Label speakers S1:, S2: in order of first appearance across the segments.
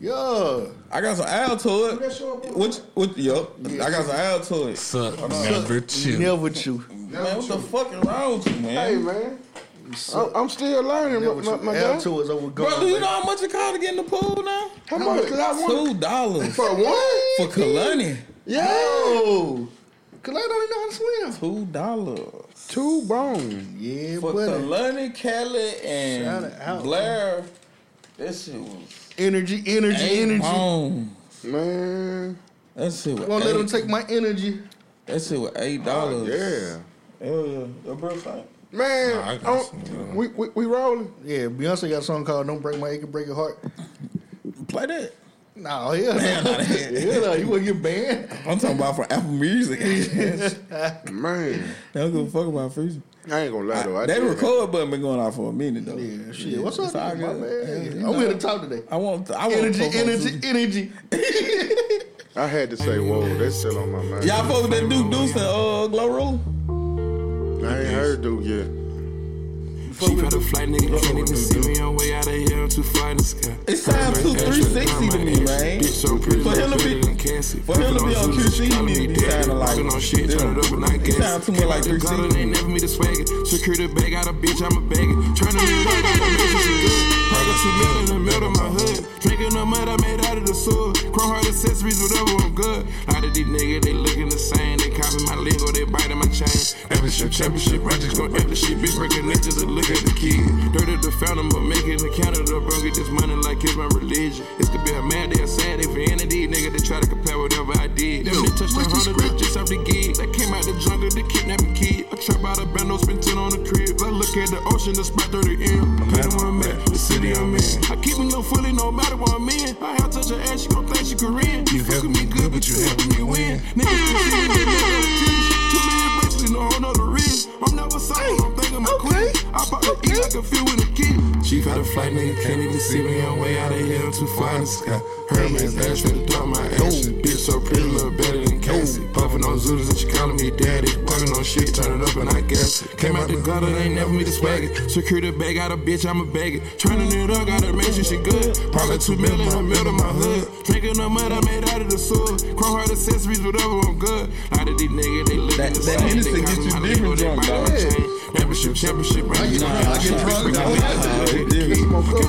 S1: Yeah.
S2: I got some Altoid.
S3: that show up on-
S2: Which, which, yup. I got some Altoid.
S4: Suck never chew.
S1: Never chew.
S2: Man, what the fuck is wrong with you, man?
S3: Hey man, I'm, I'm still learning,
S1: Never
S3: my, my,
S1: chew.
S3: my
S1: L
S3: guy.
S1: two is over.
S2: Bro, do you know how much it cost to get in the pool now?
S3: How much? Cause I want
S2: Two dollars
S3: for one.
S2: for Kalani.
S1: Yo. Cause I don't even know how to swim.
S2: Two dollars
S3: Two bones.
S1: Yeah,
S2: for
S1: buddy.
S2: Kalani, Kelly,
S1: Shout it
S2: and
S1: out.
S2: Blair. That shit was
S1: energy, energy,
S2: eight
S1: energy.
S2: pounds.
S3: Man.
S2: That shit was
S1: Won't let them
S2: eight.
S1: take my energy.
S2: that shit was eight dollars.
S3: Yeah.
S2: Hell yeah. Your bro thing.
S3: Man,
S4: Nah, I got
S3: I'm-
S4: some, uh,
S3: we, we we rolling.
S1: Uh-huh. Yeah, Beyonce got a song called "Don't Break My Ache and Break Your Heart."
S2: Play that.
S1: Nah, hell no,
S2: nah, that-
S1: hell no, you wanna get banned?
S2: I'm talking about for Apple Music. they
S3: Man,
S2: don't give a fuck about freezing.
S3: I ain't gonna lie though. I
S2: That
S3: did.
S2: record button been going off for a minute though.
S1: Oh, Yeah, shit. what's up,
S2: It's all
S1: nigga, my
S2: good.
S1: man?
S2: Yeah,
S1: I'm
S2: you know.
S1: here to talk today.
S2: I want. I want.
S1: Energy,
S2: Coco
S1: energy,
S2: Fruit.
S1: energy.
S3: I had to say, whoa, that's still on my mind.
S2: Y'all fuck with that Duke Deuce and uh, Glow Roll.
S3: I ain't heard Duke yet.
S5: She got a flight, nigga. Can't even see me. I'm way out of here. I'm too fly in the sky.
S2: It sounds too 360 to me, man.
S5: Bitch, so pretty.
S2: For him to be- for
S5: for
S2: him to be on QC, he need to be sounding like-
S5: on shit, turn it up and I guess.
S2: sound too much like
S5: Came out
S2: 360.
S5: the gutter, they never meet the swagger. Secure the bag, got a bitch, I'm a bagger. Trying to be like I'm a bitch, she good. Pocket two million in the middle of my hood. Drinking the mud I made out of the sewer. Chrome heart accessories, whatever, I'm good. A lot of these niggas, they looking the same. They copy my lingo, they biting my chain. Championship, championship, Rogers gon' ever shit. Bitch, breaking niggas and look at the kid. Dirt at the fountain, but make it in Canada, bro. Get this money like it's my religion. This could be a mad day or sad day for any of these niggas that try to compare whatever I did. Them niggas touched the hundred, that's just off the gig. That came out the jungle, the kidnapping kid. I trap out a bando, spent 10 on the crib. I look at the ocean, the spot 30 M. I'm at where I'm at, the city I'm in. I keep me no fully, no matter where I'm in. I have touch her ass, she gon' think she Korean. You fucking me good, but you helping me win. Niggas, just see me, they never finish. Too many bracelets, no another ring. I'm never silent, I'm thinking my queen. I pop the E like a few in the kid. She got a flight, nigga, can't even see me. I'm way out of here, I'm too far in the sky. Hermes ass finna drop my ass. Bitch so pretty, look better than Cassie. Puffin' on Zulus and she calling me daddy. Walking on shit, turn it up and I guess. it. Came out the gutter, they ain't never me the swagger. Security bag, got a bitch, I'm a bagger. Turning it up, gotta make sure she good. Probably two million in the middle of my hood. Drinking the mud I made out of the sewer. Chrome heart accessories, whatever, I'm good. Out of these niggas, they look
S2: That-
S5: the
S2: that
S5: same.
S2: innocent
S5: They
S2: gets
S5: copy
S2: you different
S5: my lingo, they
S2: drunk,
S5: buy
S2: dog.
S5: my chain. Championship, championship, right? You know how I get drunk, Give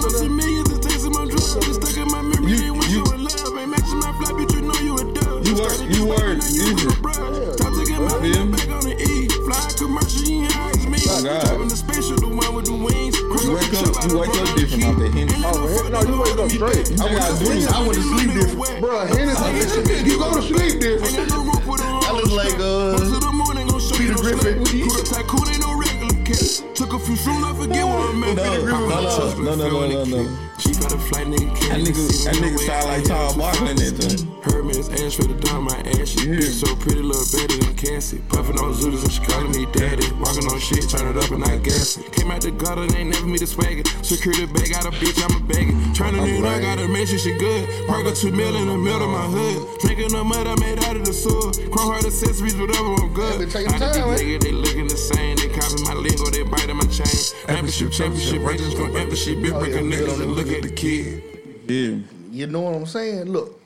S5: us some millions and taste of my drugs. I'm stuck in my memory.
S2: You-
S5: ain't with
S2: you-
S5: you in love. Ain't matching my fly, bitch. You know you a dub.
S2: You were-
S5: Started
S2: you
S5: this
S2: were
S5: fucking thing, you
S2: different.
S5: a bruh. Time to get my
S2: Yeah.
S5: hand back on the E. Fly commercial, you ain't high as me.
S2: Oh, God.
S5: Driving the spaceship, the one with the wings.
S2: You wake up, you wake up different out there. Henny.
S3: Oh, hell no, you ain't gonna straight.
S2: You gotta do it.
S1: I went to sleep different.
S3: Bro, Hennessy, you go to sleep different.
S1: I look like uh, Peter Griffin.
S5: Tycoon ain't no regular cat. Took a few soon, I forget what I'm at. Peter Griffin.
S2: No, no, no, no, no, no.
S5: She got a flight, nigga.
S2: That
S5: Can't
S2: nigga,
S5: see
S2: that
S5: me
S2: nigga
S5: the way
S2: sound
S5: I
S2: like
S5: am.
S2: Charles Barkley in that joint.
S5: Hermes ass for the dime, my ass. She
S2: Yeah.
S5: bitch so pretty, look better than Cassie. Puffin' on Zulus and she calling me daddy. Walking on shit, turn it up and I gas it. Came out the gutter, they ain't never me the swagger. Security bag, got a bitch, I'm a bagger. Turning it up, gotta make sure she good. Park a two mil in the middle of my hood. Drinking the mud I made out of the sewer. Chrome heart accessories, whatever, I'm
S1: They
S5: good.
S1: been taking
S5: Out of these
S1: time, eh?
S5: niggas, they looking the same. They copy my lingo, they biting my chain. Championship, championship, Rangers gon' ever shit. Big breaking
S1: yeah,
S5: niggas
S1: good on
S5: and
S1: them.
S5: look at the kid.
S2: Yeah,
S1: you know what I'm saying? Look,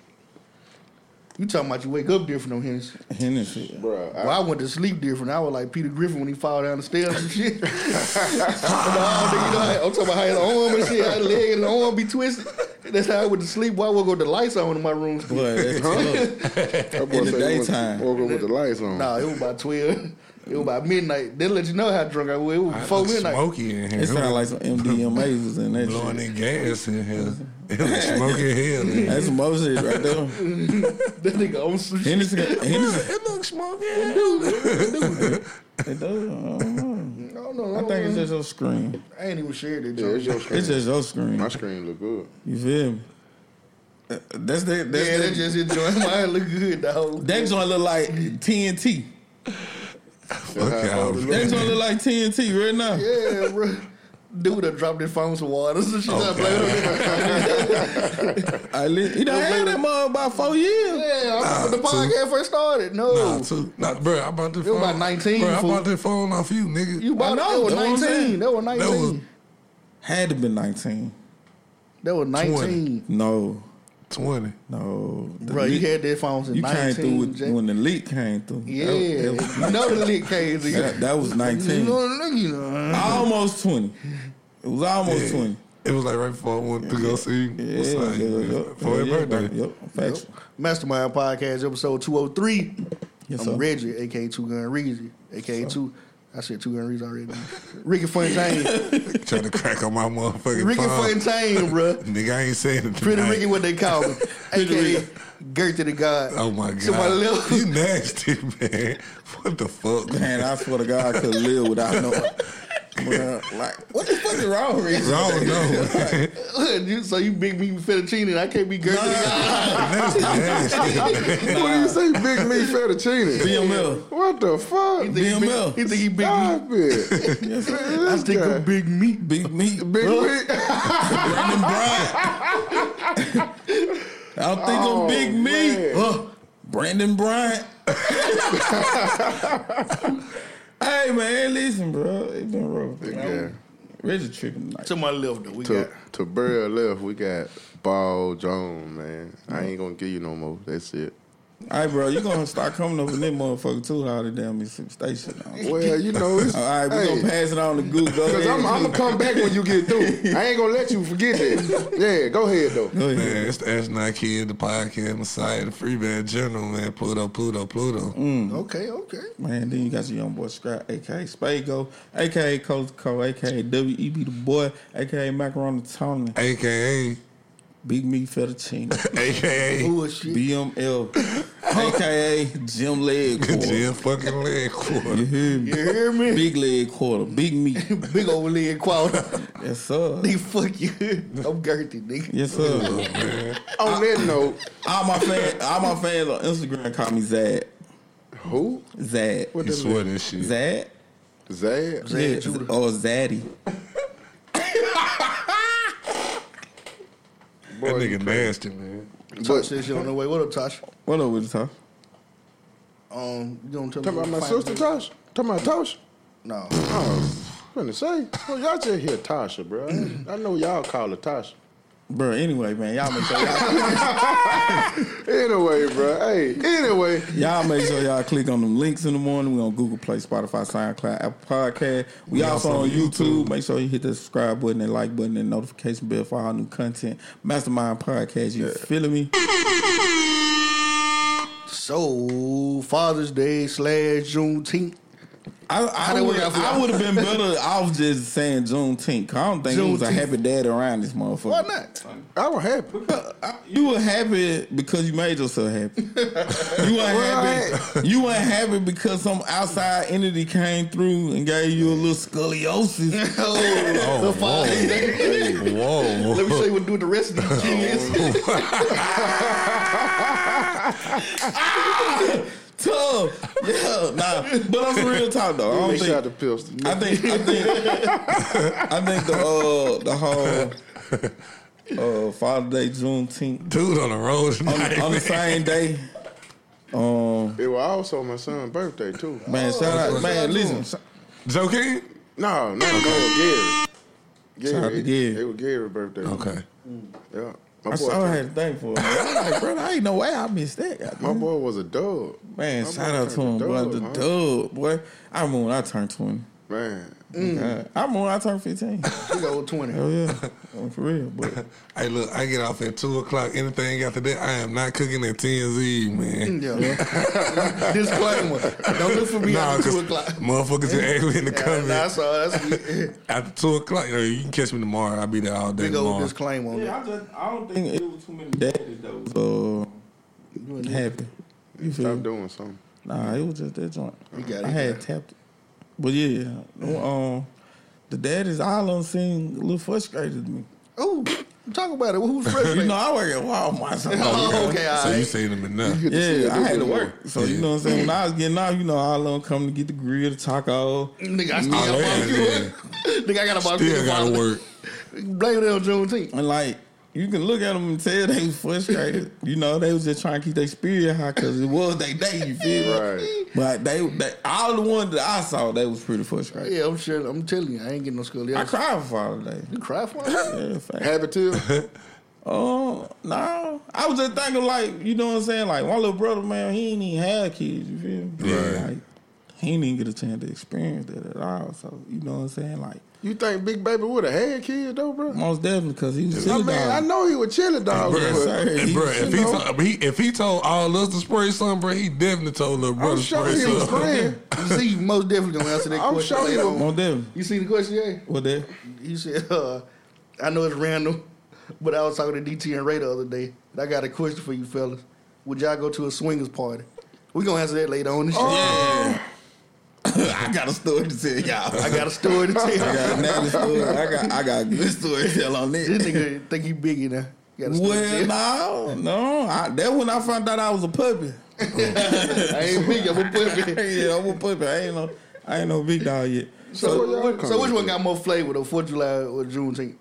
S1: you talking about you wake up different on Hennessy.
S2: Hennessy.
S3: Bro,
S1: Well, I went to sleep different. I was like Peter Griffin when he fall down the stairs and shit. no, nigga, you know, I- I'm talking about how his arm and shit, how his leg and arm be twisted. That's how I went to sleep. Why I would go to lights on in my room?
S2: Boy, that's tough.
S3: that boy
S2: in the
S3: said he went-
S2: daytime.
S3: Woke up with the lights on.
S1: Nah, it was about twelve. It was about midnight. They let you know how drunk I was. It was
S4: I
S1: before
S4: look
S1: midnight.
S4: smoky in here.
S2: It sound like some MDMA was in that
S4: blowing
S2: shit.
S4: that gas in here. It look smoky hell. in here.
S2: That's some other shit right there.
S1: That nigga on some shit.
S2: Hennessy, Hennessy.
S4: It looks smoky. in here.
S2: It does. I don't know.
S1: I don't know.
S2: I think it's just your screen.
S1: I ain't even shared it.
S3: Yeah,
S1: Joe.
S3: it's your screen.
S2: It's just your screen.
S3: My screen look good.
S2: You feel me? Uh, That's the that's
S1: Yeah,
S2: the,
S1: that just enjoying mine. Look good, dog.
S2: that joint look like TNT.
S4: Fuck y'all.
S2: That joint look like TNT right now.
S1: Yeah, bro. Dude, I dropped his phone some water. Some shit I blame
S2: I li- he done had that mug about four years.
S1: Yeah, I- when the
S4: Nah, too.
S1: podcast first started. No.
S4: Nah, too. Nah, bro, I bought this
S1: was
S4: phone.
S1: about 19,
S4: Bro, I
S1: fool.
S4: bought this phone off you, nigga.
S1: You bought it.
S2: know,
S1: That
S2: that's what I'm
S1: was
S2: saying.
S1: nineteen. That was
S4: that was
S1: nineteen.
S2: Had to be nineteen.
S1: That was nineteen.
S2: No,
S4: 20.
S2: No, the
S1: Bro, you
S2: leak-
S1: had that phone since
S2: you came through
S1: 19.
S2: with,
S1: Jack.
S2: when the leak came through.
S1: Yeah,
S2: that, that
S1: you
S2: was,
S1: know the lick came.
S2: that,
S1: nigga.
S2: that was
S1: You
S2: nineteen.
S1: know the lick, you know.
S2: almost twenty. It was almost
S4: Yeah.
S2: twenty.
S4: It was like right before I went to go see
S2: Yeah,
S4: what's up,
S2: yeah, yeah,
S4: for his
S2: yeah,
S4: birthday.
S2: Yep, factual.
S1: Mastermind Podcast, episode 203.
S2: Yes,
S1: I'm
S2: sir.
S1: Reggie, aka Two Gun Reezy, aka Two. I said Two Gun Reezy already. Ricky Fontaine.
S4: Trying to crack on my motherfucking
S1: Ricky
S4: phone.
S1: Fontaine, bruh.
S4: Nigga, I ain't saying it
S1: Pretty
S4: tonight.
S1: Ricky, what they call him. aka Gertie the God.
S4: Oh my god.
S1: Somebody left.
S4: You nasty, man. What the fuck?
S2: Man, I swear to God, I could live without no. Bro, like, what the fuck is wrong with
S4: I don't know. man.
S1: You- so you big meat fettuccine and I can't be Gertie the God.
S4: That's nasty.
S3: What do you say, Big Me Fettuccine?
S2: BML.
S3: What the fuck?
S1: He think he
S2: BML.
S1: big- He think he big meat.
S3: Stop it.
S1: I
S3: This
S1: think
S3: guy.
S1: I'm big meat.
S2: Big meat.
S3: Big Me.
S2: Brandon Bryant. I don't think I'm Big Me.
S3: Oh, man.
S2: Huh. Brandon Bryant. hey man, listen, bro. It's been rough.
S3: Yeah.
S2: Man. Reggie tripping tonight.
S1: To my left, though. We
S3: To
S1: got
S3: to Burrell left, we got Ball Jones, man. I ain't gonna give you no more. That's it.
S2: All right, bro. You gonna start coming over this motherfucker too? How the damn is station? All
S3: Well, you know, it's,
S2: right, we
S3: hey,
S2: gonna pass it on to Google. Go
S3: Cause
S2: ahead.
S3: I'm, I'm gonna come back when you get through. I ain't gonna let you forget that. Yeah, go ahead though.
S2: Go ahead.
S4: Man, it's the Astronaut Kid, the Podcast Messiah, the Free Bad General, man. Pluto, Pluto, Pluto.
S1: Mm. Okay, okay.
S2: Man, then you got your young boy Scrap, aka Spago, aka Coach Co, aka WEB E the boy, aka Macaroni Tony,
S4: AKA,
S2: Big Meat Fettuccine,
S4: AKA,
S1: Bullshit.
S2: BML, aka Jim Leg Quarter.
S4: Jim fucking leg quarter.
S2: You hear me?
S1: You hear me?
S2: Big Leg Quarter, Big Meat.
S1: Big old leg quarter.
S2: Yes, sir.
S1: Nigga, fuck you. I'm Gertie, nigga.
S2: Yes, sir.
S3: On that note,
S2: All my fans, all my fans on Instagram call me Zad.
S3: who?
S2: Zad.
S3: What
S4: You
S3: the
S4: swear this shit.
S2: Zad?
S3: Zad?
S2: Yeah.
S1: Zad Judah.
S2: Or Zaddy.
S4: that nigga nasty, man.
S1: Tasha said she on the way. What up, Tasha?
S2: What up with the top?
S1: Um, you don't tell
S3: Talking
S1: me.
S3: about my
S1: what
S3: sister
S1: fight-
S3: Tosh? Talking about Tosh?
S1: No.
S3: I'm gonna say. Well, y'all just hear Tasha, bro. I know y'all call her Tasha.
S2: Bro, anyway, man, y'all make sure y'all,
S3: Anyway, bro. Hey, anyway.
S2: y'all make sure y'all click on them links in the morning. We on Google Play, Spotify, SoundCloud, Apple Podcast. We, also, on YouTube. Make sure you hit the subscribe button and like button and notification bell for all new content. Mastermind Podcast, you feeling me?
S1: So Father's Day slash Juneteenth.
S2: I,
S1: How
S2: I,
S1: that
S2: would,
S1: work out for you?
S2: I would have been better. I was just saying Juneteenth. 'cause I don't think he was a
S1: Juneteenth.
S2: happy dad around this motherfucker.
S1: Why not?
S3: I was happy.
S2: You were happy because you made yourself happy. You weren't happy. You weren't happy because some outside entity came through and gave you a little scoliosis.
S1: oh, the Father's Day.
S4: Whoa.
S1: Let me show you what to do with the rest of these kids.
S2: Tough. Yeah, nah. But I'm real talk though. I don't
S3: They
S2: think.
S3: shot the pistol.
S2: I think. I think. I think the uh, the whole uh, Father Day, Juneteenth
S4: Dude on the road
S2: on,
S4: tonight.
S2: on the same day. Um,
S3: It was also my son's birthday, too.
S2: man,
S1: Oh,
S2: shout out, man. Listen,
S4: Joe King?
S3: No, no, no, it was Gary.
S2: Shout out to
S3: Gary.
S2: Gary.
S3: It was Gary's birthday.
S4: Okay.
S3: Yeah. My
S2: I
S3: boy,
S2: saw I had to thank for it. Man. I'm like, bro, I ain't no way I missed that. goddamn.
S3: my boy was a dog.
S2: Man,
S3: My
S2: shout
S3: boy
S2: out to him,
S3: turned
S2: boy. The
S3: dog,
S2: dub, boy. I remember when I turned 20.
S3: Man.
S2: God. I remember when I turned 15.
S1: Big old 20.
S2: Hell yeah. Oh, for real, but
S4: Hey, look, I get off at 2 o'clock. Anything after that, I am not cooking at 10 Z, man.
S1: Yeah. Disclaimer. Don't look for me
S4: Nah,
S1: after 2
S4: 'cause
S1: o'clock.
S4: motherfuckers just asked me in the
S1: Yeah, nah, I
S4: comments.
S1: saw that's weird.
S4: After 2 o'clock, you, know, you can catch me tomorrow. I'll be there all day
S1: Big old
S4: tomorrow.
S1: disclaimer on that.
S2: I just I don't think it was too many daddies that was uh, happy. You feel?
S3: Stop
S2: me?
S3: doing something.
S2: Nah, it was just that joint.
S1: You got it,
S2: I
S1: you
S2: had
S1: got it.
S2: tapped it. But yeah, um, the daddies all on seem a little frustrated to me.
S1: Oh, talk about it. Who's fresh?
S2: You know, I work at Walmart. so-
S1: Oh, okay, all
S4: so
S1: right.
S4: you seen them enough.
S3: You get to see
S2: Yeah,
S3: a
S2: I
S3: little
S2: had to
S3: bit
S2: work. So you know what I'm saying? When I was getting out, you know, all of them come to get the grill, the taco.
S1: Nigga, I still
S4: Oh,
S1: got
S4: yeah,
S1: about you. Nigga, I got about
S4: Still gotta
S1: wallet.
S4: work.
S1: Blame it on Juneteenth.
S2: And like, you can look at them and tell they was frustrated. you know, they was just trying to keep their spirit high because it was their day, you feel me?
S3: Right.
S2: But they, they, all the ones that I saw, they was pretty frustrated.
S1: Yeah, I'm sure. I'm telling you, I ain't getting no scoliosis.
S2: I cried for Father's Day.
S1: You cry for it?
S2: Yeah, fact.
S3: Happy to.
S2: Oh, no. I was just thinking, like, you know what I'm saying? Like, my little brother, man, he ain't even had kids, you feel me?
S4: Right.
S2: Like, he ain't even get a chance to experience that at all. So, you know what I'm saying? Like,
S3: You think Big Baby would have had kids though, bro?
S2: most definitely, because he was
S3: I
S2: silly
S3: mean, I
S2: dog.
S3: know he was chilling dog,
S4: Bruh,
S3: but
S2: sir.
S4: and
S2: He-
S4: bruh, if,
S2: you
S4: he
S2: know.
S4: told, he, if he told all us to spray something, bruh, he definitely told little brother
S3: I'm
S4: to
S3: sure
S4: spray
S3: he was
S4: something.
S3: friend.
S1: You see, you most definitely gonna answer that
S3: I'm
S1: question.
S3: sure you
S1: later
S3: don't-
S1: on.
S2: Most definitely.
S1: You see the question, yeah?
S2: What that?
S1: He said, uh, I know it's random, but I was talking to DT and Ray the other day. And I got a question for you fellas. Would y'all go to a swingers party? We're going to answer that later on this show.
S2: I got a story to tell y'all.
S1: I got a story to
S2: I
S1: tell.
S2: got a nasty story. I got, I got a good story to tell on
S1: this
S2: that.
S1: nigga think he biggie now. Got a story
S2: Well,
S1: to tell.
S2: no, no. I, that when I found out I was a puppy.
S1: I ain't big, I'm a puppy.
S2: yeah, I'm a puppy. I ain't no, I ain't no big dog yet.
S1: So, so which one got more flavor, though, 4th of July or Juneteenth?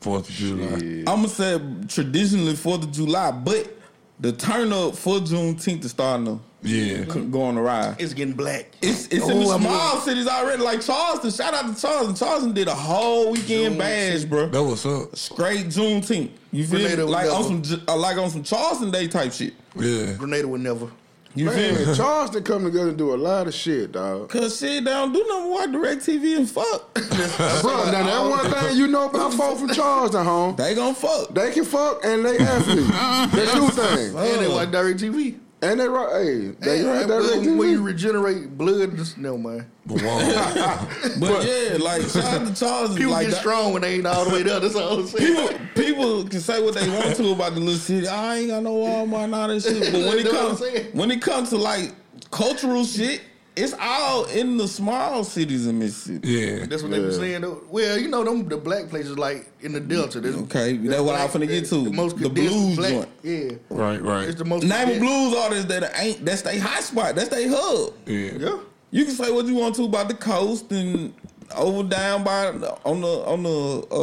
S4: Fourth of July.
S2: I'm gonna say traditionally Fourth of July, but the turn up for Juneteenth is starting to
S4: Yeah.
S2: c- go on the ride.
S1: It's getting black.
S2: It's it's in the
S1: Oh, I'm
S2: small cities already, like Charleston. Shout out to Charleston. Charleston did a whole weekend bash, bro.
S4: That was up.
S2: Straight Juneteenth. You feel me?
S1: Grenada
S2: Like
S1: was
S2: on
S1: up.
S2: some Ju- uh, like on some Charleston Day type shit.
S4: Yeah.
S1: Grenada would never.
S2: You feel me?
S3: Man, Charleston come together and do a lot of shit, dog.
S2: Cause shit, they don't do no more direct TV and fuck.
S3: Bro, now that one thing you know about folk from Charleston, home.
S2: they gonna fuck.
S3: They can fuck and they athletes. That's two things.
S1: And they watch Direct TV.
S3: And they rock. Hey, they
S1: Hey,
S3: rock
S1: right,
S3: that
S1: blood,
S3: right
S1: when you
S3: there.
S1: regenerate blood, just, never mind.
S4: Wow.
S2: But, yeah, like shout out to Charleston.
S1: People
S2: like
S1: get
S2: that-
S1: strong when they ain't all the way there. That's all I'm saying.
S2: people people can say what they want to about the little city. I ain't got no Walmart and all that shit. But when it
S1: Know what I'm
S2: comes
S1: saying?
S2: when it comes to like cultural shit, it's all in the small cities in Mississippi.
S4: yeah.
S1: That's what they were
S3: Yeah.
S1: saying. Though. Well, you know them the black places like in the Delta. That's,
S2: Okay, that's what I'm finna get to. The
S1: condensed
S2: blues joint.
S1: Yeah,
S4: Right,
S1: it's
S4: right.
S1: the most
S2: Name a
S1: condensed-
S2: blues artist that ain't that's they hot spot. That's they hub.
S4: Yeah.
S1: Yeah,
S2: You can say what you want to about the coast and over down by on the on the uh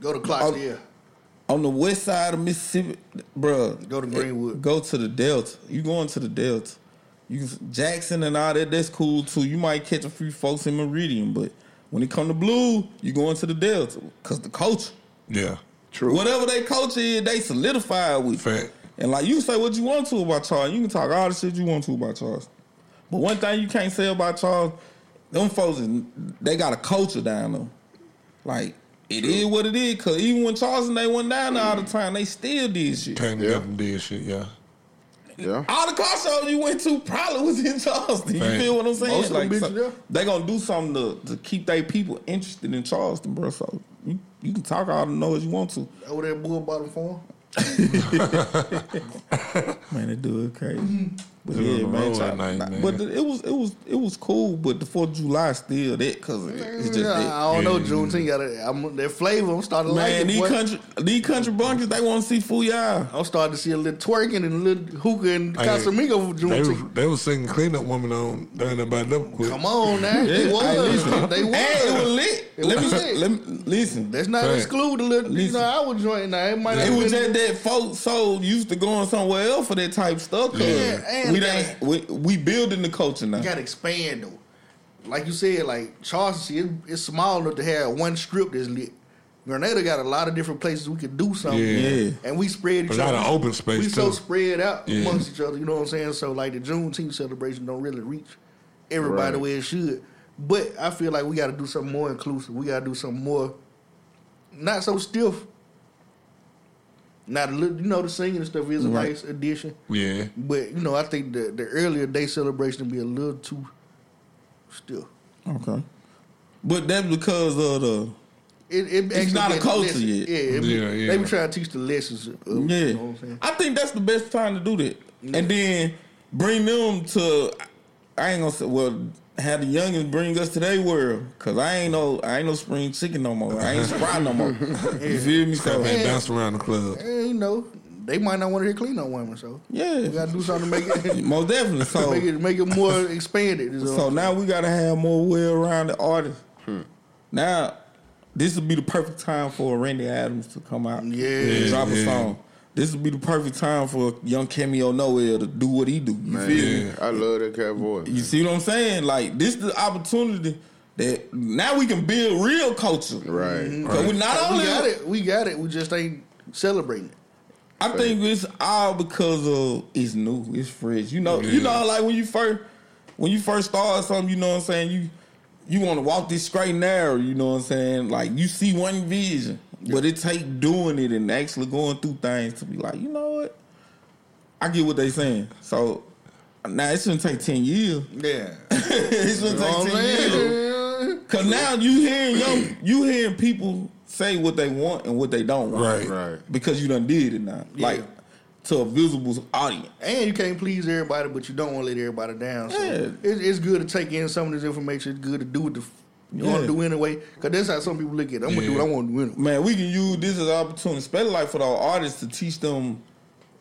S1: go to
S2: Oh.
S1: Clock. Yeah,
S2: on the west side of Mississippi, bruh.
S1: Go to Greenwood.
S2: Go to the Delta. You going to the Delta? You Jackson and all that. That's cool too. You might catch a few folks in Meridian, but when it come to blue, you going to the Delta because the culture,
S4: Yeah.
S3: True.
S2: whatever they culture is, they solidified with.
S4: Fact.
S2: And like you say, what you want to about Charles, you can talk all the shit you want to about Charles. But one thing you can't say about Charles, them folks, is, they got a culture down there. Like it is what it is. Cause even when Charles and they went down there all the time, they still did shit.
S4: Came
S3: Yeah.
S4: together and did shit, yeah.
S3: Yeah.
S2: All the car shows you went to probably was in Charleston. You
S4: Right.
S2: feel what I'm saying?
S1: Most of them
S2: like,
S1: bitches,
S2: so-
S1: yeah.
S2: they gonna do something to, to keep their people interested in Charleston, bro. So you, you can talk all the noise you want to.
S1: over there, Bull Bottom Farm.
S2: Man, they do it crazy.
S1: Mm-hmm.
S2: But
S4: They was on
S2: yeah,
S4: the
S2: man,
S4: road
S2: try,
S4: at night,
S2: nah,
S4: man.
S2: But it was it was it was cool. But the Fourth of July still that because it's just
S1: Yeah,
S2: that.
S1: I don't know. Juneteenth got a, I'm, that flavor. I'm starting to
S2: Man,
S1: like it.
S2: these
S1: boy.
S2: country these country bunkers they want to see full y'all.
S1: I'm starting to see a little twerking and a little hookah and
S4: Hey,
S1: Casamigo for
S4: They
S1: Juneteenth.
S4: was, they was singing cleanup woman on down there by them.
S1: Come on now, they
S2: Yeah, hey,
S1: was,
S2: listen.
S1: they
S2: And it was
S1: was.
S2: lit.
S1: It
S2: let,
S1: was
S2: me,
S1: lit.
S2: let me listen.
S1: Let's not
S4: Right.
S1: exclude the little, you
S2: Listen.
S1: know, our joint. Now it might not
S2: It
S1: have
S2: was
S1: been-
S2: just that folks so used to going somewhere else for that type stuff. 'cause
S1: Yeah, and
S2: we,
S1: they-
S2: done- we we building the culture now.
S1: You gotta expand though. Like you said, like Charleston, it, it's small enough to have one strip that's lit. Grenada got a lot of different places we could do something.
S4: Yeah.
S2: Yeah.
S1: And we spread each
S4: A
S1: other.
S4: lot of open space,
S1: We so
S4: too.
S1: spread out
S4: Yeah.
S1: amongst each other, you know what I'm saying? So like the Juneteenth celebration don't really reach everybody the
S3: Right.
S1: way it should. But I feel like we gotta do something more inclusive. We gotta do something more not so stiff. Now the lit- you know the singing and stuff is a
S2: Right.
S1: nice addition.
S4: Yeah.
S1: But you know, I think the the earlier day celebration be a little too still.
S2: Okay, but that's because of the
S1: It, it actually
S2: not a
S1: get
S2: culture
S1: lessons.
S2: yet.
S1: Yeah, it be,
S4: Yeah, yeah.
S1: they be trying to teach the lessons. Of,
S2: yeah.
S1: you know what I'm saying?
S2: I think that's the best time to do that, and then bring them to. I ain't gonna say well. Have the youngins bring us to their world, cause I ain't no I ain't no spring chicken no more. I ain't spry no more. You feel me? So
S4: Man, bounced around the club.
S1: And, you know, they might not want to hear clean on women, so we
S2: yeah,
S1: gotta do something to make it
S2: most definitely. So
S1: make it make it more expanded. is all.
S2: So now we gotta have more well-rounded artists.
S1: Hmm.
S2: Now, this would be the perfect time for Randy Adams to come out
S1: Yeah.
S2: and drop a
S4: Yeah.
S2: song. This would be the perfect time for young Cameo Noel to do what he do. You feel me?
S3: Yeah. I love that cat voice.
S2: You see what I'm saying? Like this the opportunity that now we can build real culture. Mm-hmm.
S3: Right.
S2: Cause we not
S1: we
S2: only
S1: got it, we got it. We just ain't celebrating it.
S2: I think it's all because of it's new, it's fresh. You know, you know, like when you first when you first start something, you know what I'm saying. You you want to walk this straight and narrow, you know what I'm saying. Like you see one vision, but it take doing it and actually going through things to be like, you know what? I get what they saying. So now it shouldn't take ten years.
S1: Yeah.
S2: it shouldn't take ten years. Cause now you hearing young, you hearing people say what they want and what they don't want,
S4: Right.
S3: Right.
S2: Because you done did it now, like to a visible audience.
S1: And you can't please everybody, but you don't want to let everybody down. So
S2: Yeah.
S1: it, it's good to take in some of this information. It's good to do what the, f- you want
S2: Yeah.
S1: to do anyway. Because that's how some people look at it. I'm going to do
S4: Yeah.
S1: what I want to do anyway.
S2: Man, we can use this as an opportunity, especially like for our artists to teach them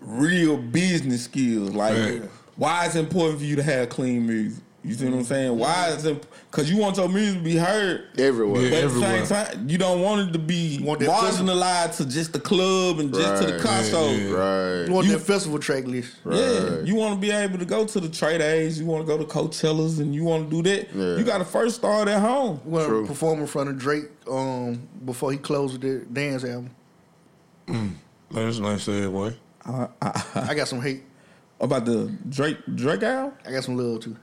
S2: real business skills. Like
S4: Right.
S2: why it's important for you to have clean music. You see what I'm saying? Why is it? Because you want your music to be heard.
S3: Everywhere.
S4: Yeah.
S2: But
S4: Everywhere.
S2: at the same time, you don't want it to be
S1: want that festival.
S2: marginalized to just the club and just to the
S3: Right.
S2: console.
S4: Yeah, yeah.
S1: You
S3: Right.
S1: want
S2: You-
S1: that festival track list.
S2: Yeah,
S3: Right.
S2: you want to be able to go to the trade A's, you want to go to Coachellas, and you want to do that.
S3: Yeah.
S2: You got to first start at home.
S1: We want
S3: True.
S1: to perform in front of Drake um, before he closed the dance album.
S4: That's a nice segue.
S1: I got some hate.
S2: About the Drake Drake album,
S1: I got some love too.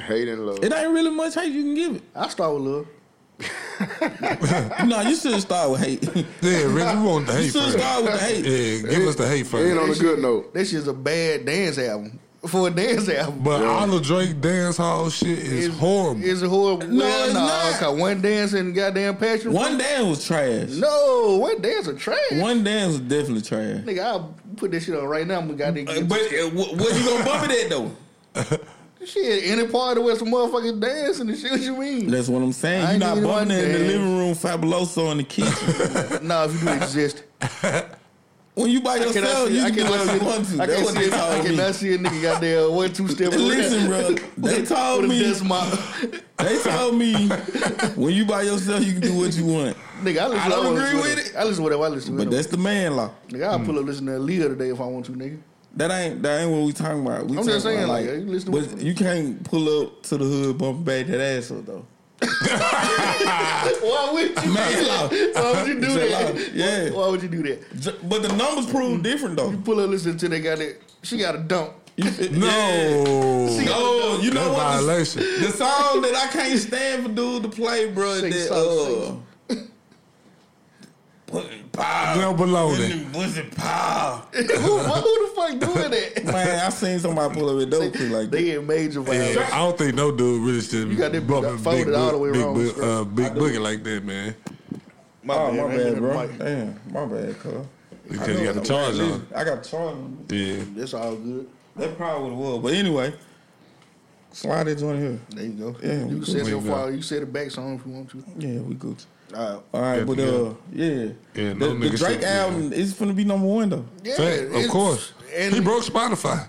S3: Hate and love.
S2: it ain't really much hate you can give it.
S1: I start with love.
S2: no, you should start with hate. you
S4: Yeah, Rich, we want the hate
S2: should
S4: first.
S2: start with the hate.
S4: Yeah, give us the hate
S3: Ain't on
S4: first.
S3: a good note.
S1: This is a bad dance album for a dance album.
S4: But all the Drake dance hall shit is
S1: It's-
S4: horrible.
S1: It's horrible.
S2: No,
S1: well,
S2: it's
S1: nah,
S2: not.
S1: Cause one dance and goddamn passion.
S2: One dance was trash.
S1: No, one dance are trash.
S2: One dance was definitely trash.
S1: Nigga, I'll put this shit on right now. I'm gonna goddamn
S2: Uh,
S1: get
S2: But uh, wh- what you gonna bump it at though?
S1: shit. Any party where some motherfuckers dancing and shit. What you mean?
S2: That's what I'm saying.
S1: I
S2: You
S1: ain't
S2: not
S1: even one
S2: bumping it in the
S1: dance.
S2: living room, fabuloso in the kitchen.
S1: nah, if you do exist,
S2: when you by
S1: I cannot
S2: yourself,
S1: see.
S2: you
S1: I
S2: can do
S1: cannot
S2: what
S1: see.
S2: you want to.
S1: I
S2: That's
S1: can't
S2: what
S1: see.
S2: they
S1: I
S2: told me.
S1: cannot see a nigga goddamn one two step. with
S2: Listen,
S1: that-
S2: bro. They told
S1: with a
S2: me.
S1: desk mop.
S2: They told me when you by yourself, you can do what you want.
S1: Nigga, I, listen
S2: I
S1: to
S2: don't
S1: all
S2: agree
S1: this
S2: with
S1: whatever. I listen to whatever I listen to.
S2: But
S1: whatever.
S2: that's the man law.
S1: nigga, I'll pull up listen to Aaliyah today if I want to, nigga.
S2: That ain't that ain't what we talking about. We
S1: I'm
S2: talking
S1: just saying,
S2: about,
S1: like, you listen to
S2: but you can't pull up to the hood, bump back that asshole though.
S1: Why would you?
S2: Man law.
S1: Why would you do
S2: It's a
S1: that?
S2: lie. Yeah.
S1: Why, why would you do that?
S2: J- But the numbers prove different though.
S1: Pull up, listen to they got it. She got a dump.
S2: You- it- yeah.
S4: no.
S2: no, you know
S4: That
S2: what? The-
S4: violation.
S2: The song that I can't stand for dude to play, bro.
S1: Six,
S2: That, uh,
S1: song,
S2: putting power.
S4: Down below that.
S2: putting- putting power.
S1: who, who the fuck doing that?
S2: Man, I seen somebody pull up with dope like that.
S1: They in major violation.
S4: Yeah, I don't think no dude really should
S1: got
S4: be
S1: that
S4: bumping
S1: folded
S4: big,
S1: all
S4: all
S1: the way
S4: big,
S1: wrong,
S4: bu-
S1: bro.
S4: uh, big boogie like that, man.
S2: Oh,
S1: bad,
S2: my
S1: man.
S2: bad, bro.
S1: Mic.
S2: Damn, my bad, cuz. I
S4: Because you
S2: know
S4: got the
S2: that.
S4: charge
S2: Listen,
S4: on.
S2: I got the charge on.
S4: Yeah.
S1: That's all good.
S2: That probably would have was. But anyway, slide it on here.
S1: There you go.
S2: Yeah, we
S1: you can
S2: good.
S1: set
S4: There
S1: your
S4: you go.
S1: file. You can set it back song if you want to.
S2: Yeah, we good.
S1: All right.
S2: All right, but uh, yeah,
S4: Yeah,
S2: the,
S4: no
S2: the
S4: nigga
S2: Drake
S4: shit, yeah.
S2: album is gonna be number one though.
S1: Yeah,
S4: Fact, of
S1: it's-
S4: course.
S1: And
S4: he broke Spotify.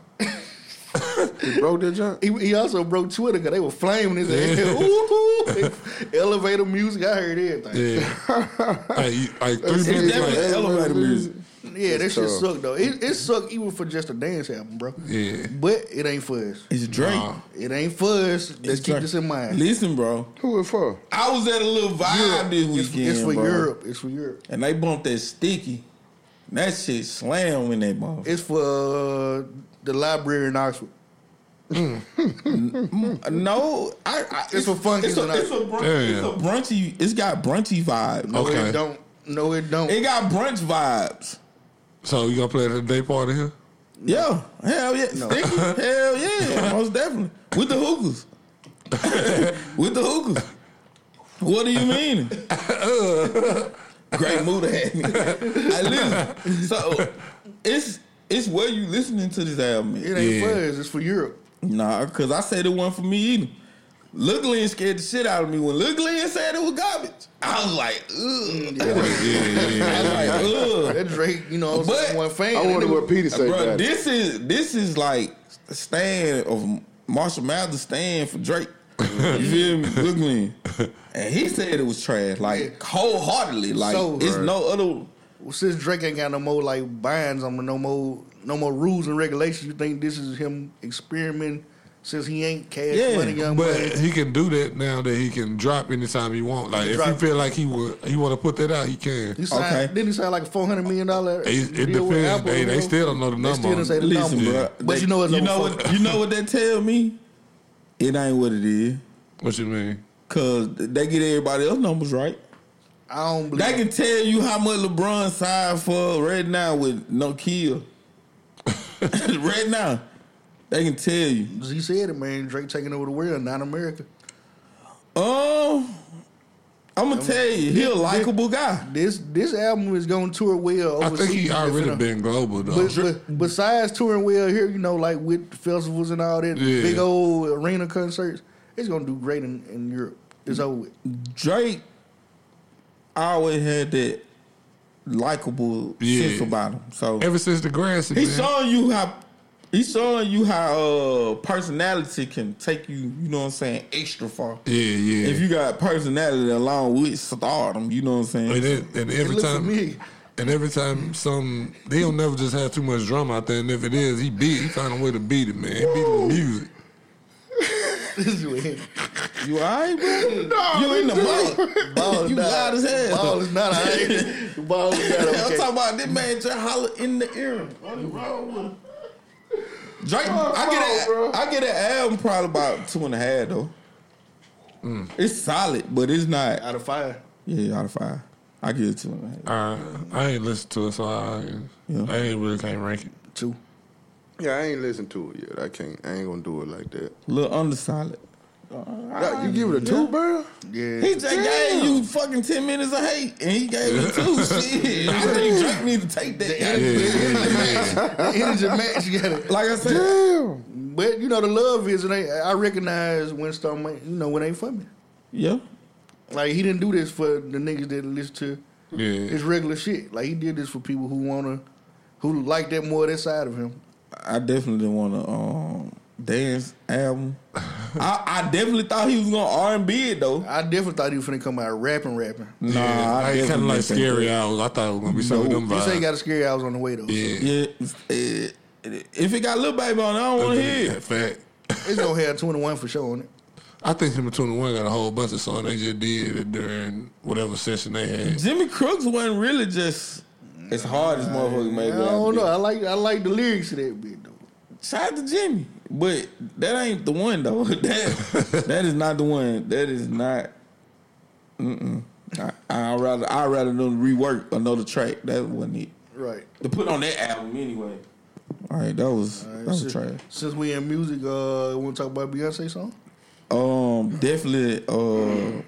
S3: He broke that junk.
S1: He, he also broke Twitter because they were flaming his ass. Ooh, elevator music. I heard everything.
S4: Yeah. hey, you, like three
S2: It's
S4: minutes
S2: definitely
S4: like,
S2: elevator music.
S1: Yeah, that shit
S3: tough.
S1: sucked though. It, it sucked even for just a dance album, bro.
S4: Yeah.
S1: But it ain't for us.
S2: It's Drake.
S4: Nah.
S1: It ain't for us. Let's
S2: It's
S1: keep
S2: Drake.
S1: this in mind.
S2: Listen, bro,
S3: Who it for?
S2: I was at a little vibe this
S1: It's,
S2: weekend,
S1: it's for
S2: bro,
S1: Europe. It's for Europe.
S2: and they bumped that sticky. That shit slam in that motherfucker.
S1: It's for uh, the library in Oxford.
S2: No, I, I
S1: It's for funkies
S2: It's a,
S1: and
S2: it's a, brun- it's a brunchy. It's got brunchy vibes.
S1: No,
S4: Okay.
S1: it don't. No, it don't.
S2: It got brunch vibes.
S4: So you gonna play it at the day party here?
S2: Yeah, hell yeah, Sticky? hell yeah, most definitely with the hookers, with the hookers. What do you mean? Great mood had me. I listen. So it's it's where you listening to this album.
S1: it ain't
S4: Yeah.
S1: for us. It's for Europe.
S2: Nah, cause I said it wasn't for me either. Lil Glenn scared the shit out of me when Lil Glenn said it was garbage. I was like, ugh. I was like, ugh.
S1: That Drake, you know,
S2: But-
S1: but, one fan.
S3: I
S1: That
S3: wonder
S1: nigga-
S3: what Peter said.
S2: Bro,
S3: about it.
S2: this is this is like stand of Marshall Mathers stand for Drake. you feel me? Lil Glenn. And he said it was trash, like wholeheartedly. Like
S1: So-
S2: it's no other
S1: since Drake ain't got no more like binds on him, no more no more rules and regulations, you think this is him experimenting since he ain't cash
S2: Yeah,
S1: money young
S4: But
S1: money.
S4: he can do that now that he can drop anytime he want. Like if he
S1: Drop.
S4: feel like he would, he want to put that out, he can.
S1: You signed,
S2: Okay.
S1: Didn't he sign like a four hundred million dollar?
S4: It, it
S1: deal with
S4: depends.
S1: Apple or
S4: They, they
S1: whatever?
S4: still don't know the
S1: They
S4: number.
S1: still
S4: on
S1: didn't say
S4: it.
S1: the
S2: Listen,
S1: number.
S2: bro.
S1: But you know it's
S2: you
S1: over
S2: know
S1: for-
S2: what you know what that tell me. It ain't what it is,
S4: What you mean?
S2: cause they get everybody else numbers right.
S1: I don't believe.
S2: They can tell you how much LeBron signed for right now with no kill. right now, they can tell you.
S1: it. He said it, man. Drake taking over the world, not America.
S2: Um, I'm gonna tell you, he a likable guy.
S1: This this album is going to tour well
S4: I
S1: overseas.
S4: think he already
S1: If it-
S4: been global though.
S1: But, but besides touring well here, you know, like with festivals and all that,
S4: Yeah.
S1: big old arena concerts, it's gonna do great in, in Europe. It's over with.
S2: Drake always had that likable
S4: Yeah.
S2: sense about him. So
S4: Ever since the grass,
S2: he's showing you how he's showing you how uh personality can take you, you know what I'm saying, extra far.
S4: Yeah, yeah.
S2: If you got personality along with stardom, you know what I'm saying?
S4: and, it, and every
S1: Look at
S4: time,
S1: me.
S4: and every time, some they don't never just have too much drama out there. And if it is, he beat. He find a way to beat it, man. He beat the music.
S1: This way.
S2: You alright, bro? you in the block.
S1: Ball is
S2: you
S1: not-
S2: loud as hell.
S1: Ball is not all right. Ball is not
S2: I'm
S1: okay.
S2: talking about this man just holler in the ear. What is wrong with him? Drake, I get
S3: bro.
S2: that. I get that album probably about two and a half though.
S1: Mm.
S2: It's solid, but it's not.
S1: Out of fire.
S2: Yeah, out of five, I give it two and a half.
S4: I I ain't listen to it, so I
S2: Yeah.
S4: I ain't really can't rank it.
S1: Two.
S3: Yeah, I ain't listened to it yet. I can't. I ain't gonna do it like that.
S2: A little under solid.
S3: Nah, you give it a two, bro?
S1: Yeah.
S2: He just gave you fucking ten minutes of hate, and he gave you two. Shit, I think Drake need to take that.
S1: The energy match you got it.
S2: Like I said,
S1: But you know the love is it ain't I recognize when Stone Man, you know, it ain't for me.
S2: yeah.
S1: Like he didn't do this for the niggas that listen to
S4: Yeah,
S1: his regular shit. Like he did this for people who wanna who like that more that side of him.
S2: I definitely didn't want to um, dance album. I, I definitely thought he was gonna R and B it though.
S1: I definitely thought he was finna come out rapping, rapping.
S2: Nah,
S4: yeah.
S2: I
S4: I kind of
S2: definitely
S4: like
S2: didn't think
S4: scary
S2: that.
S4: hours. I thought it was gonna be some of them
S1: You say you
S4: vibes.
S1: got a scary hours on the way though.
S4: Yeah,
S2: Yeah, eh, if it got little baby on, it, I don't want to hear.
S4: yeah.
S2: it.
S4: Fact.
S1: It's gonna have twenty one for sure on it.
S4: I think him and Twenty One got a whole bunch of songs they just did it during whatever session they had.
S2: Jimmy Crooks wasn't really just as hard as motherfucker made. it
S1: I
S2: out to
S1: don't
S2: be.
S1: know. I like I like the lyrics to that bit though.
S2: Shout out to Jimmy, but that ain't the one though. that that is not the one. That is not. Mm-mm. I, I'd rather I'd rather them rework another track. That wasn't it.
S1: Right.
S2: to put on that album anyway. All right, that was that was
S1: since,
S2: trash.
S1: since we in music, uh, want to talk about Beyonce song?
S2: Um, definitely. Uh,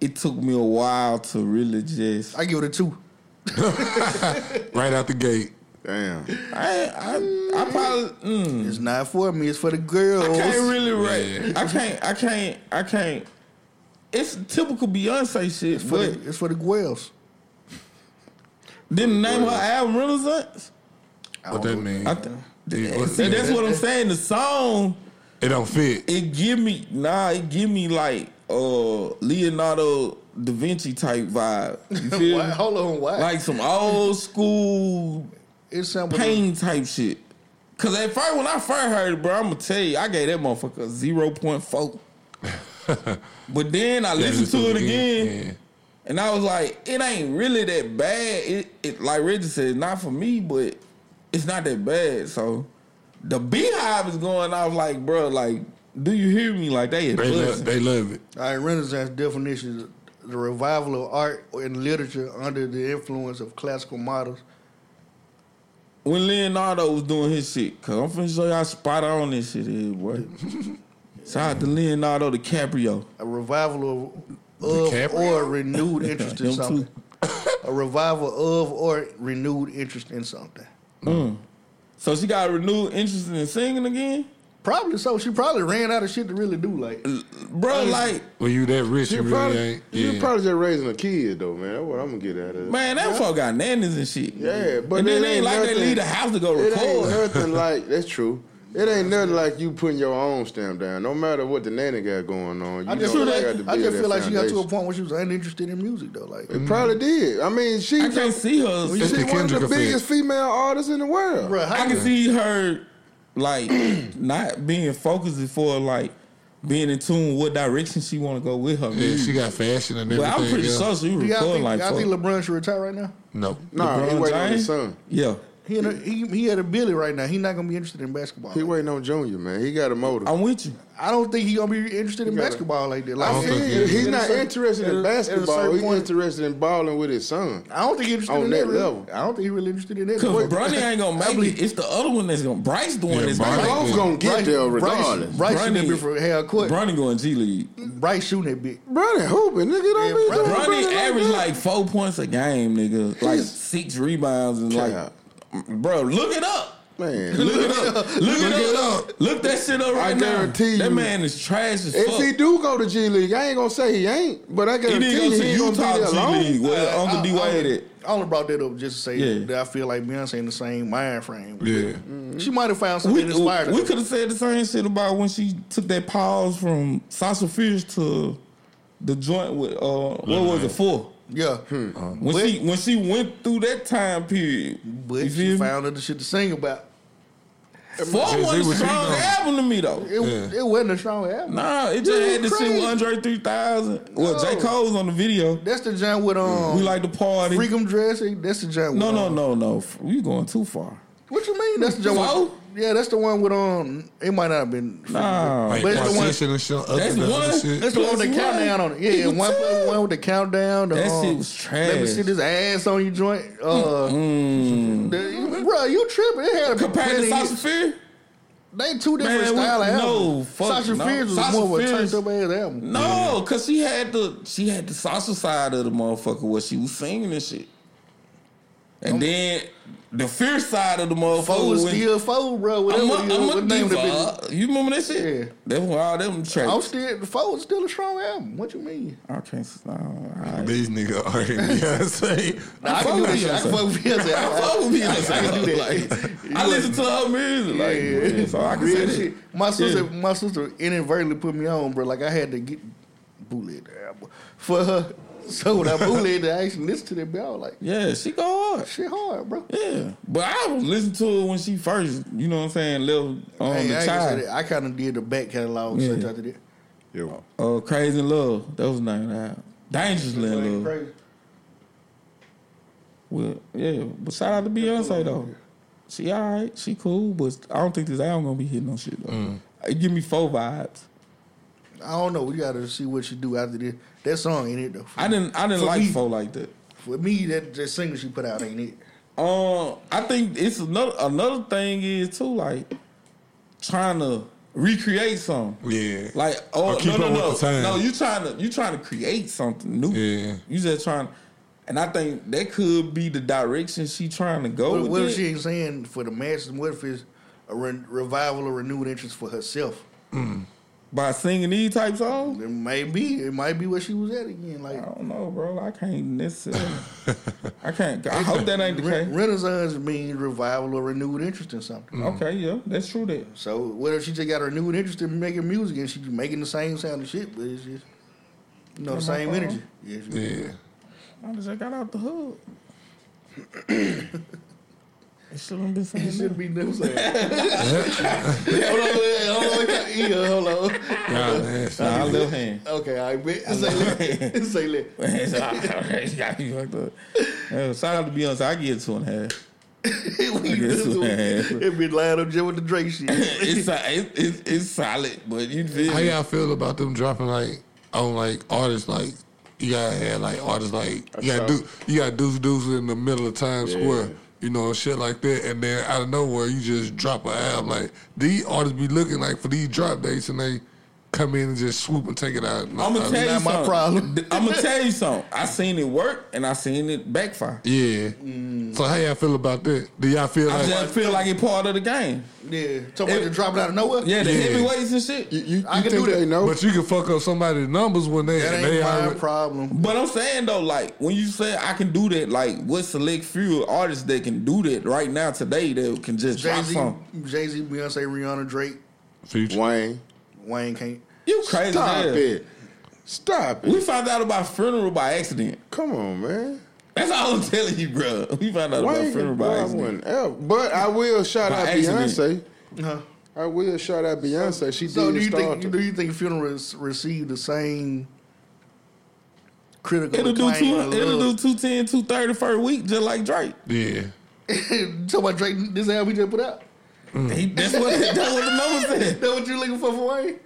S2: it took me a while to really just.
S1: I give it a two.
S4: Right out the gate.
S3: Damn.
S2: I I, I probably mm,
S1: It's not for me. It's for the girls.
S2: can't really
S4: Yeah.
S2: rate. I can't. I can't. I can't. It's typical Beyonce shit.
S1: it's, for
S2: But
S1: the, it's for the girls.
S2: didn't name her album Renaissance.
S4: What that mean?
S2: I th-
S4: Yeah,
S2: and
S4: what's that?
S2: that's what I'm saying. The song
S4: it don't fit.
S2: it give me nah. It give me like uh Leonardo da Vinci type vibe. You feel
S1: Why,
S2: me?
S1: hold on, why?
S2: like some old school
S1: it's something.
S2: pain type shit. Cause at first, when I first heard it, bro, I'm gonna tell you, I gave that motherfucker zero point four. but then I listened to it again, and I was like, it ain't really that bad. It, it like Reggie said, not for me, but it's not that bad. So the beehive is going off like, bro, like, do you hear me? Like they,
S4: They
S2: buzzing.
S4: love, they love it.
S1: All right, Renaissance definition is the revival of art and literature under the influence of classical models.
S2: when Leonardo was doing his shit, cause I'm finna show y'all spot on this shit is, boy. Shout out to Leonardo DiCaprio.
S1: A revival of, of
S4: DiCaprio?
S1: or renewed interest in
S2: Him too.
S1: something. A revival of or renewed interest in something.
S2: So she got renewed interest in singing again?
S1: Probably so. She probably ran out of shit to really do. Like,
S2: Bro, like,
S4: When you that rich, you
S3: You
S4: really
S3: probably,
S4: ain't.
S3: you
S4: Yeah.
S3: probably just raising a kid though, man. That's what I'm gonna get out of it.
S2: man, that fuck got nannies and shit.
S3: Yeah, but
S2: and then
S3: it
S2: it ain't
S3: ain't
S2: like they
S3: nothing-
S2: leave the house to go
S3: It ain't
S2: record.
S3: nothing like that's true. It ain't nothing like you putting your own stamp down. No matter what the nanny got going on, you
S1: I just feel
S3: know they
S1: like,
S3: got to
S1: I
S3: build
S1: just
S3: that
S1: feel like she got to a
S3: foundation.
S1: point where she was uninterested in music though. Like,
S3: It probably did. I mean, she
S2: I can't see
S3: she
S2: her.
S4: It's the
S3: one of
S4: Kendrick
S3: the
S4: effect.
S3: biggest female artists in the world.
S1: bro,
S2: I can see her like not being focused for like being in tune with what direction she want to go with her.
S4: Yeah,
S2: music.
S4: she got fashion and everything.
S2: But I'm pretty
S4: else.
S2: sure she
S1: Do y'all
S2: recording
S1: think,
S2: like
S1: y'all think
S2: fuck.
S1: LeBron should retire right now?
S4: No.
S3: Nah, he
S2: LeBron
S3: waiting on his
S2: James?
S3: son.
S2: Yeah,
S1: He in a, he he had a Billy right now. He not gonna be interested in basketball.
S3: He waiting on Junior, man. He got a motor.
S2: I'm with you.
S1: I don't think he gonna be interested in
S3: gotta-
S1: basketball like that.
S3: I
S1: Like,
S4: don't
S3: see,
S4: think he-
S3: he's
S1: at a
S3: not
S1: certain-
S3: interested
S1: at a-
S3: in
S1: at a certain
S3: basketball. He's
S1: point-
S3: interested in balling with his son.
S1: I don't think he's interested
S3: On
S1: in
S3: that
S1: that, really.
S3: level.
S1: I don't think he really interested in that.
S2: Cause
S1: But-
S2: Bronny ain't gonna make it. It's the other one that's gonna. Bryce the one
S4: Yeah,
S2: that's
S4: Bronny.
S2: gonna.
S3: Both
S4: Bryce-
S3: gonna get there regardless.
S1: Bryce, Bryce
S2: Bronny-
S1: shooting that bitch from hell court.
S2: Bronny going G League.
S1: Bryce shooting that bitch.
S3: Bronny hooping, nigga. Don't be
S1: Yeah,
S3: doing
S2: Bronny
S3: Bronny
S2: averaged
S3: that.
S2: like four points a game, nigga. Like six rebounds and
S3: Yeah.
S2: like, bro, look it up.
S3: man.
S2: Look it up. Look, it, up. Look that shit up right now.
S3: guarantee
S2: That
S3: you.
S2: man is trash as
S3: If
S2: fuck.
S3: he do go to G League, I ain't gonna say he ain't, but I
S2: he
S3: guarantee
S2: didn't go
S3: you
S2: to
S3: he ain't gonna
S2: Utah
S3: be there
S2: G
S3: long.
S2: League. Where
S1: I-
S2: Uncle
S1: I-
S2: D
S1: I
S2: Wade
S1: only-
S2: at?
S1: I only brought that up just to say
S2: Yeah.
S1: that I feel like Beyonce in the same mind frame.
S4: Yeah.
S2: Mm.
S1: She might have found something
S2: We,
S1: that inspired her.
S2: we could have said the same shit about when she took that pause from Sasha Fierce to the joint with uh what was it for?
S1: yeah,
S2: When she when she went through that time period,
S1: but
S2: you
S1: she
S2: feel me?
S1: found other shit to sing about.
S2: Four
S4: Jay-Z
S2: was a
S4: was
S2: strong
S4: cheating on her.
S2: album to me though.
S1: It, it wasn't a strong album.
S2: Nah, it just had to see
S1: crazy.
S2: with Andre 3000. Well, J.
S1: No.
S2: Cole's on the video.
S1: That's the joint with um.
S2: We like to party.
S1: Freakum dressing. That's the joint.
S2: No,
S1: with,
S2: no,
S1: um,
S2: no, no. F- We going too far.
S1: What you mean? That's the joint.
S2: Fo?
S1: With, yeah, that's the one with um. It might not have been.
S2: Nah.
S4: Like,
S1: But it's the one-
S4: partition and shit, other
S2: That's
S4: than other
S2: one-
S4: shit.
S1: That's the one with the
S2: Plus one.
S1: countdown on it. Yeah, yeah
S2: Equal
S1: one
S2: two.
S1: plus one with the countdown. The,
S2: That
S1: um,
S2: shit was
S1: Let me
S2: trash.
S1: see this ass on you joint. Uh, the- bro, you tripping? It had a
S2: Compared to
S1: plenty-
S2: Sasha Fear?
S1: They two different
S2: Man, we-
S1: style of albums.
S2: no, fuck
S1: Sasha
S2: no.
S1: Fierce was
S2: Sasha
S1: more of a
S2: Fierce-
S1: turned up ass album.
S2: No, cause she had the she had the Sasha side of the motherfucker where she was singing and shit. And then the fierce side of the
S1: Four
S2: motherfucker.
S1: was
S2: when-
S1: still four, bro. Whatever
S2: I'm a,
S1: you-
S2: I'm
S1: what
S2: a
S1: name
S2: diva.
S1: the bitch-
S2: You remember that shit?
S1: Yeah.
S2: That's why all them
S1: I'm
S2: tracks.
S1: still four was still a strong album. What you mean?
S2: I can't. s- No, all right.
S4: These niggas are Beyonce.
S1: Nah, I can do
S2: fuck
S1: that
S2: with
S1: shit. I can
S2: Beyonce.
S1: fuck with Beyonce.
S2: I fuck with Beyonce.
S1: I can do that.
S2: Like, I listen to her music, like,
S1: Yeah.
S2: yeah, so I can
S1: Real
S2: say that.
S1: shit. My sister,
S2: Yeah.
S1: my sister inadvertently put me on, bro. Like I had to get bootleg the album for her. So when I bootlegged it, I actually listened to that. But I was like,
S2: Yeah, she go hard.
S1: shit hard, bro.
S2: Yeah, but I was listening to her when she first, you know what I'm saying, left
S1: Hey, I,
S2: on the
S1: ain't gonna say
S2: child.
S1: that. I kind of did the back catalog and such
S2: Yeah.
S1: after that.
S3: Yo.
S2: Uh, Crazy in Love. That was the name of the album. Dangerously in Love.
S1: Crazy.
S2: Well, yeah, but shout out to Beyonce though. She all right, she cool, but I don't think this album gonna be hitting no shit though.
S1: Mm.
S2: It give me four vibes.
S1: I don't know. We gotta see what she do after this. That song ain't it though.
S2: I didn't, I didn't
S1: For
S2: like
S1: me-
S2: four like that.
S1: For me, that, that single she put out ain't it.
S2: Um, I think it's another another thing is too like trying to recreate something.
S4: Yeah.
S2: Like oh
S4: Or keep
S2: no no
S4: up
S2: no
S4: with the time.
S2: no you trying to you trying to create something new.
S4: Yeah.
S2: You just trying, and I think that could be the direction she trying to go
S1: What,
S2: with
S1: what
S2: it.
S1: if she ain't saying for the masses? What if it's a re- revival or renewed interest for herself?
S2: by singing these type songs.
S1: It may be. It might be where she was at again. Like
S2: I don't know, bro. I can't necessarily. I can't. I hope that ain't the
S1: re-
S2: case.
S1: Renaissance means revival or renewed interest in something.
S2: Okay, yeah, that's true. That
S1: So what if she just got a renewed interest in making music and she's making the same sound and shit, but it's just you know the same
S2: phone.
S1: energy. Yeah, she-
S4: Yeah.
S2: I just got out the hood. it shouldn't been
S1: It
S2: saying
S1: should be new sound. hold on, wait, hold on, yeah, hold on.
S4: Nah, man.
S2: that. Nah, I left hand.
S1: Okay, I bet. Say lit. Say lit.
S2: Yeah, Shout out to Beyonce. I get two and a half.
S1: we
S2: guess
S1: just
S2: what happened.
S1: it be lined up just with the Drake shit.
S2: It's, so- it- it's it's solid, but you feel
S4: How
S2: me?
S4: y'all feel about them dropping like on like artists like you gotta have like artists like you got do you got deuce deuce in the middle of Times Square, you know, and shit like that, and then out of nowhere you just drop an album like these artists be looking like for these drop dates and they come in and just swoop and take it out.
S2: I'm gonna tell you
S1: not my
S2: something.
S1: problem.
S2: I'm gonna tell you something. I seen it work and I seen it backfire.
S4: Yeah. So how y'all feel about that? Do y'all feel
S2: I
S4: like
S2: just feel like it's part of the game.
S1: Yeah, talking about
S2: It-
S1: just dropping out of nowhere.
S2: Yeah, the
S4: Yeah.
S2: heavyweights and shit.
S3: You, you,
S1: I can
S3: you think
S1: do that.
S3: they know?
S4: but you can fuck up somebody's numbers when they
S1: that
S4: they
S1: ain't my
S4: already-
S1: problem.
S2: But I'm saying though, like when you say I can do that, like what select few artists that can do that right now today that can just
S1: Jay
S2: drop
S1: Z,
S2: something.
S1: Jay Z, Beyonce, Rihanna, Drake,
S4: Future.
S3: Wayne.
S1: Wayne can't.
S2: You crazy?
S3: Stop
S2: as hell.
S3: it. Stop
S2: We
S3: it.
S2: found out about funeral by accident.
S3: Come on, man.
S2: That's all I'm telling you, bro. We found out about
S3: Wayne
S2: funeral
S3: can
S2: by
S3: buy
S2: accident.
S3: one ever. But I will shout
S2: By
S3: out
S2: accident.
S3: Beyonce
S1: Uh-huh.
S3: I will shout out Beyonce. She
S1: So
S3: did
S1: do you
S3: start
S1: think
S3: the-
S1: do you think funerals receive the same critical
S2: It'll do
S1: acclaim
S2: two.
S1: and
S2: It'll do
S1: love?
S2: two ten, two thirty first week, just like Drake.
S4: Yeah.
S1: You Talking about Drake, this album we just put out. Mm.
S2: He, that's what that's what the numbers said.
S1: That what you looking for for Wayne?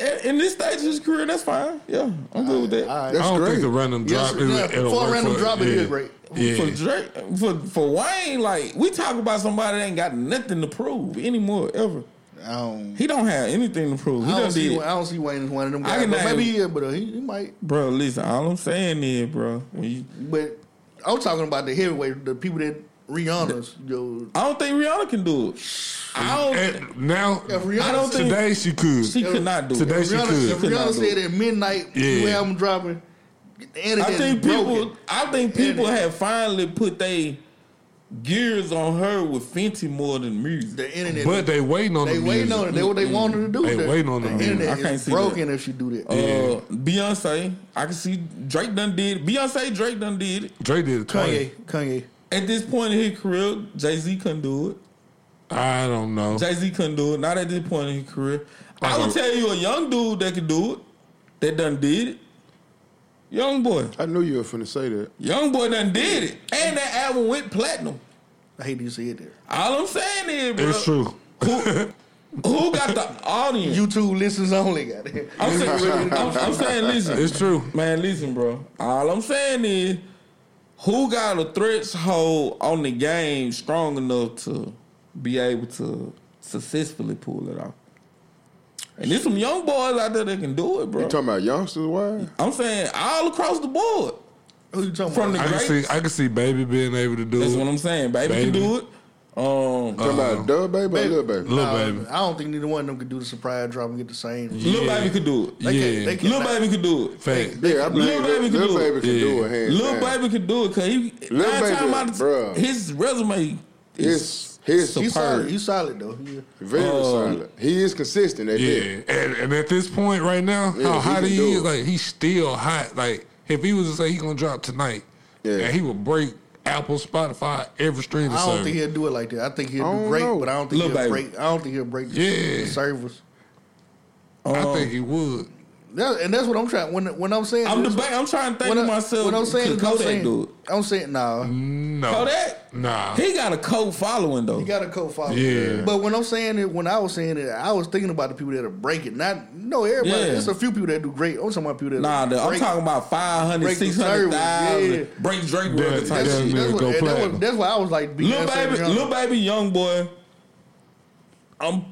S2: In- In this stage of his career, that's fine. Yeah, I'm good with that.
S1: All
S4: I
S1: right.
S3: That's
S4: don't
S3: great.
S4: think a random
S1: Yes,
S4: drop is
S1: yeah,
S4: it'll
S1: for a
S4: work
S1: random drop, it
S4: yeah.
S1: is great.
S2: For
S4: Yeah.
S2: Drake, for for Wayne, like we talk about somebody that ain't got nothing to prove anymore ever.
S1: I don't,
S2: He don't have anything to prove. He
S1: I
S2: done
S1: don't see.
S2: did.
S1: I don't see Wayne as one of them
S2: I
S1: guys.
S2: can
S1: But
S2: name-
S1: maybe yeah, but uh, he, he might.
S2: Bro, listen. All I'm saying is, bro, when you,
S1: But I'm talking about the heavyweight, the people that Rihanna's. Yo,
S2: I don't think Rihanna can do it. I
S4: And now,
S1: if Rihanna,
S2: I don't think-
S4: today she
S2: don't. She
S4: could.
S2: could not do
S4: Today
S2: it.
S4: she
S1: Rihanna, if
S4: could.
S1: Rihanna said at midnight,
S4: Yeah.
S1: new album dropping. The internet
S2: I
S1: is
S2: think people.
S1: broken.
S2: I think people
S1: And-
S2: have finally put their gears on her with Fenty more than music.
S1: The internet.
S4: But they waiting on
S1: They
S4: the
S1: waiting
S4: music.
S1: on it. They what they wanted to do.
S4: They
S1: The-
S4: waiting on
S1: the
S4: it.
S2: I
S1: internet.
S2: can't
S1: is
S2: see
S1: broken if you do that.
S2: Uh, Beyonce, I can see Drake done did. it. Beyonce, Drake done did. it.
S4: Dre did it
S1: Kanye,
S4: twice.
S1: Kanye.
S2: At this point in his career, Jay Z couldn't do it.
S4: I don't know.
S2: Jay Z couldn't do it. Not at this point in his career. I would
S4: Uh-huh.
S2: tell you a young dude that could do it. That done did it. Young boy.
S3: I knew you were finna say that.
S2: Young boy done did it. And that album went platinum.
S1: I hate you said that.
S2: All I'm saying is, bro,
S4: It's true.
S2: who got the audience?
S1: YouTube listens only. Goddamn.
S2: I'm, saying, I'm, I'm saying, listen.
S4: It's true.
S2: Man, listen, bro. All I'm saying is, who got a threshold on the game strong enough to be able to successfully pull it off? And there's some young boys out there that can do it, bro.
S3: You talking about youngsters? Why?
S2: I'm saying all across the board.
S1: Who you talking
S2: From
S1: about?
S4: I can see. I can see baby being able to do
S2: That's what
S4: it.
S2: I'm saying. Baby, can
S4: Baby. Uh,
S2: do it. Um,
S3: Talking about Dub Baby or
S1: Baby.
S3: Lil Baby?
S4: Little
S1: Nah,
S4: baby.
S1: I don't think neither one of them could do the surprise drop and get the same.
S2: Lil
S4: yeah.
S2: baby could do it.
S1: They can't-
S4: Yeah.
S1: they
S2: Lil
S1: can't-
S2: baby could do it.
S4: Fact.
S3: Yeah, I believe
S2: Lil Baby can
S3: Lil
S2: do it.
S3: Baby can do it. Hands
S2: Lil
S3: down.
S2: baby could do it because he
S3: Lil
S2: nine
S3: Baby,
S2: times out of-
S3: bruh.
S2: his resume is
S3: His his
S1: He's solid.
S2: superb. Um,
S1: He's solid though. Yeah.
S3: very solid. He is consistent at
S4: Yeah,
S3: that.
S4: and, and at this point right now,
S3: Yeah,
S4: how
S3: he
S4: hot
S3: can
S4: he,
S3: do
S4: is,
S3: it.
S4: like he's still hot. Like if he was to say he gonna drop tonight,
S3: Yeah.
S4: and he would break Apple, Spotify, every streaming
S1: I don't
S4: service.
S1: think he'll do it like that. I think he'll
S3: I
S1: do
S3: don't
S1: great,
S3: know.
S1: but I don't think
S2: Lil
S1: he'll
S2: Baby.
S1: break. I don't think he'll break the,
S4: Yeah.
S1: the service.
S4: I think he would.
S1: That, and that's what I'm trying. When when I'm saying,
S2: I'm
S1: this-
S2: debating. I'm trying to think
S1: when
S2: to
S1: I-
S2: myself.
S1: When I'm saying,
S2: could
S1: I'm
S2: Kodak
S1: saying,
S2: do it?
S1: I'm saying, nah.
S4: No,
S2: Kodak?
S4: nah.
S2: He got a cult following though.
S1: You got a co-follower.
S4: Yeah.
S1: But when I'm saying it, when I was saying it, I was thinking about the people that are breaking. Not no everybody.
S2: Yeah.
S1: It's a few people that do great. I'm talking about people that
S2: nah, the, I'm
S1: break.
S2: talking about 500,
S1: break the
S2: 600,000.
S1: service, yeah.
S2: Break Drake
S4: Yeah,
S2: record type
S1: That's,
S4: Yeah,
S2: shit.
S4: man,
S1: that's,
S4: go
S1: what, that
S4: platinum.
S1: was, that's why I was like,
S2: Little
S1: Beyonce,
S2: baby,
S1: Rihanna.
S2: little baby, young boy. I'm.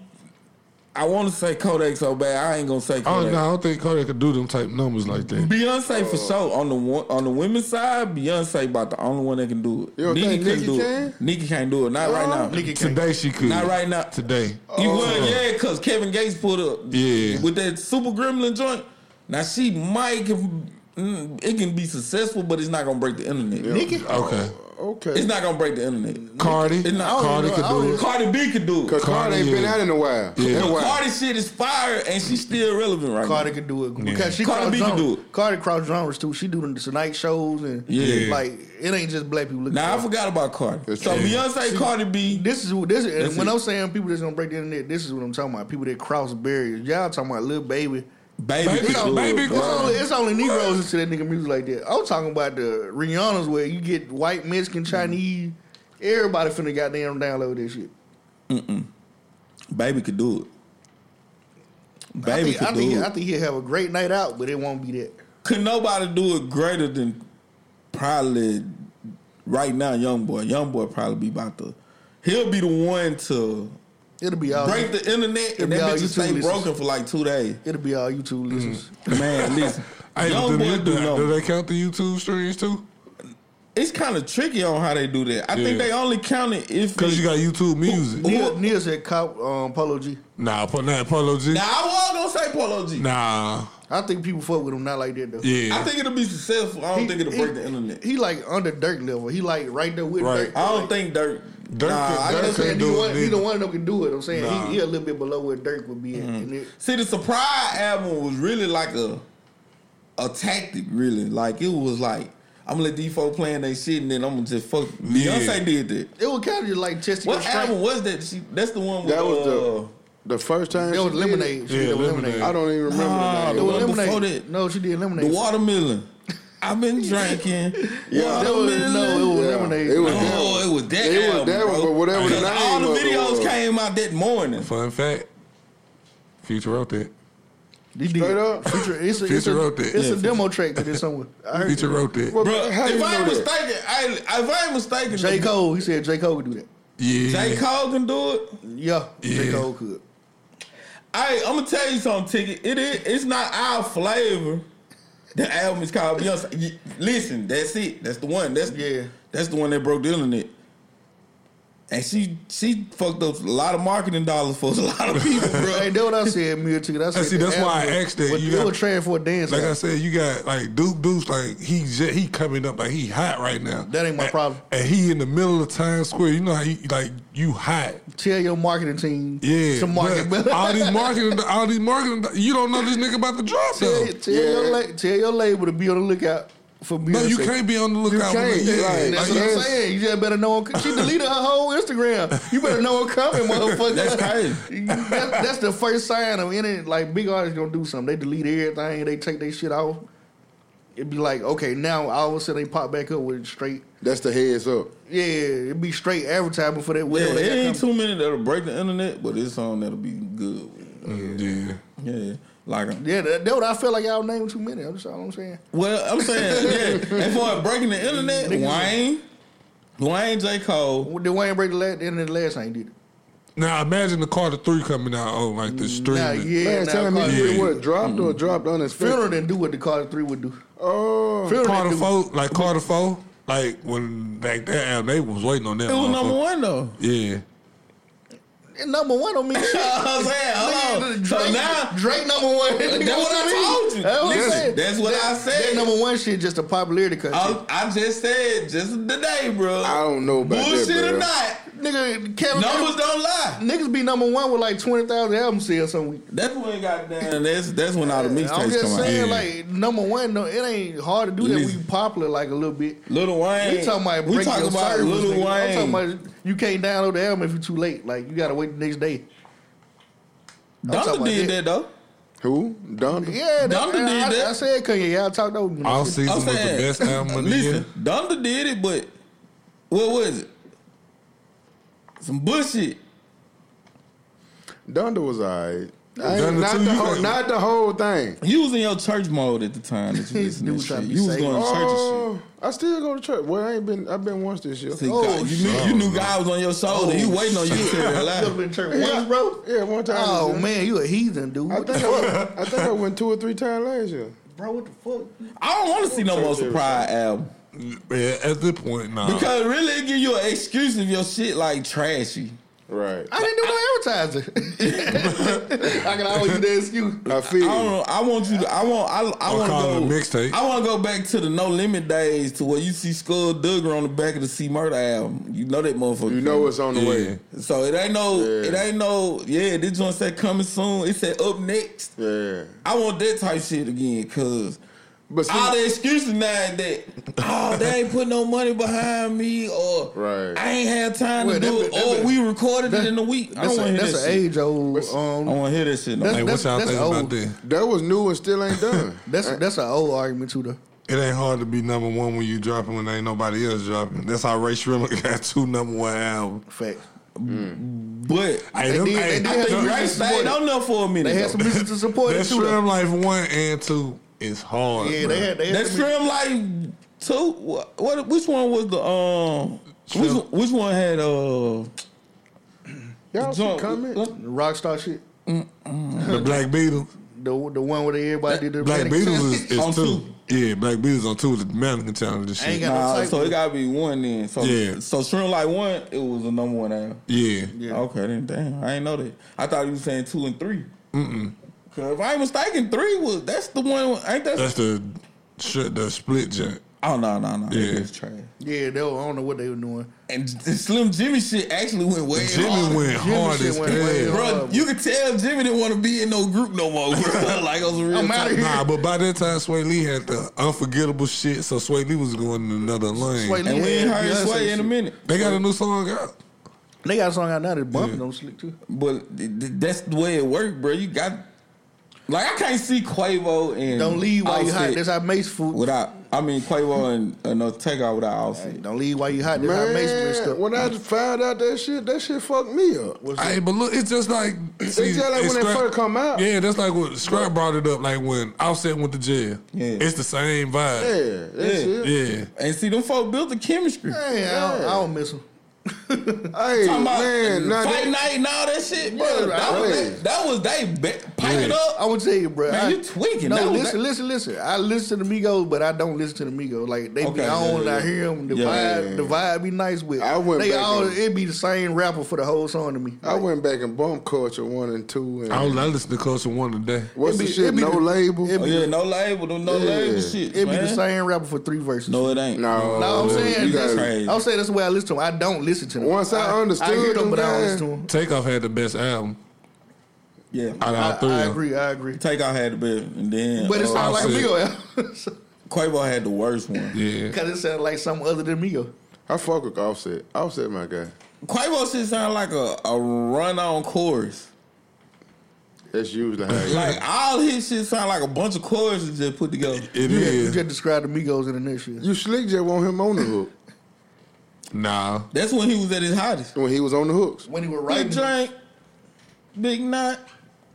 S2: I want to say Kodak so bad. I ain't gonna say
S4: Oh
S2: Kodak.
S4: no, I don't think Kodak could do them type numbers like that.
S2: Beyonce
S1: Uh,
S2: for sure on the one, on the women's side. Beyonce about the only one that can do it.
S3: You don't think
S2: couldn't
S3: Nicki
S2: do
S3: can?
S2: it. Nicki can't do it. Not right now.
S1: Nicki can't.
S4: Today she could.
S2: Not right Oh. now.
S4: Today.
S2: You would, yeah, because Kevin Gates put up
S4: Yeah.
S2: with that super gremlin joint. Now she might can, mm, it can be successful, but it's not gonna break the internet.
S1: Nicki?
S4: Okay.
S3: Okay.
S2: It's not gonna break the internet.
S4: Cardi.
S2: It's not-
S4: Cardi
S1: I
S4: could
S1: don't
S4: do
S1: even
S4: it.
S2: Cardi B could do
S3: Cause
S2: it.
S3: Cardi ain't
S4: Cardi,
S3: been
S4: yeah.
S3: out in a while.
S4: Yeah.
S3: That why.
S2: Cardi shit is fire, and she's still relevant right
S1: Cardi
S2: now.
S1: could do it because she
S2: Cardi
S1: cross
S2: B could
S1: genres.
S2: do it.
S1: Cardi cross genres too. She do the tonight shows and
S2: Yeah.
S1: like it ain't just black people. Looking
S2: Now I
S1: for-
S2: forgot about Cardi.
S3: That's
S2: so
S3: true.
S2: Beyonce, Cardi B,
S1: This is what this is.
S2: That's
S1: And when
S2: it.
S1: I'm saying people that's gonna break the internet, this is what I'm talking about. People that cross barriers. Y'all talking about little baby.
S2: baby,
S4: Baby,
S2: could do
S4: baby
S2: it,
S1: It's
S4: could-
S2: bro.
S1: only, it's only Negroes into that nigga music like that. I'm talking about the Rihanna's where you get white,
S2: Mm.
S1: Mexican, Chinese. Everybody finna goddamn download this shit.
S2: baby could do it. Baby
S1: I think,
S2: could
S1: I
S2: do
S1: think,
S2: it.
S1: I think he'll have a great night out, but it won't be that.
S2: could nobody do it greater than probably right now, young boy. Young boy probably be about to. He'll be the one to
S1: It'll be all
S2: break the internet and that
S1: Oh, Yeah,
S2: bitch will
S1: you
S2: stay
S1: too, listen.
S2: broken for like two days.
S1: it'll be all YouTube
S2: Mm.
S1: listeners.
S2: Man, listen,
S4: Hey,
S2: young boy
S4: do,
S2: do
S4: do,
S2: know.
S4: they count the YouTube streams too?
S2: It's kind of tricky on how they do that. I think
S4: Yeah.
S2: they only count it if
S4: Because you
S2: it-
S4: got YouTube music.
S1: Neil, Neil said cop um, Polo G.
S4: Nah, put that Polo G.
S2: Now I was gonna say Polo G.
S4: Nah.
S1: I think people fuck with him not like that though.
S4: Yeah.
S2: I think it'll be successful. I don't
S1: He-
S2: think it'll
S1: he-
S2: break the internet.
S1: He like under Dirk level. He like right there with
S4: Right.
S1: Dirk.
S2: I don't think Dirk.
S4: Dirk
S2: nah,
S4: could-
S2: I
S4: Dirk
S1: I'm
S2: guess
S4: could
S1: saying
S4: do
S1: neither
S4: it,
S1: one,
S4: nigga.
S1: neither one of them can do it. I'm saying
S4: Nah. Mm-hmm.
S1: he, he a little bit below where Dirk would be at. And it,
S2: See, the surprise album was really like a a tactic, really. Like it was like, I'm gonna let these folk playing their shit, and then I'm gonna just fuck. Beyonce did that.
S1: It was kind of just like testing
S2: What
S1: your strength.
S2: album was that? She, that's the one with
S3: That was
S2: uh,
S3: the the first time.
S1: It was
S3: she did
S1: lemonade. She
S4: Yeah,
S1: did lemonade.
S4: Lemonade.
S3: I don't even remember.
S2: Nah,
S3: the
S1: It
S3: name.
S2: the
S1: was
S2: one before
S1: lemonade.
S2: that.
S1: No, she did lemonade.
S2: uh, the watermelon. I've been drinking.
S3: Yeah.
S1: That was,
S2: Watermelon.
S1: no, it was
S3: Yeah.
S1: lemonade.
S3: It was-
S2: Oh, it was that.
S3: It was
S2: album,
S3: that one,
S2: bro.
S3: but whatever the
S2: Because
S3: name
S2: All
S3: of
S2: the
S3: it
S2: videos
S3: was.
S2: came out that morning.
S4: Fun fact. Future wrote that.
S1: They did.
S3: Straight up.
S1: Future, it's a, it's
S4: Future
S1: a,
S4: wrote that.
S1: It's
S4: Yeah,
S1: a demo track to this somewhere. I heard
S4: Future wrote that.
S3: Well,
S2: Bro, if
S3: how
S2: I
S3: do you know
S2: ain't
S3: that?
S2: mistaken, I, if I ain't mistaken,
S1: J.
S2: the-
S1: Cole. He said J. Cole could do that.
S4: Yeah.
S2: J. Cole can do it.
S1: Yeah, J.
S4: Yeah.
S1: Cole could.
S2: I, I'm gonna tell you something, Ticket. It is. It's not our flavor. The album is called Beyonce. Y- Listen, that's it. That's the one. That's
S1: Yeah.
S2: That's the one that broke Dylan it. And she she fucked up a lot of marketing dollars for a lot of people, bro.
S1: Hey, that what I said, Mirror Ticket. I said
S4: see,
S1: the
S4: that's why I
S1: album was-
S4: asked that.
S1: But
S4: You
S1: it
S4: got-
S1: was trash for a dance.
S4: Like I
S1: album.
S4: said, you got like Duke Deuce, like he j- he coming up, like he hot right now.
S1: That ain't my
S4: And-
S1: problem.
S4: And he in the middle of Times Square. You know how you like you hot.
S1: Tell your marketing team
S4: Yeah.
S1: to market
S4: but
S1: better.
S4: all these marketing, all these marketing. You don't know this nigga about to drop
S1: tell,
S4: though.
S1: tell your la- tell your label to be on the lookout for Beyonce.
S4: No, you can't be on the lookout.
S3: can't,
S4: for that.
S3: right.
S1: And That's what I'm
S3: Yes.
S1: saying. You just better know. Her, she deleted her whole Instagram. You better know her coming, motherfucker.
S2: That's crazy.
S1: You- that- that's the first sign of any like big artists gonna do something. They delete everything. They take their shit off. It'd be like, okay, now all of a sudden they pop back up with straight.
S3: That's the heads up.
S1: Yeah, it'd be straight advertising for that.
S2: Yeah,
S1: Whatever
S2: it
S1: they got
S2: ain't
S1: coming.
S2: too many that'll break the internet, but it's on that'll be good.
S4: Mm, yeah.
S2: Yeah, like
S1: yeah, that, that what I feel like y'all name too many. That's all I'm saying.
S2: well, I'm saying yeah. And for breaking the internet, Wayne, Wayne J Cole,
S1: Well, Did Wayne break the last? And the last thing did it.
S4: Now imagine the Carter Three coming out on like the stream.
S1: Nah, yeah,
S3: Man,
S1: nah,
S3: telling me
S1: Carter
S3: you
S1: Three-
S4: Yeah.
S3: what dropped or dropped
S1: Funeral
S3: unexpected.
S1: didn't do what the Carter Three would do. Funeral
S3: Oh,
S1: didn't
S4: Carter
S1: do-
S4: Four, like Carter Four, like when like that album, they was waiting on that.
S2: it was
S4: motherfucker.
S2: number one though.
S4: Yeah.
S1: And number one don't mean shit.
S2: I'm saying, hold on.
S1: Nigga,
S2: So
S1: Drake,
S2: now-
S1: Drake number one.
S2: That's what I told you.
S1: That's what,
S2: Listen,
S1: I'm saying.
S2: that's what I
S1: That-
S2: said. Oh.
S1: That number one shit just a popularity cut.
S2: I, I just said just today, bro.
S3: I don't know about
S2: Bullshit
S3: that,
S2: or
S3: bro.
S2: not,
S1: Nigga, Kevin
S2: numbers don't lie.
S1: niggas be number one with like twenty thousand album sales some week.
S2: That's when goddamn. That's that's when all the
S1: I'm
S2: mixtapes
S1: just
S2: come out.
S1: saying,
S4: Yeah.
S1: like number one, no, it ain't hard to do that.
S2: Listen.
S1: We popular like a little bit.
S2: Little Wayne.
S1: We talking about
S2: we
S1: breaking
S2: talking
S1: your
S2: about
S1: service,
S2: Little
S1: nigga. I'm
S2: Wayne.
S1: talking about you can't download the album if you're too late. Like you gotta wait the next day. I'm talking
S2: Donda
S1: about
S2: did
S1: that.
S2: that though.
S3: Who? Donda?
S1: Yeah, that,
S2: Donda
S1: I,
S2: did that.
S1: I, I said Kanye. Y'all talked over me.
S4: All season
S2: I'm
S4: was the
S2: saying,
S4: best album of the
S2: listen,
S4: year.
S2: Donda did it, but what was it? Some bullshit.
S3: Donda was alright. I ain't-
S4: Donda
S3: Not,
S4: too,
S3: the
S4: you
S3: whole,
S4: think?
S3: not the whole thing.
S2: You was in your church mode at the time that you
S1: This
S2: listened to
S1: dude
S2: this
S1: trying
S2: shit.
S1: to be
S2: You was
S1: saved.
S2: going to church and shit.
S3: Oh, I still go to church. Well, I ain't been. I've been once this year.
S2: See,
S1: Oh,
S2: God, you, knew, you knew God was on your shoulder. you waiting on you to tell your
S1: You ever been
S2: life.
S1: in church
S3: Yeah.
S1: once, bro?
S3: Yeah, one time.
S1: Oh
S3: this year.
S1: man, you a heathen, dude.
S3: I
S1: What the
S3: think I, went, I think I went two or three times last year.
S1: Bro, what the fuck?
S2: I don't want to see no more surprise album
S4: Yeah, at this point, nah.
S2: because really it give you an excuse if your shit like trashy.
S3: Right.
S1: I didn't do no advertising. I can always use that excuse.
S3: I feel.
S2: I don't know. I want you to. I want. I, I
S4: Or
S2: want
S4: call it
S2: to
S4: a
S2: go.
S4: mixtape.
S2: I want to go back to the No Limit days to where you see Skull Duggar on the back of the C Murder album. You know that motherfucker.
S3: you. you know it's on the
S4: Yeah.
S3: way.
S2: So it ain't no.
S3: Yeah.
S2: It ain't no. Yeah, this joint said coming soon. It said up next.
S3: Yeah.
S2: I want that type shit again, cause
S3: But see,
S2: all the excuses now that oh they ain't put no money behind me or
S3: Right.
S2: I ain't had time
S1: Well,
S2: to do
S1: that-
S2: it
S1: that-
S2: or
S1: that-
S2: we recorded
S1: that-
S2: it in a week. I
S1: That's, a,
S2: don't want to hear
S1: that's
S2: that
S1: an
S2: shit.
S1: age old.
S2: I
S1: Um,
S2: want to hear that shit. No.
S1: That's-
S4: hey, what y'all
S1: that's
S4: think about
S1: old.
S4: that?
S3: that was new and still ain't done.
S1: that's that's an old argument too, though.
S4: It ain't hard to be number one when you dropping when ain't nobody else dropping. That's how Ray Shrimmer got two number one albums.
S1: Fact.
S2: but
S4: Hey,
S1: They
S4: them-
S1: did- they
S4: hey,
S1: did
S4: I
S1: have
S4: think
S1: some
S4: Ray-
S1: great
S2: Drake stayed on there for a minute.
S1: They had
S2: though.
S1: some reason to support
S4: that
S1: it too. Though.
S4: Shrimp Life one and two is hard.
S1: Yeah, they had. They had
S2: That
S1: some-
S2: Shrimp Life two. What, what? Which one was the um? Which,
S4: Shrimp.
S2: which one had uh?
S3: Y'all should
S2: joint-
S3: comment.
S1: the rockstar shit.
S4: the Black Beatles.
S1: The the one where they, everybody did the
S4: Black
S1: mannequin
S4: Beatles
S1: challenge.
S4: is,
S2: On
S4: is two. Yeah, Black Beatles on two. The Mannequin Challenge and
S1: I ain't
S4: shit.
S1: got no
S2: Nah,
S1: type.
S2: so it gotta be one then. So
S4: Yeah.
S2: so Shrimp Life one, it was the number one album.
S4: yeah.
S1: Yeah.
S2: Okay, then damn, I ain't know that. I thought you was saying two and three. Mm-mm. Cause if I ain't mistaken, three was that's the one. Ain't that
S4: That's the sh- the split joint.
S2: Oh no no no!
S4: Yeah.
S2: It's trash.
S1: Yeah, they were, I don't know what they were doing.
S2: And the Slim Jimmy shit actually went way
S4: Jimmy
S2: harder.
S4: went
S1: Jimmy
S4: hard
S1: shit
S4: as
S1: went way
S4: hell.
S1: hard.
S2: Bro, you could tell Jimmy didn't want to be in no group no more. Bro. like on some real
S1: I'm outta
S2: talk.
S1: here.
S4: Nah, but by that time, Sway Lee had the unforgettable shit, so Sway Lee was going in another lane.
S1: Sway Lee
S2: And we ain't
S1: had
S2: heard
S1: Beyonce
S2: Sway in a
S1: shit.
S2: minute.
S4: They got a new song out.
S1: They got a song out now that's bumping
S4: Yeah.
S1: on Slick too.
S2: But th- th- that's the way it worked, bro. You got like I can't see Quavo and
S1: Don't leave while you hot.
S2: Offset
S1: That's how Mace food.
S2: without. I mean Quavo and another takeout without Offset.
S1: Don't leave while you hot. That's how Mace messed
S3: Man,
S1: up.
S3: when I found out that shit, that shit fucked me up.
S4: Hey, but look, it's just like see,
S3: just like
S4: it's
S3: when it first come out.
S4: Yeah, that's like what Scrap brought it up. Like when Offset went to jail.
S2: Yeah.
S4: it's the same
S3: Yeah,
S4: vibe.
S3: that
S2: Yeah.
S3: shit.
S4: Yeah,
S2: And see them folk built the chemistry.
S1: Hey, I, don't, I don't miss him.
S3: Hey,
S2: Talking about
S3: man, now
S2: fight
S3: that,
S2: night and all that shit, bro.
S1: Yeah,
S2: that,
S1: right.
S2: was, that, that was they be- pipe it
S4: Yeah.
S2: up.
S1: I would tell you, bro.
S2: Man,
S1: I,
S2: you tweaking.
S1: No,
S2: That was
S1: listen,
S2: that-
S1: listen, listen. I listen to Migos, but I don't listen to the Migos. Like they
S2: Okay,
S1: be
S2: yeah,
S1: on,
S2: yeah,
S1: I hear them. The
S2: Yeah,
S1: vibe,
S3: yeah,
S1: the vibe be nice with.
S3: I went
S1: They
S3: back
S1: all
S3: and-
S1: it be the same rapper for the whole song to me.
S3: I went back and bumped Culture One and Two, and
S4: I was I listened to Culture One today.
S3: what's
S1: it
S3: the
S1: be-
S3: shit?
S1: it be
S3: No
S1: the-
S3: label.
S1: it
S2: Oh,
S1: be-
S2: yeah, no label, them no
S3: Yeah.
S2: label shit.
S1: It be
S2: man.
S1: the same rapper for three verses.
S2: No, it ain't.
S3: no,
S1: No, I'm
S3: man,
S1: saying
S3: you
S1: that's,
S3: gotta-
S2: crazy.
S1: I'm saying that's the way I listen to them. I don't listen to them.
S3: Once I understood
S1: I hear
S3: them
S1: them, but I don't
S3: guys-
S1: listen to them.
S4: Takeoff had the best album
S2: Yeah.
S4: out of all three.
S1: I, I
S4: of them.
S1: agree. I agree.
S2: Takeout had the best, and then
S1: But it
S2: uh,
S1: sounds like
S4: Offset.
S1: Migo
S2: Quavo had the worst one.
S4: Yeah,
S1: because it sounds like something other than Migo.
S3: I fuck with Offset. Offset, my guy.
S2: Quavo shit sound like a, a run on chorus.
S3: That's usually how. it-
S2: Like all his shit sound like a bunch of choruses just put together.
S4: it
S1: You, just- you
S4: is.
S1: just described the Migos in the next year.
S3: You slick just want him on the hook
S4: Nah,
S2: That's when he was at his hottest.
S3: when he was on the hooks.
S1: When he was
S2: Big
S1: writing,
S2: drink, big knot.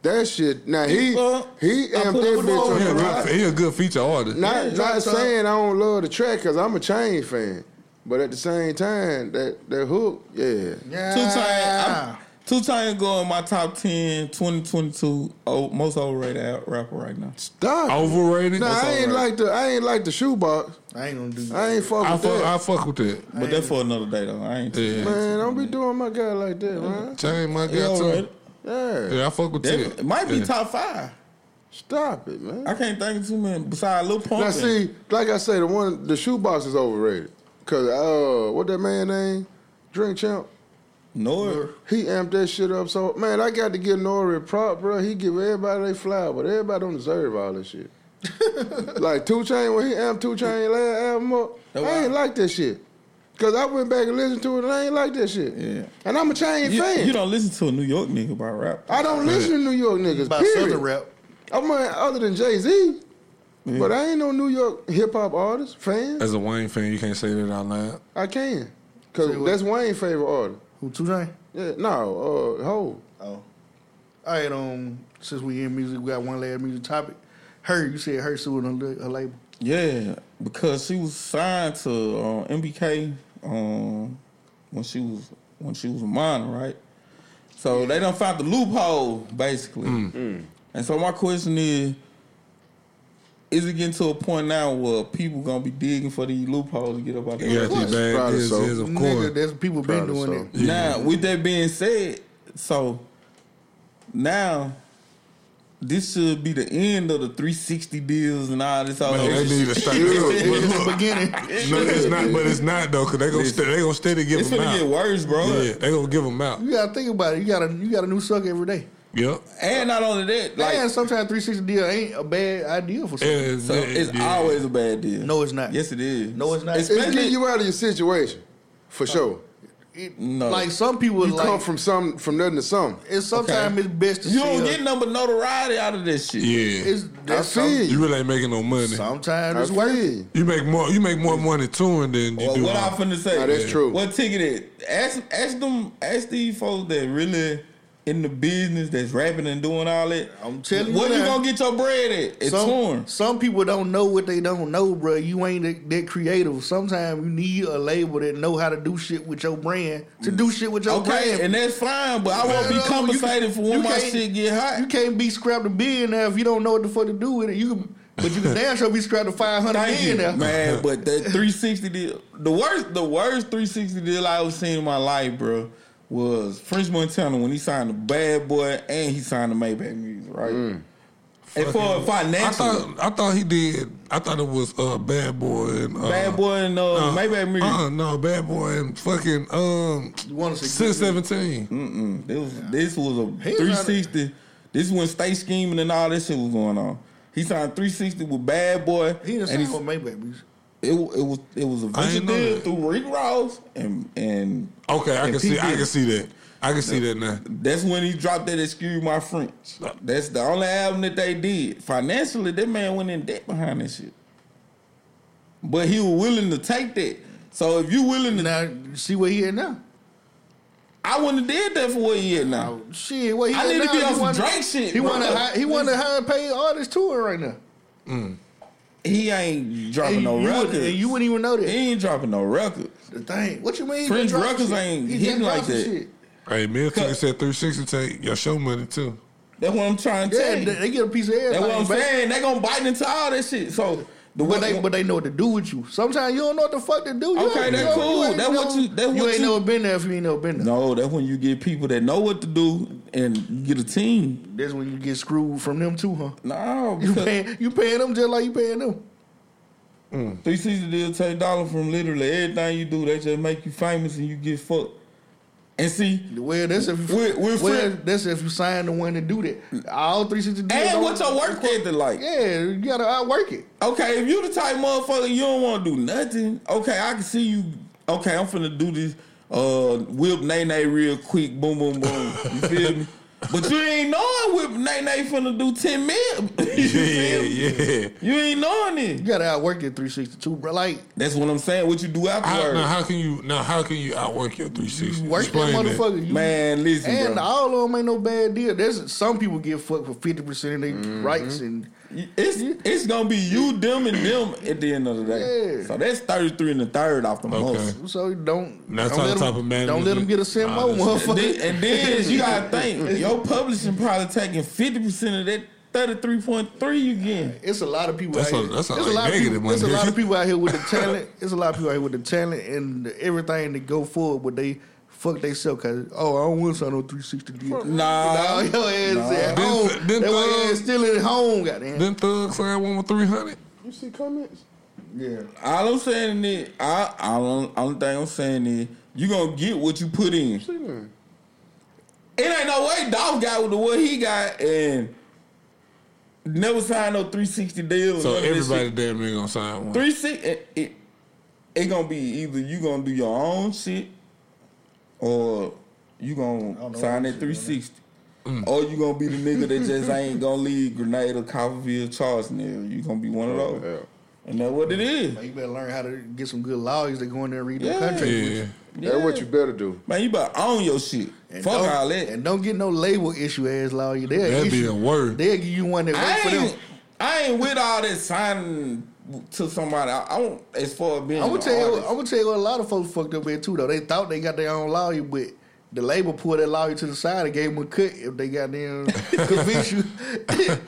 S3: That shit. Now he
S2: Well,
S3: he
S2: I
S3: amped
S2: put
S3: that
S2: him
S3: bitch
S2: on
S3: on
S4: he
S3: the
S4: a
S3: rock.
S4: good, he a good feature artist.
S3: Not
S2: Yeah,
S3: not
S2: drop top.
S3: saying I don't love the track because I'm a chain fan, but at the same time that that hook, yeah,
S1: yeah.
S2: Two
S4: Ah.
S2: time, two time go in my top 10, 2022 oh, most overrated out- rapper right now.
S3: stop.
S4: Oh, Overrated.
S3: Nah, I ain't like the I ain't like the shoebox.
S1: I ain't gonna do that.
S3: I ain't fuck
S4: I
S3: with
S4: fuck, I
S3: that.
S4: fuck with that.
S2: But that's for another day though. I ain't.
S4: Yeah,
S3: Man, don't be doing my guy like that, man.
S4: Chain my
S2: He
S4: guy too.
S2: overrated.
S3: Yeah,
S4: Yeah, I fuck with
S2: That-
S4: that.
S2: It might be
S4: Yeah.
S2: top five.
S3: stop it, man.
S2: I can't think of too many besides Lil Pump.
S3: Now
S2: and-
S3: see, like I say, the one the shoebox is overrated. Cause uh, what that man name? Drink Champ.
S2: Nor.
S3: He amped that shit up so man. I got to give Nori a prop, bro. He give everybody they flower, but everybody don't deserve all this shit. like Two Chain when he amped Two Chain last album up,
S2: Oh,
S3: I ain't like that shit. Cause I went back and listened to it, and I ain't like that shit.
S2: Yeah.
S3: And I'm a Chain
S2: You,
S3: fan.
S2: you don't listen to a New York nigga about rap.
S3: I don't listen to New York niggas.
S1: By
S3: period.
S1: Southern rap.
S3: I mean, other than Jay Z, but I ain't no New York hip hop artist fan.
S4: As a Wayne fan, you can't say that out loud.
S3: I can, cause
S1: Say what?
S3: that's Wayne's favorite artist.
S1: Who two time?
S3: Yeah, no, uh, Ho.
S1: Oh. All right, um, since we in music, we got one last music topic. Her, you said her suing her, her label.
S2: Yeah, because she was signed to uh, MBK um, when she was when she was a minor, right? So they done found the loophole basically.
S4: Mm.
S2: And so my question is. Is it getting to a point now where people gonna be digging for these loopholes to get up out
S4: You
S2: there?
S4: got these bad
S3: Probably
S4: yes,
S3: so.
S4: yes, of course.
S1: Nigga, that's people been
S3: Probably
S1: doing
S3: so.
S1: it.
S2: Now, with that being said, so now this should be the end of the 360 deals and all this. All
S4: Man,
S2: that
S4: they
S2: shit.
S4: need to stop.
S3: Yeah.
S1: It's the beginning.
S4: No, it's not. But it's not though, because they gonna st- they gonna steady give
S2: It's
S4: them
S2: gonna
S4: out.
S2: get worse, bro.
S4: Yeah, they gonna give them out.
S1: You gotta think about it. You got a you got a new sucker every day.
S4: Yep.
S2: And not only that, like
S1: and sometimes 360 deal ain't a bad idea for some.
S4: And
S2: so it's
S4: yeah.
S2: always a bad deal.
S1: No, it's not.
S2: Yes, it is.
S1: No, it's not.
S3: It's
S2: Especially
S3: getting you out of your situation, for sure.
S1: It-
S2: Eh, No.
S1: Like some people,
S3: You
S1: Uh, like,
S3: come from some from nothing to something.
S1: it's sometimes
S2: Okay.
S1: it's best to
S2: you
S1: see
S2: don't
S1: her.
S2: get nothing but notoriety out of this shit.
S4: Yeah.
S1: It's that's
S3: I feel
S1: some,
S4: You really ain't making no money.
S1: sometimes
S3: That's
S1: it's worth it.
S3: weird.
S4: You make more. You make more money touring than you
S2: Well,
S4: do.
S2: what
S4: on-
S2: I'm finna say?
S3: Nah, that's true.
S2: What ticket it? Ask ask them ask these folks that really in the business that's rapping and doing all that.
S1: I'm telling you
S2: Where you
S1: now.
S2: gonna get your bread at? It's
S1: some,
S2: torn.
S1: some people don't know what they don't know, bro. You ain't that, that creative. Sometimes you need a label that know how to do shit with your brand to do shit with your
S2: Okay,
S1: brand.
S2: and that's fine, but I
S1: Man,
S2: won't be
S1: no, you
S2: compensated
S1: can-
S2: for when
S1: you
S2: my
S1: can't-
S2: shit get hot.
S1: you can't be scrapped to be in there if you don't know what the fuck to do with it. You can, but you can damn sure be scrapped to five hundred
S2: Thank
S1: million
S2: you,
S1: there.
S2: man. But that 360 deal, the worst, the worst 360 deal I ever seen in my life, bro, was French Montana when he signed the Bad Boy and he signed the Maybach Music, right? As far as
S4: Mm. I
S2: financially,
S4: thought I thought he did. I thought it was uh, Bad Boy and uh,
S2: Bad Boy and uh,
S4: Uh,
S2: Maybach Music.
S4: Uh, no, Bad Boy and fucking um,
S1: You wanna see-
S4: since seventeen.
S2: Mm-mm. This was, this was a
S1: He was
S2: 360. This is when state scheming and all that shit was going on. He signed 360 with Bad Boy.
S1: He didn't
S2: and
S1: sign with Maybach music.
S2: it, wa- it was it was a venture
S4: ain't know
S2: deal
S4: that.
S2: through Rick Ross and and
S4: Okay, I
S2: and
S4: can see. I
S2: P.
S4: can see that. I can see that now.
S2: That's when he dropped that excuse my French. That's the only album that they did. Financially, that man went in debt behind that shit. But he was willing to take that. So if you willing to,
S1: Now see where he at now.
S2: I wouldn't have did that for what he had now.
S1: Oh, shit, where he
S2: I
S1: at
S2: need to
S1: now?
S2: be
S1: He
S2: on some
S1: wasn't-
S2: Drake shit,
S1: He
S2: bro.
S1: won a high, he won a high paid artist tour right now.
S2: He ain't dropping
S1: And
S2: no
S1: you,
S2: records.
S1: wouldn't- and you wouldn't even know
S2: he
S1: that.
S2: ain't dropping no records.
S1: The thing. What you mean? he
S2: French
S1: just dropped
S2: records
S1: shit?
S2: ain't
S1: He just
S2: hitting like
S1: dropped some
S2: that.
S1: shit.
S4: Hey, Milton
S2: Cut.
S4: said three sixty take your show money too.
S2: That's what I'm trying to
S1: Yeah,
S2: tell you.
S1: they, they get a piece of ass.
S2: That's what I'm
S1: back.
S2: saying. They gonna bite into all that shit. So
S1: But
S2: the what
S1: they, but they know what to do with you. Sometimes you don't know what the fuck to do. You
S2: Okay,
S1: ain't-
S2: that's
S1: you ain't-
S2: cool.
S1: ain't
S2: That what
S1: know-
S2: you- that
S1: you
S2: what
S1: ain't
S2: you-
S1: never been there if you ain't never been there.
S2: no, that's when you get people that know what to do and you get a team.
S1: That's when you get screwed from them too, huh?
S2: No,
S1: You
S2: because-
S1: paying you paying them just like you paying them.
S2: Three sixty deal take dollar from literally everything you do. They just make you famous and you get fucked. And see,
S1: Well, that's if you,
S2: We're- we're
S1: well,
S2: friends.
S1: that's if you sign the one to do that. All three sixty.
S2: and what your work ethic like?
S1: Yeah, you gotta outwork it.
S2: Okay, if you the type motherfucker you don't want to do nothing. Okay, I can see you. Okay, I'm finna do this. Uh, whip nay nay real quick. Boom boom boom. You feel me? But you ain't knowing whip nay nay finna do ten mil. you,
S4: Yeah,
S2: feel me?
S4: yeah.
S2: you ain't knowing
S1: You
S2: it.
S1: gotta outwork it three sixty two, bro. Like
S2: That's what I'm saying. What you do
S4: How,
S2: afterwards,
S4: now how can you now how can you outwork your three sixty?
S1: work that motherfucker. You,
S2: man? Listen,
S1: and
S2: bro.
S1: all of them ain't no bad deal. There's some people get fucked for fifty percent of their
S2: Mm-hmm.
S1: rights and.
S2: It's it's gonna be you, them, and them at the end of the day.
S1: Yeah.
S2: So that's thirty three and a third off the most.
S1: So don't
S4: That's
S1: don't,
S4: how
S1: let
S4: the type
S1: them,
S4: of man
S1: don't
S4: is
S1: let
S4: it.
S1: them get a cent
S4: Nah,
S1: more,
S4: that's-
S2: And
S1: motherfucker.
S2: then, and then you gotta think your publishing probably taking fifty percent of that thirty three point three you getting.
S1: It's a lot of people.
S4: That's
S1: out
S4: a-
S1: here.
S4: that's a
S1: It's
S4: like
S1: lot of
S4: negative
S1: people,
S4: money.
S1: There's a lot of people out here with the talent. It's a lot of people out here with the talent and the, everything to go forward, but they fuck themselves because oh, I don't want to sign no three sixty deal.
S2: Nah.
S1: Nah, your ass at
S4: Them-
S1: home.
S4: them
S1: that
S4: thugs-
S1: your ass still at home. Goddamn.
S4: Then thugs signed one with three hundred.
S3: You see comments?
S1: yeah.
S2: All I'm saying is, I I don't, only thing I'm saying is, you gonna get what you put in.
S3: See them?
S2: It ain't no way Dolph got with the what he got and never signed no three sixty deal.
S4: So
S2: none of that shit.
S4: everybody damn near gonna sign one.
S2: Three six, it, it it gonna be either you gonna do your own shit, or you gonna sign that three sixty, or you gonna be the nigga that just ain't gonna leave Grenada, Coffeeville, Charleston. area. You gonna be one of those,
S1: Oh.
S3: Yeah.
S2: and that's what it is.
S1: You better learn how to get some good lawyers that go in there and read the
S2: Yeah.
S1: contract. with you.
S4: Yeah.
S3: That's what you better do.
S2: Man, you better own your shit.
S1: And
S2: Fuck
S1: don't-
S2: all that.
S1: And don't get no label issue ass lawyer. They'll
S4: That'd be
S1: issue,
S4: the worst.
S1: They'll give you one that work
S2: I
S1: for them.
S2: ain't, I ain't with all this signing to somebody. I, I don't as far as being.
S1: I'm
S2: an
S1: gonna tell you.
S2: artist.
S1: I'm gonna tell you what a lot of folks fucked up in too. Though they thought they got their own lawyer, but the label pulled that lawyer to the side and gave them a cut if they got them convince you.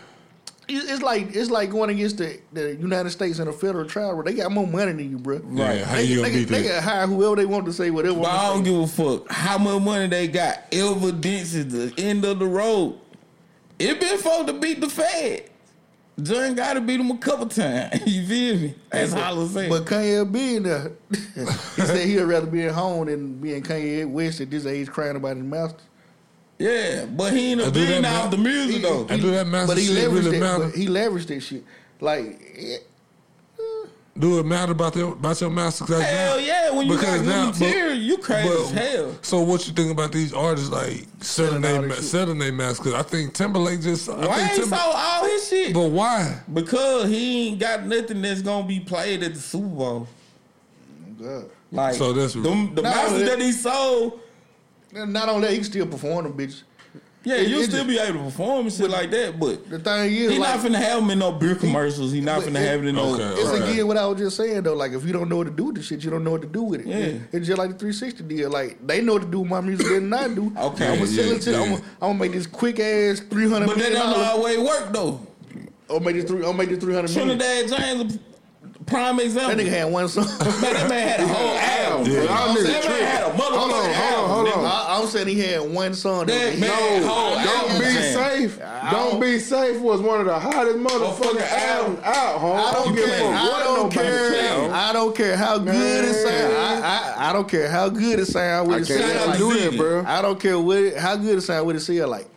S1: It- It's like it's like going against the, the United States in a federal trial where they got more money than you, bro.
S4: Right. How
S1: They,
S4: you
S1: they,
S4: gonna
S1: they,
S4: beat that?
S1: can hire whoever they want to say whatever.
S2: But I
S1: want
S2: don't
S1: to
S2: give a fuck how much money they got. Evidence is the end of the road. It been folk to beat the Fed. John got to beat them a couple times. You feel me? That's all I'm
S1: say.
S2: saying.
S1: But Kanye be in there. he said he'd rather be at home than be in Kanye West at this age crying about his master.
S2: yeah, but he ain't a
S4: I do
S2: beating
S4: that,
S2: off
S4: man.
S2: the music
S1: He-
S2: though.
S4: I do that master
S1: But he
S4: shit
S1: leveraged that.
S4: really matter.
S1: But he leveraged that shit. Like it,
S4: Do it matter about their about your master? Cause
S2: Hell
S4: now-
S2: yeah, when you got new
S4: but-
S2: material, you crazy as hell.
S4: So what you think about these artists like selling
S1: Selling all
S4: their
S1: their
S4: ma-
S1: shit.
S4: selling their mask? Cause I think Timberlake just
S2: Why
S4: I
S2: ain't
S4: think
S2: sold all his shit?
S4: but why?
S2: because he ain't got nothing that's gonna be played at the Super Bowl.
S1: God.
S2: Like
S4: So that's-
S2: them, the
S1: Nah,
S2: masters
S1: that-
S2: that he sold.
S1: Not only that, he can still perform them bitches.
S2: Yeah,
S1: It-
S2: you'll
S1: it
S2: still
S1: just-
S2: be able to perform and shit like that, but
S1: The thing is,
S2: He
S1: like,
S2: not finna have him in no beer commercials. He not
S1: But
S2: finna
S1: it-
S2: have it in no.
S4: Okay.
S1: it's
S4: Right.
S1: again what I was just saying though. Like, if you don't know what to do with this shit, you don't know what to do with it.
S2: Yeah.
S1: It's just like the 360 deal. Like, they know what to do with my music better than I do.
S2: Okay.
S1: I'm gonna sell it to.
S4: Yeah,
S1: I'm,
S4: yeah.
S1: gonna, I'm gonna make this quick ass 300
S2: But that
S1: million
S2: don't
S1: dollars.
S2: always work though.
S1: Or make this three. I'll make this 300 million.
S2: Trinidad James prime example.
S1: That nigga had one song.
S2: Man, that man had a whole album.
S3: Yeah,
S2: bro.
S3: y'all
S2: That
S3: niggas
S2: man
S3: tripping.
S2: had a motherfucking
S3: Hold on,
S2: album.
S3: hold on, hold on.
S1: I, I'm saying he had one song. That,
S2: That
S1: he-
S2: man had a whole
S3: Don't
S2: album.
S3: be safe. Don't be safe was one of the hottest motherfucking albums out, homie.
S1: I don't
S3: You
S1: care.
S3: can't fuck
S1: I
S3: what
S1: don't
S3: nobody
S1: care.
S3: tell.
S1: I don't care how good it sound. I, I, I don't care how good it sound. What
S3: I
S1: it
S3: can't
S1: sound
S3: let
S1: like.
S3: you do that, bro.
S1: I don't care what it, how good it sound. What it sound like.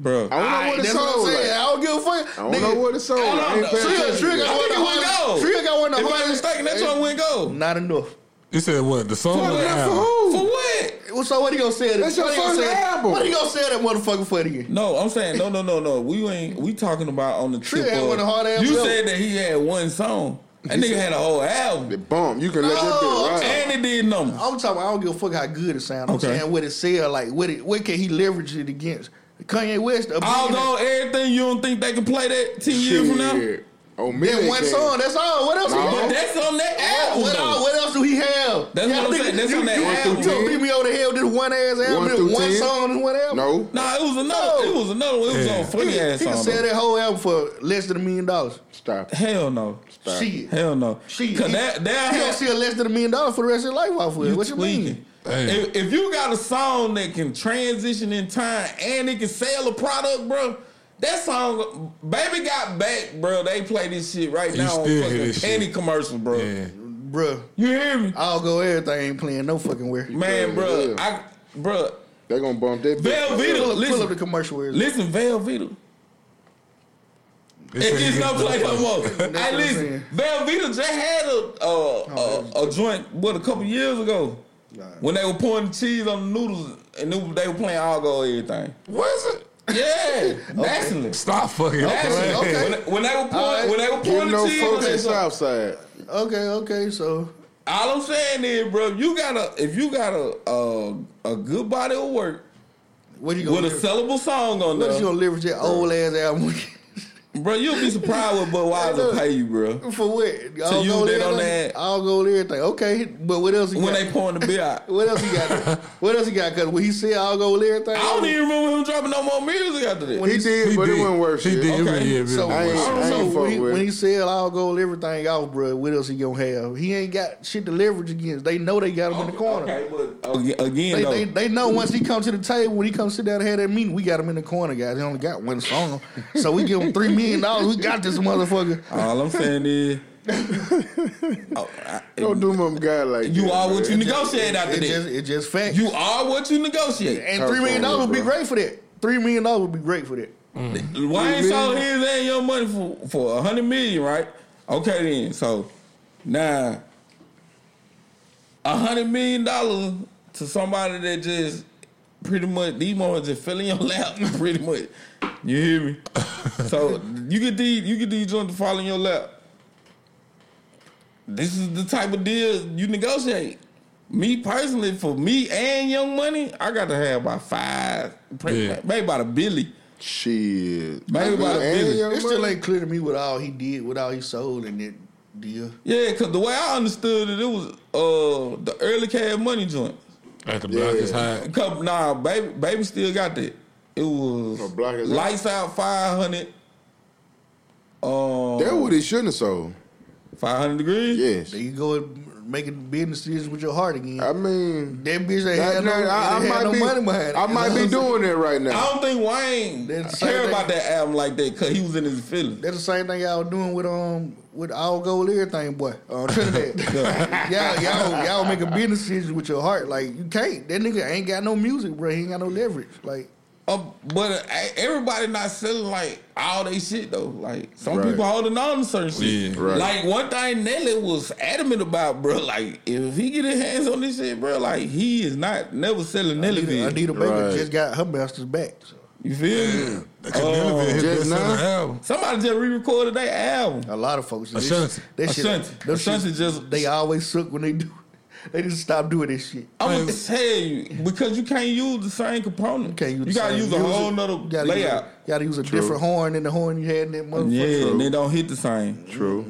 S2: Bro.
S3: I don't know what it
S1: That's what
S3: sold
S1: I'm
S3: like.
S1: saying. I don't give a fuck.
S3: I don't know what it sold like. I ain't
S2: know.
S3: paying
S2: Trigger,
S3: attention to
S1: Trigger,
S3: that.
S1: I
S2: think it went gold.
S1: Trigger got one of the
S2: If I'm not
S1: hardest-
S2: mistaken, that's why it went gold.
S1: Not enough.
S4: You said what? The song?
S2: For
S4: or the
S2: what?
S4: album?
S2: For what?
S1: Well, So what he gonna say?
S3: That's your
S1: what he gonna
S3: first
S1: say-
S3: album.
S1: What he gonna say that motherfucker for again?
S2: No, I'm saying no, no, no, no. We ain't. We talking about on the
S1: Trigger
S2: trip.
S1: had
S2: of-
S1: one of the hard ass
S2: you
S1: albums.
S2: said that he had one song. That nigga had a whole album,
S3: The bump. You can let that
S1: No,
S3: bitch
S1: I'm
S3: ride.
S2: and it did numbers.
S1: I'm talking. I don't give a fuck how good it sound. I'm
S2: Okay.
S1: saying what it sell like. What it? What can he leverage it against? Kanye West. a
S2: Although everything, you don't think they can play that ten years from now.
S3: Shit. Oh,
S1: billionaire.
S3: man.
S1: that one
S3: gang.
S1: song. That's all. What else?
S3: Nah,
S1: he
S2: But
S1: got?
S2: that's on that album.
S1: what,
S2: though.
S1: else- what else do he have?
S2: That's
S1: Y'all
S2: what I'm
S1: think-
S2: saying. That's
S1: you,
S2: on that
S1: you,
S2: album.
S1: You told me over the hell this one ass album,
S3: One
S1: this
S3: through
S1: one
S3: 10?
S1: song, this one album.
S3: No.
S2: Nah, it was another. It was another. one. It was
S4: Yeah.
S2: on
S1: he,
S2: funny
S1: he
S2: ass
S1: can
S2: song.
S1: sell
S2: though.
S1: that whole album for less than a million dollars.
S3: Stop.
S2: Hell no.
S1: Shit,
S2: Hell no.
S1: shit.
S2: Cause
S1: He-
S2: that that
S1: he gonna sell less than a million dollars for the rest of his life off of it. What you mean?
S4: Damn.
S2: If, if you got a song that can transition in time and it can sell a product, bro, that song, baby got back, bro. They play this shit right
S4: You
S2: now on
S4: still hear
S2: fucking
S4: this shit.
S2: panty commercials, bro.
S4: Yeah.
S1: Bruh,
S2: You hear me,
S1: I'll go everything ain't playing no fucking where.
S2: man,
S3: Yeah,
S2: bro?
S3: yeah.
S2: I, bro,
S3: They gonna bump that bitch.
S2: Velveeta,
S1: Pull up the
S2: listen,
S1: commercial where it's
S2: listen, Velveeta.
S4: They
S2: It
S4: said
S2: is
S4: he
S2: not
S4: got
S2: play
S4: the-
S2: no more. Hey,
S1: I'm
S2: listen,
S1: saying. Oh,
S2: Velveeta just had a uh, a, a joint what a couple years ago when they were pouring cheese on the noodles and they were- they were playing alcohol and everything.
S4: What is it?
S2: Yeah, nationally.
S4: Stop fucking.
S2: Nationally.
S4: playing.
S1: okay.
S2: When, when they were pouring,
S1: Alright.
S2: when they were
S3: Give
S2: pouring
S3: no
S2: the cheese, on
S3: folks
S2: that
S3: in
S2: stuff,
S3: Southside.
S1: Okay, okay, so
S2: all I'm saying is, bro, you got to if you got a a, a good body of work
S1: what you gonna
S2: with a
S1: leverage?
S2: sellable song on
S1: What you
S2: there,
S1: gonna leverage that old ass album
S2: bro, you'll be surprised what Budweiser pay you, bro.
S1: for what? I'll
S2: use
S1: go
S2: that on
S1: everything?
S2: that-
S1: I'll go with everything. Okay, but what else he
S2: When
S1: got?
S2: they pouring the beer out.
S1: What else he got? what else he got? Cause when he said I'll go with everything,
S2: I don't even remember him dropping no more music after this.
S3: He did, but it wasn't worth
S4: He
S3: shit.
S4: did. It
S2: Okay.
S4: really, it really
S1: So
S4: wasn't
S1: I,
S3: I ain't-
S4: worth
S1: don't
S3: I
S1: know
S3: ain't fuck
S1: when he,
S3: with
S1: when
S3: it.
S1: he said I'll go with everything off, bro. What else he gonna have? He ain't got shit to leverage against. They know they got him in the corner.
S2: Oh, Okay, but again, again
S1: They,
S2: though,
S1: they, they know once he comes to the table, when he comes sit down and have that meeting, we got him in the corner, guys. He only got one song. So we give him $3 million. dollars. We got this motherfucker.
S2: all I'm saying is, Oh, I-
S3: Don't do my guy like that.
S2: you are what you
S3: man.
S2: negotiate after
S1: It
S2: this.
S1: just, it just fact.
S2: you are what you negotiate.
S1: and
S3: Tough
S1: $3 million dollars
S3: on
S1: would be
S3: you, bro.
S1: great for that. $3 million dollars would be great for that.
S2: Mm-hmm. Why ain't sold his and your money for for a hundred million, right? Okay, then so now a hundred million dollars to somebody that just pretty much these moments just fell in your lap, pretty much. You hear me? so you get these you get these joints to fall in your lap. This is the type of deal you negotiate. Me personally, for me and Young Money, I got to have about five, pretty
S4: Yeah.
S2: much- maybe about a billy.
S3: Shit.
S2: Maybe about a
S3: And
S2: billion.
S3: Young
S1: It still
S3: Money.
S1: ain't clear to me what all he did, what all he sold in that deal.
S2: Yeah, because the way I understood it, it was uh the early cab money joint.
S4: it. At the block is high.
S2: Cause, nah, baby, baby still got that. It was
S3: Oh, Black is Out.
S2: lights out five hundred.
S3: That
S2: Um,
S3: what he shouldn't have sold.
S2: five hundred degrees.
S3: Yes.
S1: There you go and making business decisions with your heart again.
S3: I mean,
S1: that bitch ain't
S3: that,
S1: had no,
S3: that- I, I
S1: ain't had
S3: might
S1: no
S3: be,
S1: money behind it.
S3: I might be doing that right
S2: I
S3: now.
S2: don't think Wayne
S1: That's-
S2: care about that album like that because he was in his feelings.
S1: That's the same thing y'all doing with um with all gold everything boy uh, Trinidad. y'all y'all y'all make a business decision with your heart. Like you can't. That nigga ain't got no music, bro. He ain't got no leverage. Like
S2: Uh, but uh, everybody not selling like all they shit though. Like some
S3: Right.
S2: people holding on to certain shit.
S4: Yeah.
S3: Right.
S2: Like one thing Nelly was adamant about, bro. Like if he get his hands on this shit, bro, like he is not never selling Nelly.
S1: Anita,
S2: Vision.
S1: Anita Baker
S3: Right.
S1: just got her master's back. So.
S2: You feel me? Oh.
S4: The Canelo hit his
S3: Oh, Just
S4: best-selling
S3: now?
S4: album.
S2: Somebody just re-recorded their album.
S1: A lot of folks. that
S4: Ashanti.
S1: shit- That shit.
S2: Ashanti.
S1: them
S2: Ashanti
S1: shit-
S2: just-
S1: They always suck when they do. it. They just stop doing this shit.
S2: I'm gonna
S4: Right.
S2: tell you because you can't use the same component.
S1: Can't use
S2: you
S1: the
S2: gotta
S1: same
S2: use a
S1: music.
S2: whole nother
S1: You gotta use a-
S2: layout.
S1: gotta use a different horn than the horn you had in that motherfucker.
S2: Yeah, and they don't hit the same.
S3: True.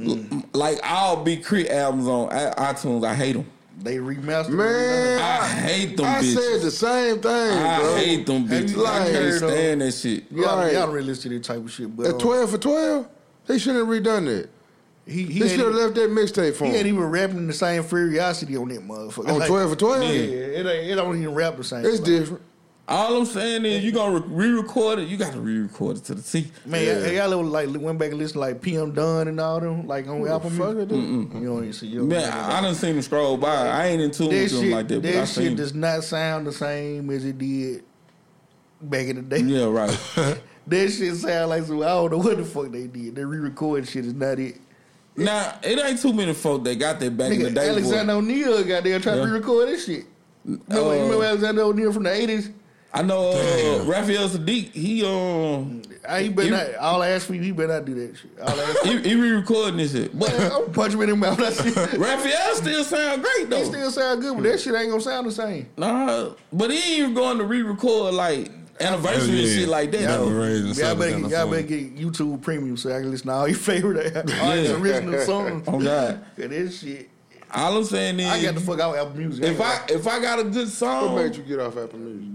S2: Like all Big Crit albums on i- iTunes, I hate them.
S1: They remastered.
S3: Man,
S2: I
S3: I,
S2: hate them.
S3: I
S2: bitches.
S3: said the same thing,
S2: I
S3: bro.
S2: hate them bitches. I
S3: Like-
S2: can't stand that shit.
S1: Y'all,
S3: Right.
S1: y'all don't really listen to that type of shit. But
S3: At
S1: um,
S3: 12 for 12, they shouldn't have redone that.
S1: He he,
S3: They
S1: ain't
S3: should have
S1: even,
S3: left that mixtape for
S1: he ain't
S3: him.
S1: even rapping the same furiosity on that
S2: Oh,
S1: motherfucker.
S3: On
S1: Like,
S3: 12 for 12?
S1: Yeah, it ain't, it don't even rap the same.
S3: It's
S1: way.
S3: different.
S2: All I'm saying is you gonna re- re-record it. You gotta re-record it to the T.
S1: Man, y'all ever like went back and listened to like PM Dunn and all them like on Apple Music. You don't even see your
S2: Man, I, I done seen him scroll by. I ain't in tune
S1: That
S2: with him
S1: shit,
S2: like that, but I
S1: that
S2: seen.
S1: shit does not sound the same as it did back in the day.
S2: yeah, right.
S1: That shit sound like some, I don't know what the fuck they did. They re-recorded shit is not it.
S2: now it ain't too many folk that got that back in the
S1: Nigga,
S2: day. boy.
S1: Alexander O'Neal got there trying
S2: Yeah.
S1: to re-record this shit. Remember,
S2: Uh,
S1: you remember Alexander O'Neal from the eighties?
S2: I know uh,
S4: Damn.
S2: Raphael Sadiq. He um,
S1: He better
S2: You-
S1: not. All I ask for you, he better not do that shit. All I ask
S2: he, he re-recording this shit, but
S1: I'm gonna punch him in the mouth. That shit.
S2: Raphael still sound great
S1: oh, He
S2: though.
S1: still sound good, but that shit ain't gonna sound the same.
S2: Nah, but he ain't even going to re-record like anniversary and shit like that. though.
S1: Y'all better, get, y'all better get YouTube Premium so I can listen to all your favorite, all
S2: Yeah.
S1: your original songs.
S2: Oh God!
S1: Cause this shit,
S2: All I'm saying is,
S1: I got the fuck out Apple Music.
S2: if I if I got a good
S3: What
S2: song,
S3: made you get off Apple Music?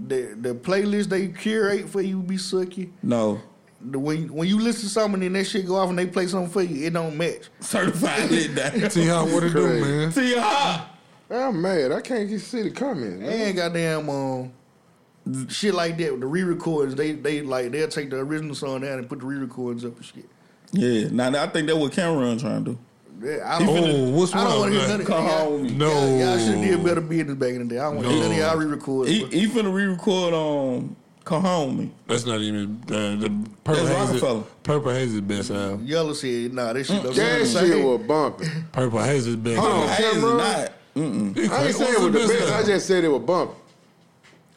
S1: the, the playlist they curate for you be sucky.
S2: no
S1: The when when you listen to something and that shit go off and they play something for you, it don't match.
S2: certified lit that.
S4: See how what it do,
S3: Crazy.
S4: man.
S2: T Hop.
S3: I'm mad. I can't get see the comments.
S2: Mm.
S3: Man.
S1: And goddamn, um, shit like that. The re-records, they they like they'll take the original song down and put the re-records up and shit.
S2: Yeah, now now I think that's what Cameron trying to do.
S1: Yeah, I don't,
S4: finna- Oh, what's
S1: I don't
S4: wrong
S1: want to hear
S4: with that?
S1: none of
S2: Come
S1: y'all-
S2: home.
S4: No,
S1: Y'all, y'all should have did better business back in the day. I don't want to hear none of y'all re-records.
S2: He, he finna re-record um, "Come Home Me."
S4: That's not even uh, the Purple
S2: That's
S4: Haze.
S2: Rockefeller.
S4: is- Purple Haze is best album.
S1: Yellow said, "Nah, this
S2: Mm,
S1: shit don't sound the
S3: That shit
S1: same."
S3: was bumping.
S4: Purple Haze is best.
S3: Hold on,
S4: album.
S2: Hey, it's
S3: Cameron?
S2: not.
S3: I ain't saying it was the best. I just said it was bumping.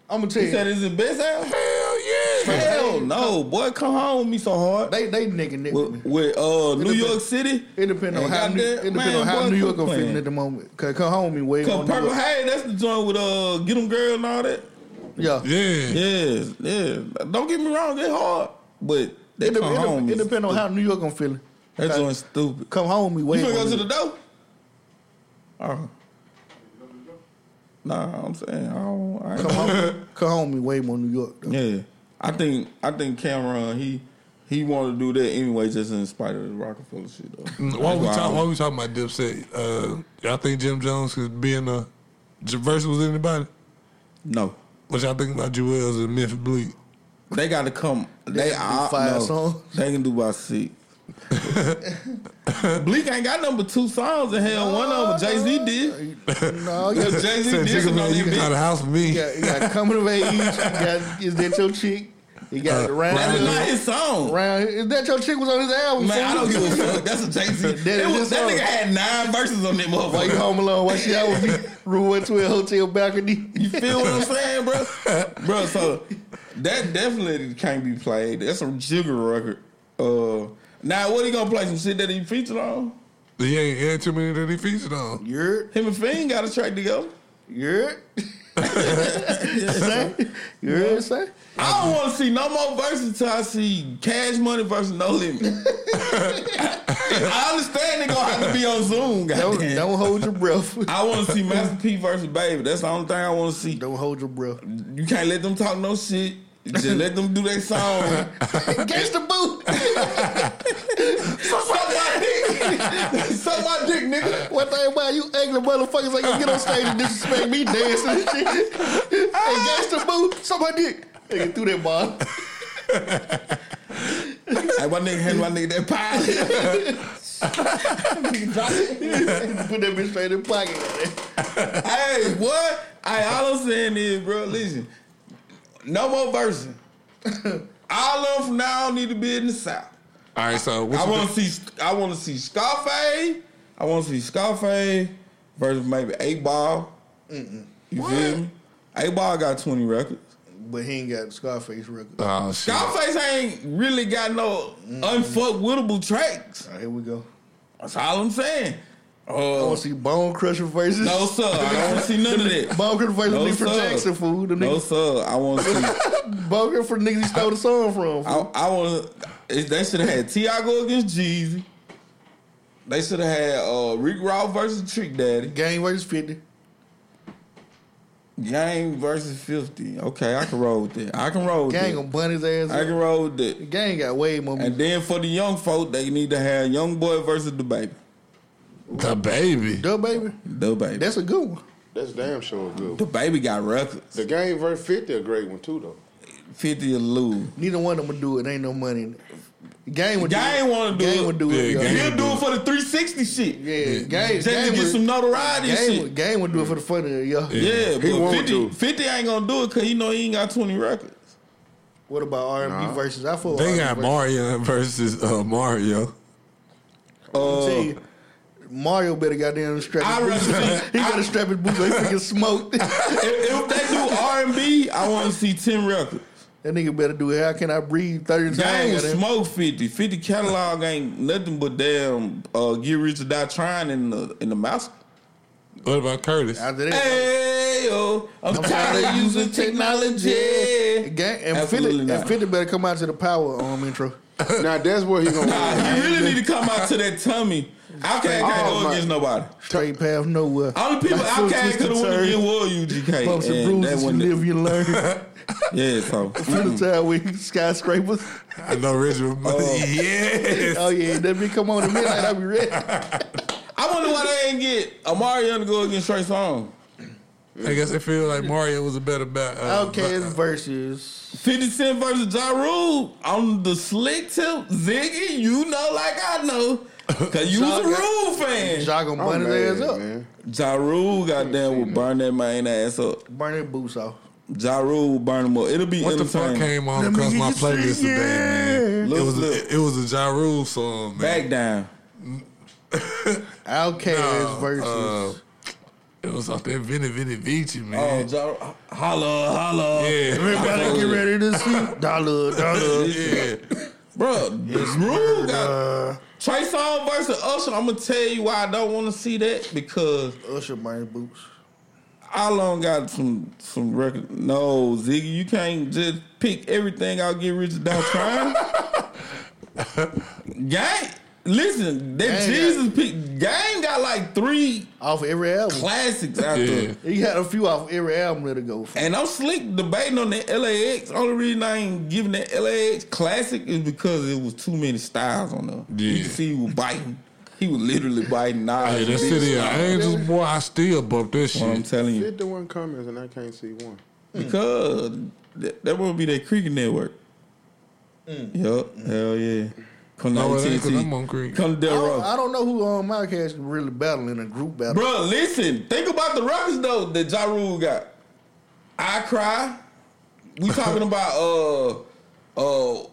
S1: I'm gonna tell
S2: He said
S1: you,
S2: it's his best album.
S4: Hell yeah.
S2: Hell no, boy, "Come Home with Me" so hard.
S1: they they nigga nigga.
S2: with, with uh, New
S1: depend-
S2: York City.
S1: It depends on
S2: And
S1: how New,
S2: goddamn-
S1: it depends
S2: man,
S1: on how
S2: boy,
S1: New York
S2: quit
S1: I'm feeling
S2: playing.
S1: at the moment. Cause come home and wave
S2: Cause
S1: on New
S2: Purple
S1: York.
S2: Haze, that's the joint with uh, get them girl and all that.
S1: Yeah.
S4: Yeah.
S2: Yes, yeah. Don't get me wrong, they hard, but they
S1: It,
S2: come
S1: dep- it,
S2: home.
S1: dep- it depends on how New York I'm feeling. Uh,
S2: That joint stupid.
S1: Come home and
S2: You
S1: wave.
S2: finna
S1: on
S2: go to
S1: New
S2: the door? Oh. Nah, I'm saying I don't. I
S1: York.
S2: ain't
S1: come home, come home and wave on New York. though.
S2: Yeah, I think I think Cameron he he wanted to do that anyway, just in spite of the Rockefeller shit though.
S4: Why
S2: That's
S4: Mm, we
S2: why
S4: talk,
S2: I-
S4: Why we talking about Dipset? Uh, y'all think Jim Jones could be in a verse with anybody?
S2: No,
S4: What y'all think about Jewels and Memphis Bleak?
S2: they got to come. They,
S1: can do
S2: are
S1: five
S2: no,
S1: songs.
S2: They can do about six. Bleak ain't got number two songs in hell. one of them Jay Z did.
S1: No, you got,
S2: Jay Z
S4: Said,
S2: did.
S4: "Jigga,
S2: some
S4: man, you
S2: of them
S4: got
S2: bitches.
S4: a house for me.
S1: you got, you got coming of age. You got is that your chick? You got
S4: Uh,
S1: round.
S2: That's
S1: Hood.
S2: not his song.
S1: round. Is that your chick was on his album?
S2: Man, I
S1: fool?
S2: don't give a fuck. That's a Jay Z.
S1: That
S2: That,
S1: is
S2: was-
S1: his
S2: that
S1: song.
S2: nigga had nine verses on that
S1: Why you
S2: motherfucker.
S1: home alone? Why she out with me? Room 112 hotel balcony.
S2: You feel what I'm saying, bro? bro, so that definitely can't be played. That's a jigger record. Uh, now what he gonna play? Some shit that he featured on?
S4: He ain't, he ain't too many that he featured on.
S1: You're
S2: Him and Fiend got a track together.
S1: you're you're son.
S2: I don't want to see no more verses until I see Cash Money versus No Limit. I understand they gonna have to be on Zoom.
S1: Don't
S2: goddamn.
S1: don't hold your breath.
S2: I want to see Master P versus Baby. That's the only thing I want to see.
S1: Don't hold your breath.
S2: You can't let them talk no shit. Just let them do their song.
S1: Gangsta boot.
S2: Suck my dick. Suck my dick, nigga.
S1: What thing about you ugly motherfuckers ain't gonna get on stage and disrespect me dancing and shit. hey, gangsta boot, suck my dick. Nigga threw that ball.
S2: Hey, my nigga hand my nigga that pie.
S1: Put that bitch straight in the pocket.
S2: hey, what? Hey, all I'm saying is, bro, listen. No more versing. All of them from now on need to be in the South.
S4: All right, so what
S2: I
S4: you
S2: want
S4: think-
S2: to see. I want to see Scarface. I want to see Scarface versus maybe Eight Ball. You feel me? Eight Ball got twenty records.
S1: But he ain't got Scarface record.
S4: Oh shit!
S2: Scarface ain't really got no unfuckwittable tracks.
S1: All right, here we go.
S2: That's all I'm saying.
S1: I
S2: Uh,
S1: want to Oh, see Bone Crusher versus.
S2: no sir, I don't want to see none of that.
S1: Bone Crusher versus
S2: No,
S1: Lee for
S2: sir.
S1: Jackson, fool. The
S2: No
S1: niggas,
S2: sir, I want to see.
S1: Bone Crusher for the niggas he stole the song from.
S2: I,
S1: fool.
S2: I want to. They should have had Tiago against Jeezy. They should have had uh, Rick Ross versus Trick Daddy.
S1: Gang versus 50.
S2: Gang versus 50. Okay, I can roll with that. I can roll with
S1: Gang
S2: that.
S1: gonna bun his ass.
S2: I can
S1: up.
S2: roll with that.
S1: Gang got way more. music.
S2: And then for the young folk, they need to have Young Boy versus the Baby.
S4: The baby.
S1: Duh, baby.
S2: The baby.
S1: That's a good one.
S3: That's damn sure a good.
S2: the
S3: One.
S2: baby got records.
S3: The game verse fifty a great one too though.
S2: Fifty to lose.
S1: Neither one of them would do it. Ain't no money. in it. Game would do
S2: Game
S1: it.
S2: want to do
S1: Game
S2: it.
S1: would do it.
S4: Yeah,
S1: y'all.
S4: Game
S2: He'll
S4: would
S2: do
S4: do
S2: it for the three sixty shit.
S1: Yeah, game.
S2: Just to
S1: game
S2: get
S1: would-
S2: some notoriety and
S1: Game,
S2: shit.
S1: would- game would do it for the fun of it, yeah.
S2: Yeah, but
S3: want
S2: 50,
S3: to.
S2: 50 ain't gonna do it because you know he ain't got twenty records.
S1: What about R&B versus? I feel R&B
S4: They got
S1: versus.
S4: Mario versus uh, Mario.
S1: I'll
S2: Uh,
S1: tell you, Mario better goddamn strap.
S2: I
S1: his
S2: rather
S1: boots.
S2: see-
S1: he gotta strap his boots. He freaking smoked. that
S2: If, if they do R and B, I want to see ten records.
S1: nigga better do it. How can I breathe? Thirty
S2: Game
S1: times.
S2: was
S1: goddamn.
S2: smoke fifty. Fifty catalog ain't nothing but damn uh, get rich or die trying in the in the mouse.
S4: What about Curtis?
S1: After that,
S2: Hey yo, I'm
S1: I'm
S2: tired of using technology.
S1: Game, and
S2: Absolutely
S1: Philly, and
S2: not.
S1: Philly better come out to the power um intro.
S3: Now that's what he
S2: Nah,
S3: gonna.
S2: he really need to come out to that tummy. I can't,
S3: Oh,
S2: go
S3: my-
S2: against nobody.
S1: Straight path nowhere.
S2: Only people
S1: Like
S2: I
S1: full
S2: can't
S1: twist
S2: could
S1: and
S2: have won
S1: turn.
S2: against was UGK.
S1: Bumps and
S2: and that
S1: bruises, you
S2: wasn't it.
S1: live, you learn.
S2: Yeah, so
S1: Philly time with skyscrapers.
S4: I know Richard.
S2: Oh.
S4: yes.
S1: Oh yeah, let me come on at midnight. I'll be ready.
S2: I wonder why they ain't get Amarion to go against Trey Song.
S4: I guess I feel like Mario was a better bat. Uh,
S1: Okay, it's
S4: ba-
S1: versus.
S2: 50 Cent versus Ja Rule on the slick tip. Ziggy, you know like I know. Cause you was a Rule fan. Ja,
S1: Y'all gonna
S3: I'm
S1: burn his ass
S3: mad,
S1: up.
S3: Oh, man.
S2: Rule goddamn will burn that man ass up.
S1: Burn his boots off.
S2: Ja Rule will burn him up. It'll be
S4: What the fuck
S2: entertaining.
S4: came on
S1: Let me
S4: across
S1: hear
S4: my
S1: you
S4: playlist
S1: sing,
S4: today, man?
S2: yeah.
S4: It was
S2: Look, look.
S4: a, it was a Ja Rule song, man.
S2: Back down.
S1: Outcast versus.
S4: Uh, it was out there, Vinny Vinny Vici,
S2: Oh,
S4: man.
S2: Ja Rule. Holla, holla.
S4: yeah,
S1: Everybody get ready to see dollar, dollar.
S4: yeah.
S2: Bro, Rule got Trey Song versus Usher. I'm gonna tell you why I don't want to see that because
S1: Usher burn his boots.
S2: I long got some some record. No, Ziggy, you can't just pick everything. I'll get rich or die trying. Gang, listen, that
S1: Gang
S2: Jesus pick. Gang got like three
S1: Off every album.
S2: classics out
S4: Yeah.
S2: there.
S1: He had a few off every album that'll go for.
S2: And I'm slick debating on that LAX. Only reason I ain't giving that LAX classic is because it was too many styles on there. You
S4: Yeah.
S2: can see he was biting. He was literally biting knives.
S4: Hey, that
S2: and
S4: city
S2: shit.
S4: of angels, boy. I still bump that
S2: What I'm
S4: shit.
S2: telling you.
S3: Fifty-one comments and I can't see one.
S2: Mm. Because that, that won't be that cricket network. Yup, hell yeah. Come
S4: No,
S2: to
S4: it ain't, 'cause
S2: AT&T.
S4: I'm on Creek.
S2: Come to
S1: I
S2: Del
S1: don't,
S2: Rock.
S1: I don't know who um, Outcast can really battle in a group battle.
S2: Bro, listen. Think about the records though that Ja Rule got. I cry. We talking about uh uh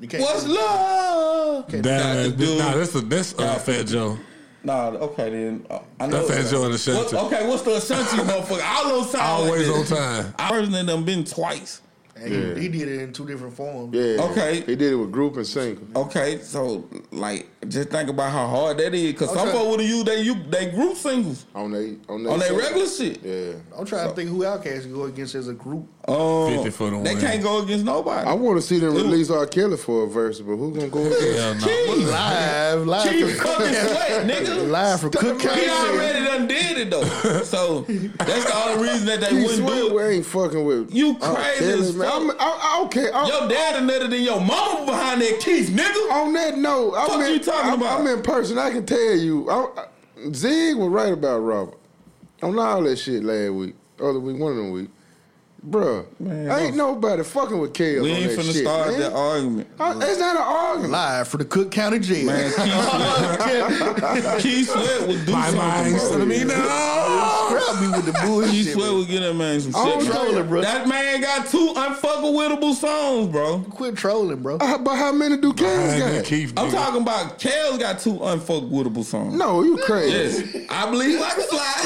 S1: You can't-
S2: what's love? Got the
S4: That,
S2: dude-
S4: nah, that's a that's uh, Fat Joe.
S2: Nah, okay then. Uh, I know.
S4: That Fat Joe and
S2: What-
S4: Ashanti.
S2: okay, what's the Ashanti motherfucker? I don't sound
S4: Always
S2: like
S4: on
S2: this.
S4: time.
S2: I personally done been twice.
S1: And he-
S3: Yeah.
S1: he, did it in two different forms.
S3: Yeah.
S2: Okay.
S3: He did it with group and single.
S2: Okay, so like, just think about how hard that is. Cause some
S1: Okay.
S2: folk would have used they you they group singles
S3: On they on they,
S2: on their
S3: single.
S2: regular shit.
S3: Yeah.
S1: I'm trying to think who Outcast can go against as a group.
S2: Oh,
S4: 50 for the
S2: they
S4: win.
S2: can't go against nobody.
S3: I want to see them release R. Kelly for a verse, but who gonna go against?
S4: Hell no.
S2: Keith,
S1: Live, live,
S2: Keith
S1: from,
S2: fucking sweat, nigga.
S1: live from Cook
S2: He
S1: County.
S2: already done did it though, so that's the only reason that they
S3: He
S2: wouldn't
S3: swear
S2: do
S3: we
S2: it.
S3: ain't fucking with
S2: You
S3: R.
S2: crazy
S3: Kelly,
S2: as
S3: man.
S2: fuck.
S3: I'm, I, I, okay, I'm,
S2: Your dad and other than your mama behind that Keith, nigga.
S3: on that note, I'm
S2: Fuck
S3: in,
S2: you talking
S3: I'm,
S2: about?
S3: I'm in person. I can tell you, I, I, Zig was right about Robert on all that shit last week, other week, one of them week, bruh.
S2: Man,
S3: ain't nobody fucking with Kale
S2: We
S3: on
S2: ain't
S3: that
S2: finna
S3: shit,
S2: start
S3: man.
S2: that argument.
S3: I- That's not an argument.
S1: Live from the Cook County Jail.
S2: Man, Keith Sweat, Keith Sweat would do
S4: My
S2: something.
S4: mind,
S2: bro.
S4: I mean, no.
S1: Grab me with the
S2: Keith
S1: bullshit.
S2: Sweat
S1: man.
S2: would get that man some
S3: I
S2: shit.
S3: don't
S2: bro.
S1: Trolling, bro.
S2: That man got two unfuckwithable songs, bro.
S1: Quit trolling, bro.
S3: Uh, but how many do Kale's
S4: Hey,
S3: got?
S4: Keith,
S2: I'm
S4: nigga.
S2: talking about Kale's got two unfuckwithable songs.
S3: No, you crazy.
S2: Yes. I believe I can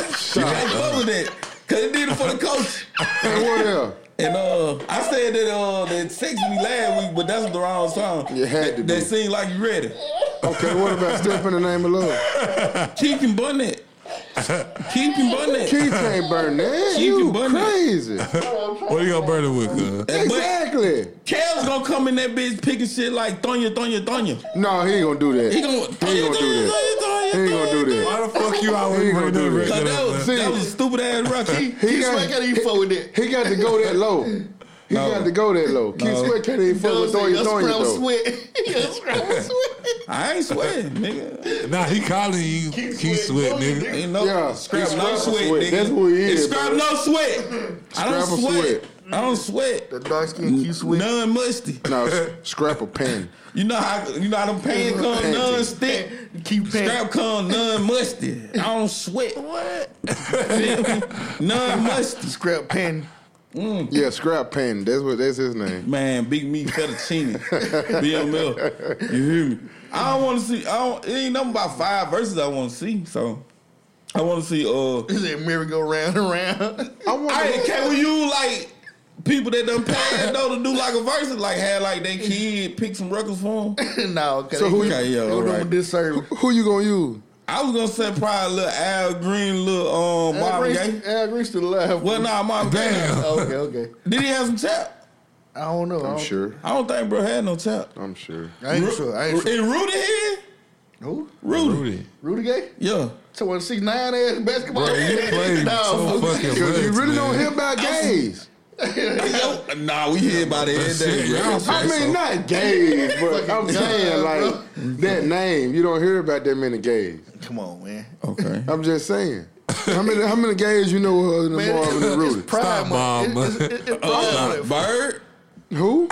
S2: slide. You can't fuck with that. Cause it did it for the coach.
S3: And what else?
S2: And uh I said that uh that sex me last week, but that's the wrong song.
S3: It had to
S2: That
S3: be.
S2: seemed like you ready.
S3: Okay, what about Step in the Name of Love?
S2: Keep him bun that. Keep him bun that.
S3: Keith ain't burn that.
S2: Keith
S3: you
S2: can burn that.
S3: crazy.
S4: What are you gonna burn it with, cuz?
S2: But
S3: exactly.
S2: Kale's gonna come in that bitch picking shit like Thonya, Thonya, Thonya.
S3: No, he ain't gonna do that.
S2: He gonna
S3: he ain't gonna do that. He ain't gonna do that.
S4: Why the fuck you
S3: He
S4: always
S3: gonna
S4: bring that
S3: do that.
S4: record
S2: Cause that
S4: up,
S2: was,
S4: man?
S2: that was a stupid ass record.
S1: Keith Keith
S3: got-
S1: Sweat can't even fuck with that.
S3: He got to go that low. He
S2: No.
S3: got to go that low. Keith Sweat can't even fuck with
S1: Does it?
S3: Thonya
S1: Your
S3: Thonya
S1: scrum
S3: though.
S1: sweat. Your scrum sweat.
S2: I ain't sweating, nigga.
S4: Nah, he calling you. Keep sweat, nigga.
S2: Ain't no
S3: Yeah,
S2: scrap,
S3: he
S2: no
S3: scrap
S2: sweat,
S3: sweat.
S2: nigga.
S3: That's what he
S2: It's
S3: is,
S2: Scrap
S3: bro.
S2: no sweat. I don't
S3: Scrap a
S2: sweat.
S3: sweat.
S2: I don't sweat.
S1: That dark skin keep sweat.
S2: None musty.
S3: No, s- scrap a pen.
S2: You know how you know how them pants come
S3: Panties.
S2: none stick.
S1: Keep
S2: Scrap come none musty. I don't sweat. What? none musty.
S1: Scrap pen.
S3: Yeah, scrap pen. That's what. That's his name.
S2: Man, big meat fettuccine, BML. You hear me? I don't want to see. I don't. It ain't nothing about five verses I want to see. So I want to see. Uh,
S1: Is that merry go round and round?
S3: I want.
S2: Hey, can we use like people that done passed though to do like a verse? Like had like they kid pick some records for them.
S1: no, okay.
S3: So who-
S2: Okay, yeah,
S1: they were doing
S2: alright.
S1: a disservice.
S3: Who you gonna use?
S2: I was gonna say probably little Al Green, little um
S1: Al
S2: Marvin
S1: Green,
S2: Gaye.
S1: Al Green still alive.
S2: Well, nah, Marvin Gaye.
S4: Damn.
S1: Okay, okay.
S2: Did he have some chap?
S1: I don't know. I
S3: I'm
S1: don't-
S3: sure.
S2: I don't think bro had no chap.
S3: I'm sure.
S1: I ain't sure. I ain't sure.
S2: Is Rudy here?
S1: Who?
S2: Rudy.
S4: Rudy.
S1: Rudy Gay?
S2: Yeah.
S1: Someone six nine ass basketball.
S4: Bro, you played so
S1: no, fuck.
S4: fucking
S3: You
S4: much,
S3: really don't
S4: man.
S3: hear about gays.
S2: Yo, nah, we hear about it every day,
S4: Yeah,
S2: bro.
S4: I'm
S3: I mean, not gays, but I'm saying like that name. You don't hear about that many gays.
S1: Come on, man.
S2: Okay.
S3: I'm just saying. How many how many gays you know other than
S1: Man,
S3: Marvin and Rudy?
S1: Pride
S4: Stop,
S1: month.
S4: Mom.
S1: It's- it's- it's
S2: Uh,
S1: Pride month.
S2: Bird.
S3: Who?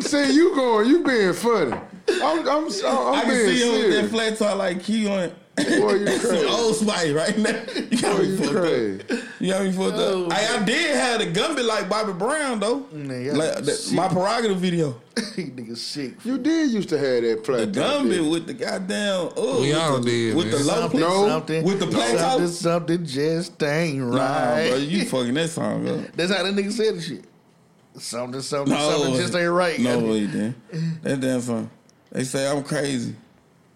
S3: See, you going, you being funny. I'm, I'm, I'm,
S2: I
S3: I'm
S2: can
S3: being
S2: see him with that
S3: serious.
S2: flat top like he on
S3: Boy, you
S2: some
S3: crazy.
S2: old spice right now. You got
S3: Boy,
S2: me
S3: you
S2: fucked up.
S3: crazy.
S2: You got me fucked
S1: Oh,
S2: up. I, I did have the Gumby like Bobby Brown though.
S1: Man, y'all
S2: Like, that-
S1: sick.
S2: my prerogative video.
S1: Nigga sick.
S3: You did used to have
S2: The
S3: that flat top.
S2: Gumby
S3: didn't you?
S2: with the goddamn uh,
S4: We
S2: with
S4: all
S2: the,
S4: did,
S2: with the
S4: man.
S2: low
S1: Something,
S3: No.
S1: something,
S2: With the plateau?
S1: something, something just ain't
S2: Nah,
S1: right.
S2: bro, you fucking that song up.
S1: That's how that nigga said the shit. Something, something,
S2: No,
S1: something just ain't right.
S2: No way, then. That damn song. They say I'm crazy.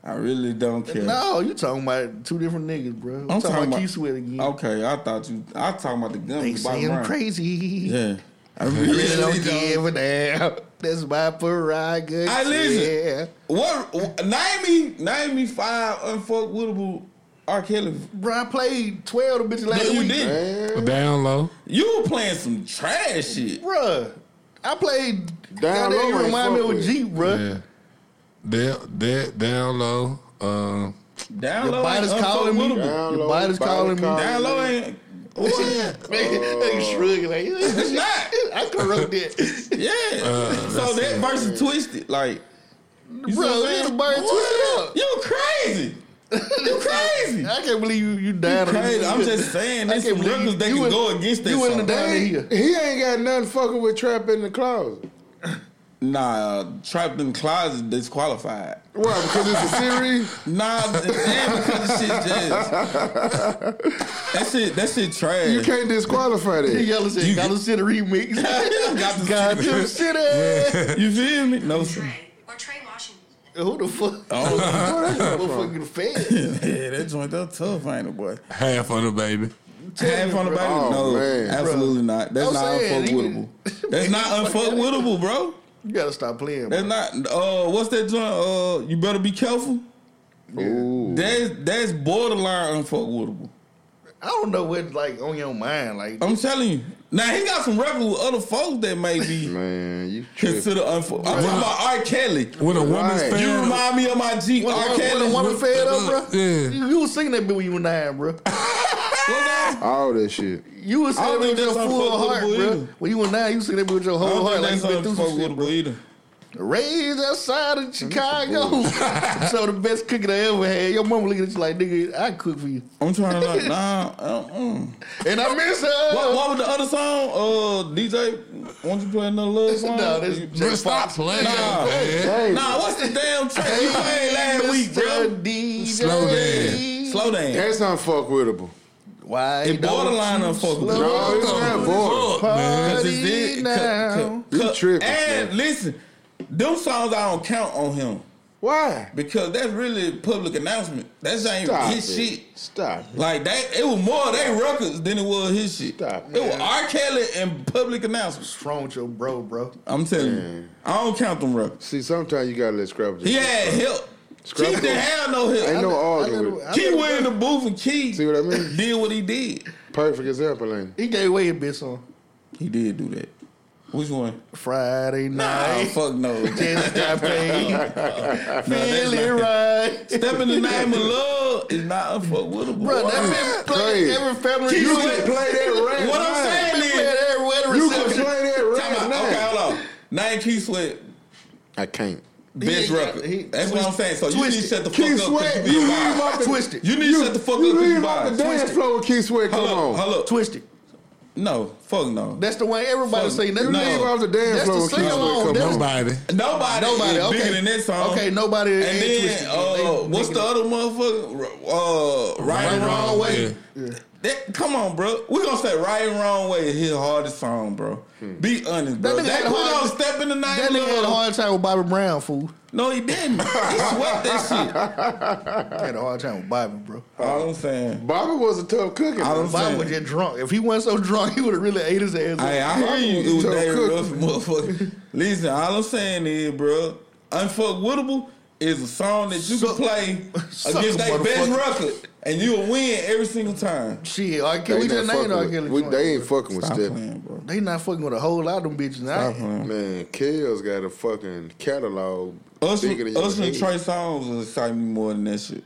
S2: I really don't care.
S1: No, you talking about two different niggas, bro. I'm talking, about Keith Sweat again.
S2: Okay, I thought you. I talking about the Gumby.
S1: They
S2: Bobby
S1: say I'm
S2: Brown.
S1: crazy.
S2: Yeah. I
S1: I
S2: really,
S1: really don't
S2: don't
S1: give a damn. That's my prerogative.
S2: I listen. What, what? Name me, name me five unfuckwittable R. Kelly.
S1: Bro, I played 12 of bitches
S2: No,
S1: last
S2: you
S1: week.
S2: didn't.
S4: Down low.
S2: You were playing some trash shit.
S1: Bro, I played. Down
S3: Down low
S1: there, you
S3: ain't
S1: remind me
S3: fuck
S1: of
S3: with.
S1: Jeep, bro.
S4: Yeah. Down, down, down low. Uh,
S2: Down
S1: Your
S2: low
S1: bite
S2: ain't
S1: is calling me.
S2: unfuckwittable.
S3: Down
S1: Your
S3: low,
S1: body's
S3: body
S1: calling me.
S2: Down low ain't.
S1: What? Man, they shrugging like,
S2: It's not.
S1: I could wrote that.
S2: Yeah. so
S4: that's
S2: that verse is twisted. Like,
S1: Bro,
S2: you see what I'm
S1: look at the
S2: saying?
S1: bird
S2: What?
S1: twisted
S2: You crazy. You crazy.
S1: I can't believe you, you down. on
S2: Crazy.
S1: this.
S2: I'm just saying,
S1: I
S2: there's
S1: can't
S2: some
S1: believe
S2: records that
S1: you
S2: can
S1: in-
S2: go against that
S1: you in the
S2: song.
S1: damn-
S3: Hey,
S1: Down
S3: he ain't got nothing fucking with trap in the closet.
S2: Nah, Trapped in the Closet disqualified.
S3: Why? Because it's a series.
S2: Nah, and because the shit just that shit that shit trash.
S3: You can't disqualify
S1: He
S3: that.
S1: yelling
S2: You-
S1: said, "Got to see the remix."
S2: Got the
S1: Got
S2: city.
S1: to see the.
S2: You feel me? No, sir.
S6: Trey or Trey Washington.
S1: Who the fuck?
S2: Oh,
S1: Motherfucking fed.
S2: yeah, that joint that tough, ain't it, boy?
S4: half of the baby.
S2: Half on the body?
S3: Oh,
S2: no,
S3: man.
S2: absolutely not. That's
S1: I'm
S2: not
S1: saying,
S2: unfuckwittable.
S1: he-
S2: That's not unfuckwittable, bro.
S1: You gotta stop playing.
S2: That's
S1: Bro.
S2: not. Uh, what's that joint? Uh, you better be careful.
S3: Ooh.
S2: That's that's borderline unfuckwittable.
S1: I don't know what like on your mind. Like
S2: I'm telling you. Now he got some records with other folks that may be
S3: Man, you tripping.
S2: considered unfuckwittable. I'm talking about R. Kelly.
S4: With a woman's
S3: Right.
S4: fan.
S2: You remind me of my Jeep.
S1: when,
S2: R.
S1: when, when
S2: Kelly.
S1: a woman fed up, bro.
S4: Yeah.
S1: You, you was singing that bit when you were nine, bro.
S3: All that shit.
S1: You was
S2: I
S1: singing that bit
S2: don't
S1: with
S2: think
S1: your
S2: that's
S1: full heart,
S2: unfuckable
S1: bro.
S2: either.
S1: When you were nine, you singing that bit with your
S2: I
S1: whole
S2: don't
S1: heart, Oh, like
S2: think
S1: you
S2: that's
S1: been through some shit,
S2: unfuckwittable
S1: bro.
S2: either.
S1: Raised outside of Chicago, so the best cooking I ever had. Your mama looking at you like, nigga, I cook for you,
S2: I'm trying to like, nah. uh, mm.
S1: and I miss her.
S2: What, what was the other song? Uh, DJ, won't you play another love song?
S1: No, that's
S2: You-
S1: Jay
S4: Bro, stop
S1: Fox.
S4: playing.
S2: Nah.
S4: man.
S3: Hey,
S2: Nah, what's the damn track you played last week, bro?
S1: Mr. DJ.
S4: Slow down.
S2: Slow down.
S3: that's unfuckwittable.
S1: Why?
S2: It
S1: don't
S2: borderline
S1: you
S2: unfuckable.
S1: slow
S3: No, it's not boring.
S4: Fuck, man.
S2: Cause
S1: Party
S2: it's it.
S1: now.
S2: cu- cu-
S3: You tripping,
S2: and
S3: man.
S2: listen, them songs I don't count on him
S3: Why?
S2: because that's really public announcement. That's ain't
S3: Stop it.
S2: his shit.
S3: Stop.
S2: Like that, it was more of their records than it was his shit.
S3: Stop,
S2: it was R. Kelly and public announcements.
S1: What's wrong with your bro, bro?
S2: I'm telling you, I don't count them records.
S3: See, sometimes you gotta let Scrabble.
S2: He had help.
S3: Scrap
S2: Keith didn't
S3: it.
S2: have no help.
S3: Ain't no
S1: I let
S3: arguing
S1: him-
S3: with
S1: I
S3: it.
S2: Key
S1: let him-
S2: went in the booth and Key
S3: See what I mean?
S2: did what he did.
S3: Perfect example, ain't it?
S1: He gave away his bitch song.
S2: He did do that. Which one?
S1: Friday
S2: Oh,
S1: night.
S2: fuck no.
S1: Just got paid. Feel it right.
S2: Step in the name of love is not unfuckable.
S1: Bro, that bitch played
S3: Play it.
S1: every family.
S2: You
S1: reunion.
S2: can play that
S1: Been
S2: rap What I'm
S1: played
S2: saying is-
S1: every wedding
S3: You can
S1: reception.
S3: play that
S2: Time
S3: right
S2: out.
S3: now.
S2: Okay, hold on. Name Key Sweat,
S3: I can't.
S2: best
S1: ain't got-
S2: record.
S1: he-
S2: That's what I'm saying. So you need to
S1: Twisted.
S2: shut the fuck
S3: Keith
S2: up. 'cause
S3: Sweat,
S2: you
S3: you
S2: being
S3: leave
S2: biased.
S3: him off the
S1: Twisted.
S2: You need to shut the fuck
S3: you
S2: up. 'cause
S3: leave
S2: You
S3: him off the
S2: biased.
S3: dance
S2: Twisted.
S3: floor with Keith Sweat. Come
S2: Hold
S3: on.
S2: up. Hold up.
S1: Twisted.
S2: No. Fuck no.
S1: That's the way everybody
S2: Fuck.
S1: say. That's
S2: You
S1: the-
S2: leave
S3: off the dance
S1: That's
S3: floor
S1: the
S3: with Keith
S1: sing
S3: Sweat,
S1: along.
S3: come
S1: That's
S3: on.
S4: Nobody.
S1: Nobody.
S2: Nobody. Nobody.
S1: Okay.
S2: Bigger than that song.
S1: Okay, nobody.
S2: And
S1: ain't
S2: then
S1: Twisted.
S2: uh,
S1: They
S2: what's
S1: bigger
S2: the other motherfucker? Uh, right
S4: Right
S2: and
S4: and
S2: wrong
S4: Wrong
S2: way.
S4: Way.
S2: That, come on, bro. We gonna say right and wrong way is his hardest song, bro.
S3: Hmm.
S2: Be honest, bro.
S1: That nigga
S2: That,
S1: had a
S2: we
S1: hard-
S2: gonna step in the night.
S1: That nigga had a hard time with Bobby Brown, fool.
S2: No, he didn't. He swept that shit.
S1: I had a hard time with Bobby, bro.
S2: All I'm saying.
S3: Bobby was a tough cookie.
S2: I
S3: man.
S2: don't-
S1: Bobby was just drunk. If he wasn't so drunk, he would have really ate his ass.
S2: Hey,
S1: up.
S2: I hear you. It was
S3: Tough
S2: David
S3: cookie.
S2: Ruffin, motherfucker. Listen, all I'm saying is, bro, Unfuckwittable is a song that you
S1: Suck-
S2: can play
S1: Suck
S2: against
S1: a
S2: their best
S1: motherfucker.
S2: record, and you'll win every single time.
S1: Shit, R.
S3: They
S1: Kelly. We
S3: not
S1: just named
S3: fucking
S1: R.
S3: with-
S1: Kelly.
S3: we-
S1: joint.
S3: They ain't fucking with
S2: Stop
S3: Steph.
S2: playing, bro.
S1: They not fucking with a whole lot of them bitches now.
S3: Uh-huh.
S2: Stop playing.
S3: Man, Kel's got a fucking catalog
S2: Us,
S3: bigger than your
S2: us and
S3: head.
S2: Trey Songz will excite me more than that shit.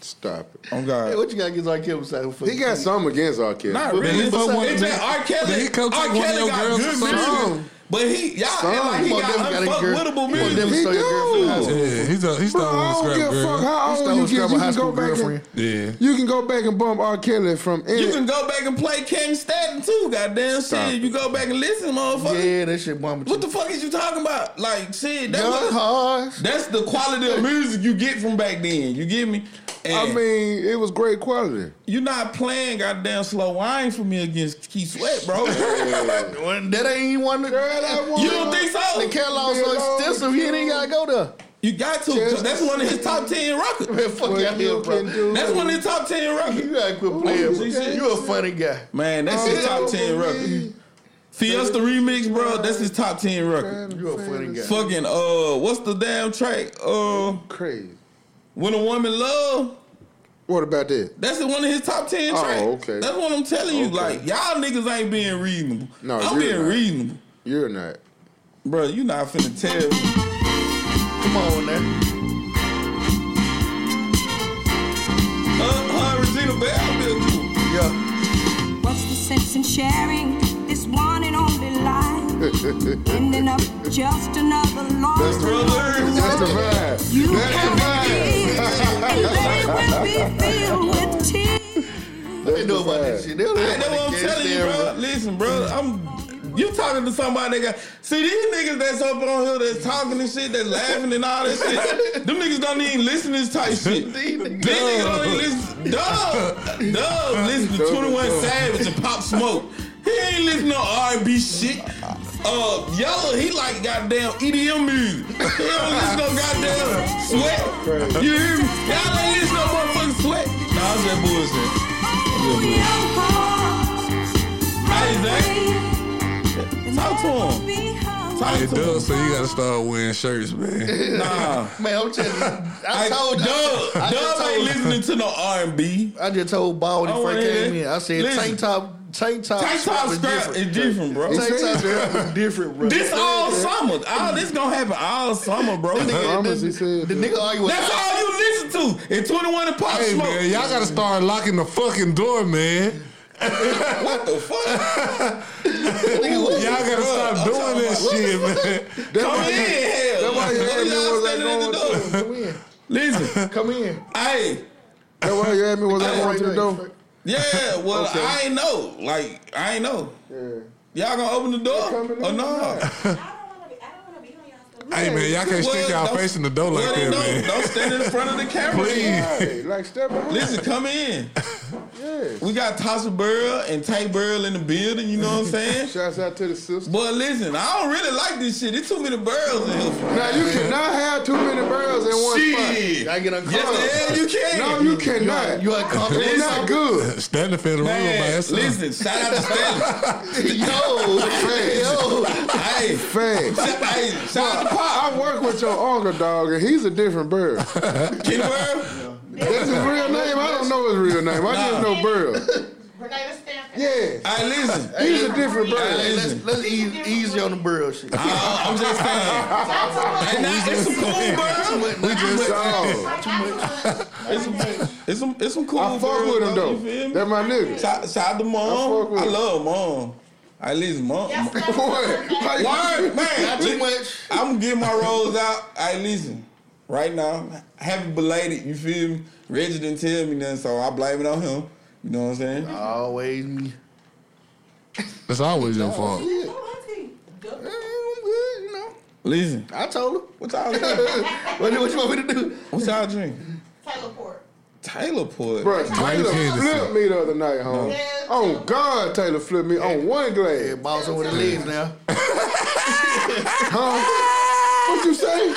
S3: Stop it.
S2: Oh
S1: Hey,
S2: God.
S1: what you got against R. Kelly besides fucking?
S3: He got something against R. Kelly.
S2: Not
S3: But
S2: really.
S4: he
S2: It's
S4: fuck
S1: with-
S2: just R.
S4: Did
S2: Kelly.
S4: he come
S2: R.
S4: take one of
S2: Kelly
S4: your
S2: got
S4: girls
S2: good
S4: or something?
S2: music, But he, y'all, act like he
S1: He
S2: got
S1: definitely got a girl-
S2: unfuckwittable
S1: he
S2: music.
S1: definitely
S3: He
S1: stole your
S3: do.
S1: girlfriend.
S4: Yeah, he's a he
S3: Bro,
S4: stole
S3: I
S4: one
S3: don't give
S4: scrap
S3: a fuck
S4: girl.
S1: He
S3: how
S1: stole
S3: old you
S1: a
S3: get.
S1: scrap
S3: You
S1: of high
S3: can
S1: school
S3: go back and
S1: girlfriend.
S4: Yeah.
S3: you can go back and bump R. Kelly from any.
S2: You can go back and play Ken Staten too, goddamn
S3: Stop
S2: shit.
S3: it.
S2: You go back and listen, motherfucker.
S1: Yeah, that shit bumped
S2: What
S1: you.
S2: the fuck is you talking about? Like, shit, that
S1: Young
S2: was,
S1: Hearts.
S2: that's the quality of music you get from back then. You get me? And
S3: I mean, it was great quality.
S2: you're not playing goddamn slow wine for me against Keith Sweat, bro.
S1: That ain't even one of the.
S3: Girl, that
S2: you don't think
S1: The
S2: so?
S1: catalog's so extensive, he didn't gotta go there.
S2: You got to. 'cause That's one of his top ten records.
S1: Man, fuck
S3: What
S1: out
S3: you
S1: here, bro.
S3: can do.
S2: That's one of his top ten
S1: You
S2: records.
S1: gotta quit playing. bro.
S2: okay.
S1: You a funny guy.
S2: Man, that's his
S3: Um,
S2: top ten record. Fiesta remix, bro. That's his top ten record.
S1: You a funny guy.
S2: Fucking uh, what's the damn track? Uh,
S3: Crazy.
S2: when a woman love.
S3: What about that?
S2: That's one of his top ten
S3: Oh,
S2: tracks.
S3: okay.
S2: That's what I'm telling you.
S3: Okay.
S2: Like y'all niggas ain't being reasonable.
S3: No,
S2: I'm
S3: you're
S2: being
S3: not.
S2: reasonable,
S3: You're not.
S2: bro. You not finna tell me.
S1: Come on now.
S2: Uh, her and Regina Bell been cool.
S1: Yeah.
S6: What's the sense in sharing this one and only life? Ending up just another lost
S2: Brothers.
S3: That's the vibe.
S6: You
S3: That's the vibe.
S6: can be, and they will be filled with tears.
S1: They know about that shit. They don't know
S2: That's
S1: about
S2: what I'm
S1: that
S2: telling you,
S1: gangsta,
S2: bro. Listen, bro. I'm. You talking to somebody that got see these niggas that's up on here that's talking and shit, that's laughing and all that shit. Them niggas don't even listen to this type shit. These niggas don't even listen. Dub, Dub, listen to Twenty One Savage and Pop Smoke. He ain't listen to R&B shit. Uh, Yellow, he like goddamn EDM music. He don't listen to goddamn sweat. You hear me? Y'all ain't listen to motherfucking sweat. Nah, I'm just bullshit.
S6: Oh, young hearts,
S2: Hey, Zach, talk to him.
S6: be hungry.
S2: Talk to
S4: It
S2: him.
S4: does, so you gotta start wearing shirts, man.
S2: Nah.
S1: Man, I'm telling you. I
S2: I
S1: told
S2: Dub,
S1: I just
S2: Dub ain't
S1: told-
S2: listening to no R and B.
S1: I just told Baldy
S2: I don't
S1: before he
S2: wanna hear
S1: came
S2: that.
S1: in. I said
S2: Listen.
S1: tank top, tank top,
S2: Tank top scrap is different, bro.
S1: Tank top scrap is different, bro.
S2: This all summer. All this gonna happen all summer, bro.
S3: Promise he
S1: The
S3: said.
S1: nigga argue with
S2: That's all you listen to. In twenty one and pop
S4: Hey
S2: smoke.
S4: man, y'all gotta start locking the fucking door, man.
S2: What the fuck?
S4: Y'all gotta stop doing this shit, man.
S2: Come in hell.
S3: Oh, That's why you
S2: What
S3: had me
S2: y'all
S3: was I
S2: standing in the
S3: going
S2: door?
S1: Come in.
S2: Listen,
S1: Come in.
S2: hey,
S3: That's why you had me was I
S2: Hey,
S3: going to the door.
S2: yeah. Well,
S1: Okay.
S2: I ain't know. Like I ain't know. Y'all gonna open the door
S3: coming
S2: or
S3: in
S2: no?
S4: Hey man, y'all can't stick
S2: Well,
S4: y'all
S2: don't-
S4: face in the door like
S2: well,
S4: that,
S2: then don't,
S4: man.
S2: Don't stand in front of the camera.
S4: Please.
S3: Right, like step up.
S2: Listen, come in.
S3: Yeah.
S2: We got Tasha Burrell and Tay Burrell in the building, you know what I'm saying?
S3: Shouts out to the sister.
S2: But listen, I don't really like this shit. It's too many burrows in here.
S3: Now you cannot have too many barrels in one spot.
S2: Shit.
S1: I get
S2: Yes, the
S1: uncomfortable.
S2: hell you can.
S3: No, you cannot.
S1: You uncomfortable.
S3: It's not good.
S4: Stand in front of the room by
S2: Man,
S4: yourself.
S2: listen, shout out to Stanley.
S1: Yo, yo.
S2: hey,
S3: Facts.
S2: shout- hey, shout out to Pop.
S3: I work with your uncle, dog, and he's a different bird.
S2: Kenny Burrell.
S3: That's his real name. I don't know his real name. I just know Burl.
S7: Renee, let's stand.
S3: Yeah.
S2: Hey, listen.
S3: He's a different
S1: Hey,
S3: bird.
S1: let's let's ease, easy on the burl shit.
S2: I, I'm just saying. Hey, nah, it's some cool birds.
S1: we just
S3: So,
S2: It's some, it's some, it's some cool
S3: I fuck
S2: birds,
S3: with him
S2: though, you feel
S3: though.
S2: me?
S3: That my nigga.
S2: Shout, shout out to
S3: I fuck
S2: mom.
S3: with
S2: I,
S3: him.
S2: love mom. I listen, mom. mom.
S3: What? Like,
S2: Word,
S1: not too
S2: man.
S1: much.
S2: I'm gonna get my rolls out. I listen, right now, happy belated. You feel me? Reggie didn't tell me nothing, so I blame it on him. You know what I'm saying?
S1: Always me.
S4: That's always your fault.
S1: I'm good, you know.
S2: Listen,
S1: I told her.
S2: what y'all drink?
S1: What, you- what you want me to do?
S2: what y'all drink?
S7: Teleport.
S2: Taylor Port.
S3: Bro,
S4: Mike
S3: Taylor
S4: Henderson.
S3: flipped me the other night, homie. Oh God, Taylor flipped me on one
S1: Yeah,
S3: glass.
S1: boss over the legs now.
S3: Huh? What you say?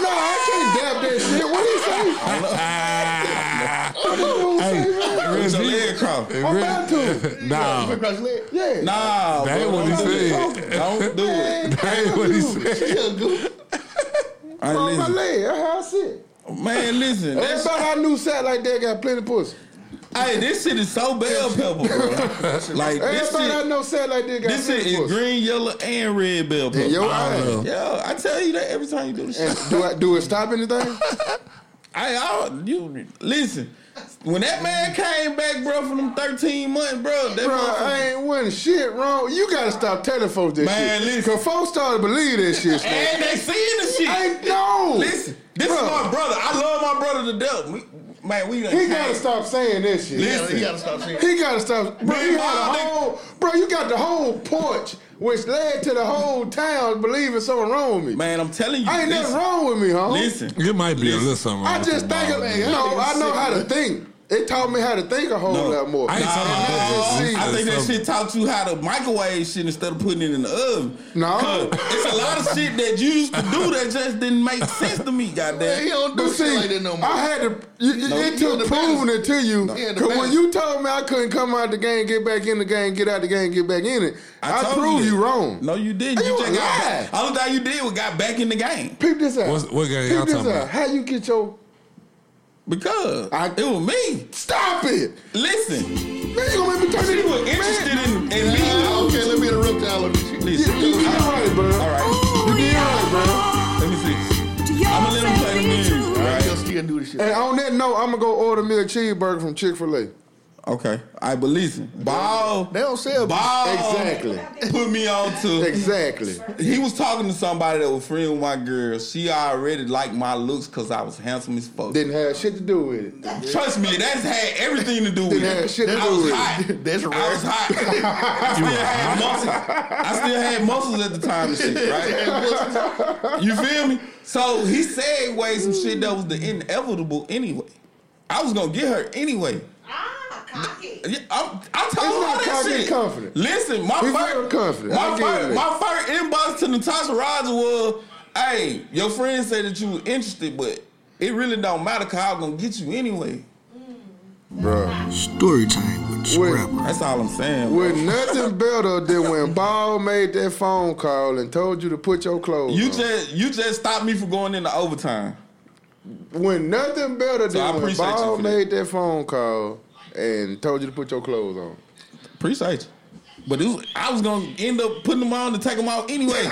S3: No, I can't dab that shit. What he say?
S4: Hey,
S2: Put your
S4: Reggie,
S2: leg crossed.
S4: Reggie-
S3: I'm about to.
S4: Nah,
S1: Across the leg.
S3: Yeah.
S2: Nah,
S4: That ain't
S2: bro,
S4: what he
S2: don't do
S4: said.
S2: it. Don't do it.
S4: that ain't what he said.
S1: Yeah, good.
S2: Hey,
S3: On my
S2: listen.
S3: leg. That's how I sit.
S2: Man, listen. that's-
S3: Everybody I knew sat like that got plenty pussy.
S2: Hey, this shit is so bell pepper, bro. like this
S3: Everybody I
S2: shit,
S3: know sat like that got
S2: this shit
S3: plenty
S2: is
S3: pussy.
S2: green, yellow, and red bell pepper.
S3: And your
S4: I
S3: eyes.
S4: don't know.
S2: Yo, I tell you that every time you do this shit.
S3: And do I do it stop anything?
S2: I, I you listen. When that man came back, bro, from them thirteen months, bro, that
S3: Bro,
S2: motherfucker-
S3: I ain't wasn't shit wrong. You gotta stop telling folks this
S2: Man,
S3: shit.
S2: listen.
S3: Cause folks started to believe that shit. Snoop.
S2: and they seeing the shit.
S3: I know.
S2: listen, this is
S3: Bruh.
S2: my brother. I love my brother to death. We, man, we done
S3: He
S2: came.
S3: gotta stop saying that shit.
S2: Listen.
S1: You gotta stop saying.
S3: He gotta stop. Bro,
S2: Man,
S3: you had
S2: why
S3: a
S2: they-
S3: whole, bro, you got the whole porch, which led to the whole town believing something wrong with me.
S2: Man, I'm telling you,
S3: I ain't
S2: listen,
S3: nothing wrong with me, homie.
S2: Listen,
S4: It might be a little something.
S3: I
S4: wrong
S3: just
S4: with
S3: think,
S4: your
S3: of,
S4: mouth,
S3: no, I know how to think. It taught me how to think a whole
S2: No.
S3: lot more.
S4: I ain't talking about that.
S3: Nah,
S2: I think that
S4: Something.
S2: shit taught you how to microwave shit instead of putting it in the oven.
S3: No.
S2: 'Cause it's a lot of shit that you used to do that just didn't make sense to me.
S1: Hey, He
S2: Goddamn.
S1: don't do
S3: But see,
S1: shit like that no more.
S3: I had to. y- y-
S2: No,
S3: it
S1: you in
S3: took
S1: the
S3: proving
S1: balance.
S3: it to you.
S1: You in the
S3: Because when
S1: balance.
S3: you told me I couldn't come out the game, get back in the game, get out the game, get back in it, I,
S2: told
S3: proved
S2: that.
S3: you, wrong.
S2: No, you didn't.
S3: You
S2: just got
S3: lied.
S2: back. All the thing you did was got back in the game
S3: Peep this out.
S4: What's- what game
S3: Peep
S4: y'all
S3: this
S4: talking
S3: out.
S4: about?
S3: How you get your?
S2: because
S3: I-
S2: it was me.
S3: Stop it!
S2: Listen,
S3: Man, you gonna make me turn
S2: she
S3: it?
S2: was interested in, in me.
S1: okay, let me interrupt y'all on this shit.
S3: You,
S2: Listen,
S3: you did right, bro.
S2: all right.
S3: You did right, bro.
S2: Let me see. I'ma let him play the music,
S1: All right,
S2: Right.
S1: y'all still do this shit.
S3: And on that note, I'm gonna go order me a cheeseburger from Chick Fil A.
S2: Okay, I but listen, ball.
S1: They don't sell
S2: Ball
S3: Exactly.
S2: put me on to
S3: Exactly.
S2: He was talking to somebody that was friend with my girl. She already liked my looks because I was handsome as fuck.
S3: Didn't have shit to do with it.
S2: Trust me, that's had everything to do with
S3: Didn't have
S2: it.
S3: shit to
S2: I
S3: do
S2: was
S3: with it.
S2: hot.
S1: That's
S2: I was
S1: right.
S2: hot. I still had muscles. I still had muscles at the time and shit, right? You feel me? So he said way some shit that was the inevitable anyway. I was gonna get her anyway.
S7: Ah, cocky.
S2: Yeah, I'm, I told
S3: It's
S2: her
S3: not
S2: all that
S3: cocky,
S2: shit.
S3: it's confident.
S2: Listen, my
S3: We
S2: first,
S3: real confident. I
S2: My
S3: get it.
S2: first, my first inbox to Natasha Rogers was, "Hey, your friend said that you was interested, but it really don't matter because I'm gonna get you anyway."
S3: Bruh.
S8: Story time with
S3: With,
S8: Scrapper.
S2: That's all I'm saying.
S3: with nothing better than when Ball made that phone call and told you to put your clothes
S2: You
S3: on.
S2: just you just stopped me from going into overtime.
S3: when nothing better
S2: So I
S3: than when
S2: appreciate you
S3: Ball
S2: for that.
S3: made that phone call and told you to put your clothes on.
S2: Appreciate you. But it was, I was gonna end up putting them on to take them out anyway.
S4: All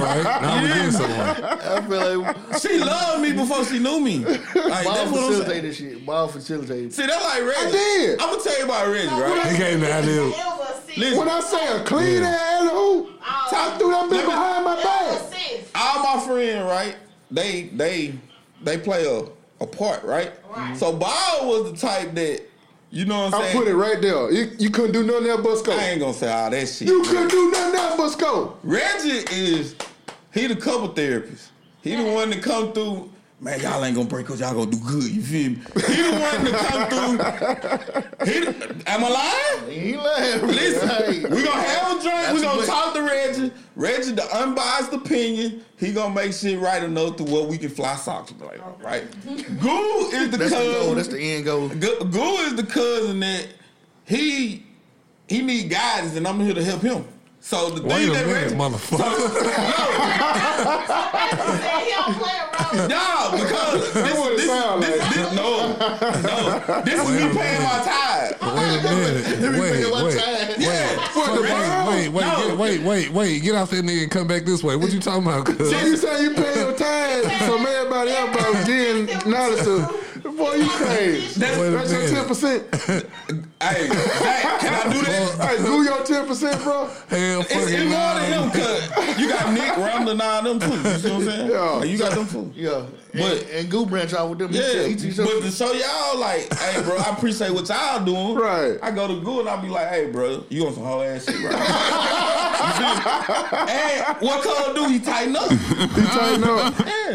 S4: right, now we getting somewhere.
S1: I feel like
S2: she loved me before she knew me. Like,
S1: ball
S2: that's what I'm
S1: facilitate
S2: saying.
S1: this shit. Ball facilitate.
S2: See, that's like Reggie.
S3: did.
S2: I'm gonna tell you about Reggie, right?
S4: He gave me the alley-oop.
S7: It was a six.
S2: Listen.
S3: When I say a clean ass alley oop, I threw that
S2: Let
S3: bitch
S2: me-
S3: behind my
S7: It was a
S3: back.
S7: six.
S2: all my friend, right? They they they play a, a part, right?
S7: Right.
S2: So Bob was the type that you know what I'm
S3: I
S2: saying.
S3: put it right there. You, you couldn't do nothing else but
S2: I
S3: score.
S2: ain't gonna say all that shit.
S3: You couldn't do nothing else but score.
S2: Reggie is he the couple therapist. He the one that come through. Man, y'all ain't gonna break up. Y'all gonna do good. You feel me? He the one that come through. He the, am I lying?
S1: He laughing.
S2: Listen, we gonna have a drink. We
S1: That's
S2: gonna
S1: what-
S2: talk to Reggie. Reggie, the unbiased opinion, he gonna make shit right enough to where we can fly socks. Like, right? Goo is the
S1: That's the goal. That's
S2: cousin.
S1: the end goal.
S2: Goo Goo is the cousin that he he need guidance, and I'm here to help him. So the
S4: Wait
S2: thing
S4: a
S2: that
S4: minute,
S2: Reggie,
S4: motherfucker.
S7: He said he don't play around.
S2: no, because this,
S3: what it
S2: this,
S3: sound
S2: this,
S3: like.
S2: this- no, no, this is
S4: Wait a
S2: me paying my tithe.
S4: Wait a minute. Wait,
S1: paying my
S4: wait.
S1: tithe.
S2: Yeah, for
S4: Fuck,
S2: the
S4: Wait, wait, wait,
S2: No.
S4: get- wait, wait, wait. Get off that nigga and come back this way. What you talking about? cuz?
S3: You say you pay your tithes from everybody else about getting knowledge to. Boy, you crazy.
S2: That's-
S4: Wait a
S3: That's your ten
S4: minute.
S3: percent.
S2: Hey, Zach, can I do that?
S3: Hey, do your ten percent, bro.
S4: Hell
S2: It's
S4: fucking
S2: in more
S4: nah.
S2: than him, cause you got Nick Ramblin' on them too. You see what I'm saying?
S3: Yeah.
S2: Like, you got them too.
S1: Yeah, but
S2: But-
S1: and, and Goo branch out with them. He
S2: Yeah,
S1: said he teach us-
S2: but to show y'all, like, hey, bro, I appreciate what y'all doing.
S3: Right.
S2: I go to Goo and I be like, hey, bro, you on some whole ass shit right now. and what Cole do? He tighten up.
S3: You tighten up.
S2: Yeah.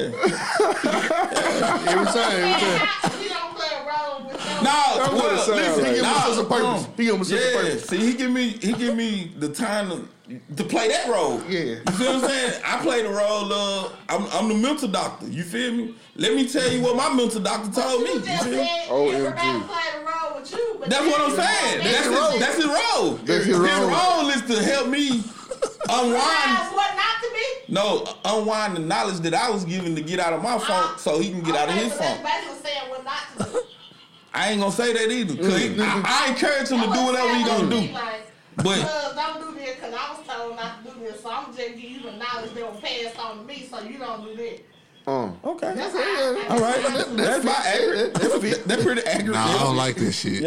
S1: every time, every time.
S7: He don't play around with
S2: No,
S7: no.
S3: That's what it
S2: well,
S3: sound
S2: listen,
S3: like. He give
S2: nah,
S1: himself a purpose.
S2: um,
S1: He give himself a
S2: yeah,
S1: purpose.
S2: See, he give me he give me the time to, to play that role.
S1: Yeah.
S2: You feel what I'm saying? I play the role of I'm, I'm the mental doctor. You feel me? Let me tell you what my mental doctor told me.
S7: You
S2: You
S7: just
S2: feel me?
S7: said
S3: OMG.
S7: everybody played around with you. But
S2: That's what I'm saying. That's his,
S1: role.
S2: that's his role.
S3: That's his role.
S2: role is to help me unwind.
S7: That's what not to be.
S2: No, unwind the knowledge that I was given to get out of my phone, so he can get out of
S7: Okay,
S2: his
S7: but
S2: phone.
S7: That's basically saying what not to do.
S2: I ain't gonna say that either. 'cause he- I, I encourage him to do whatever he gonna do. But-
S7: Because don't do this, because I was told not to do this, so I'm just giving you the knowledge that was passed on to me, so you don't do that.
S3: Uh,
S2: Okay.
S1: That's it, yeah.
S2: All right, that's my accurate. That's, that's pretty accurate.
S4: Nah, I don't like this shit.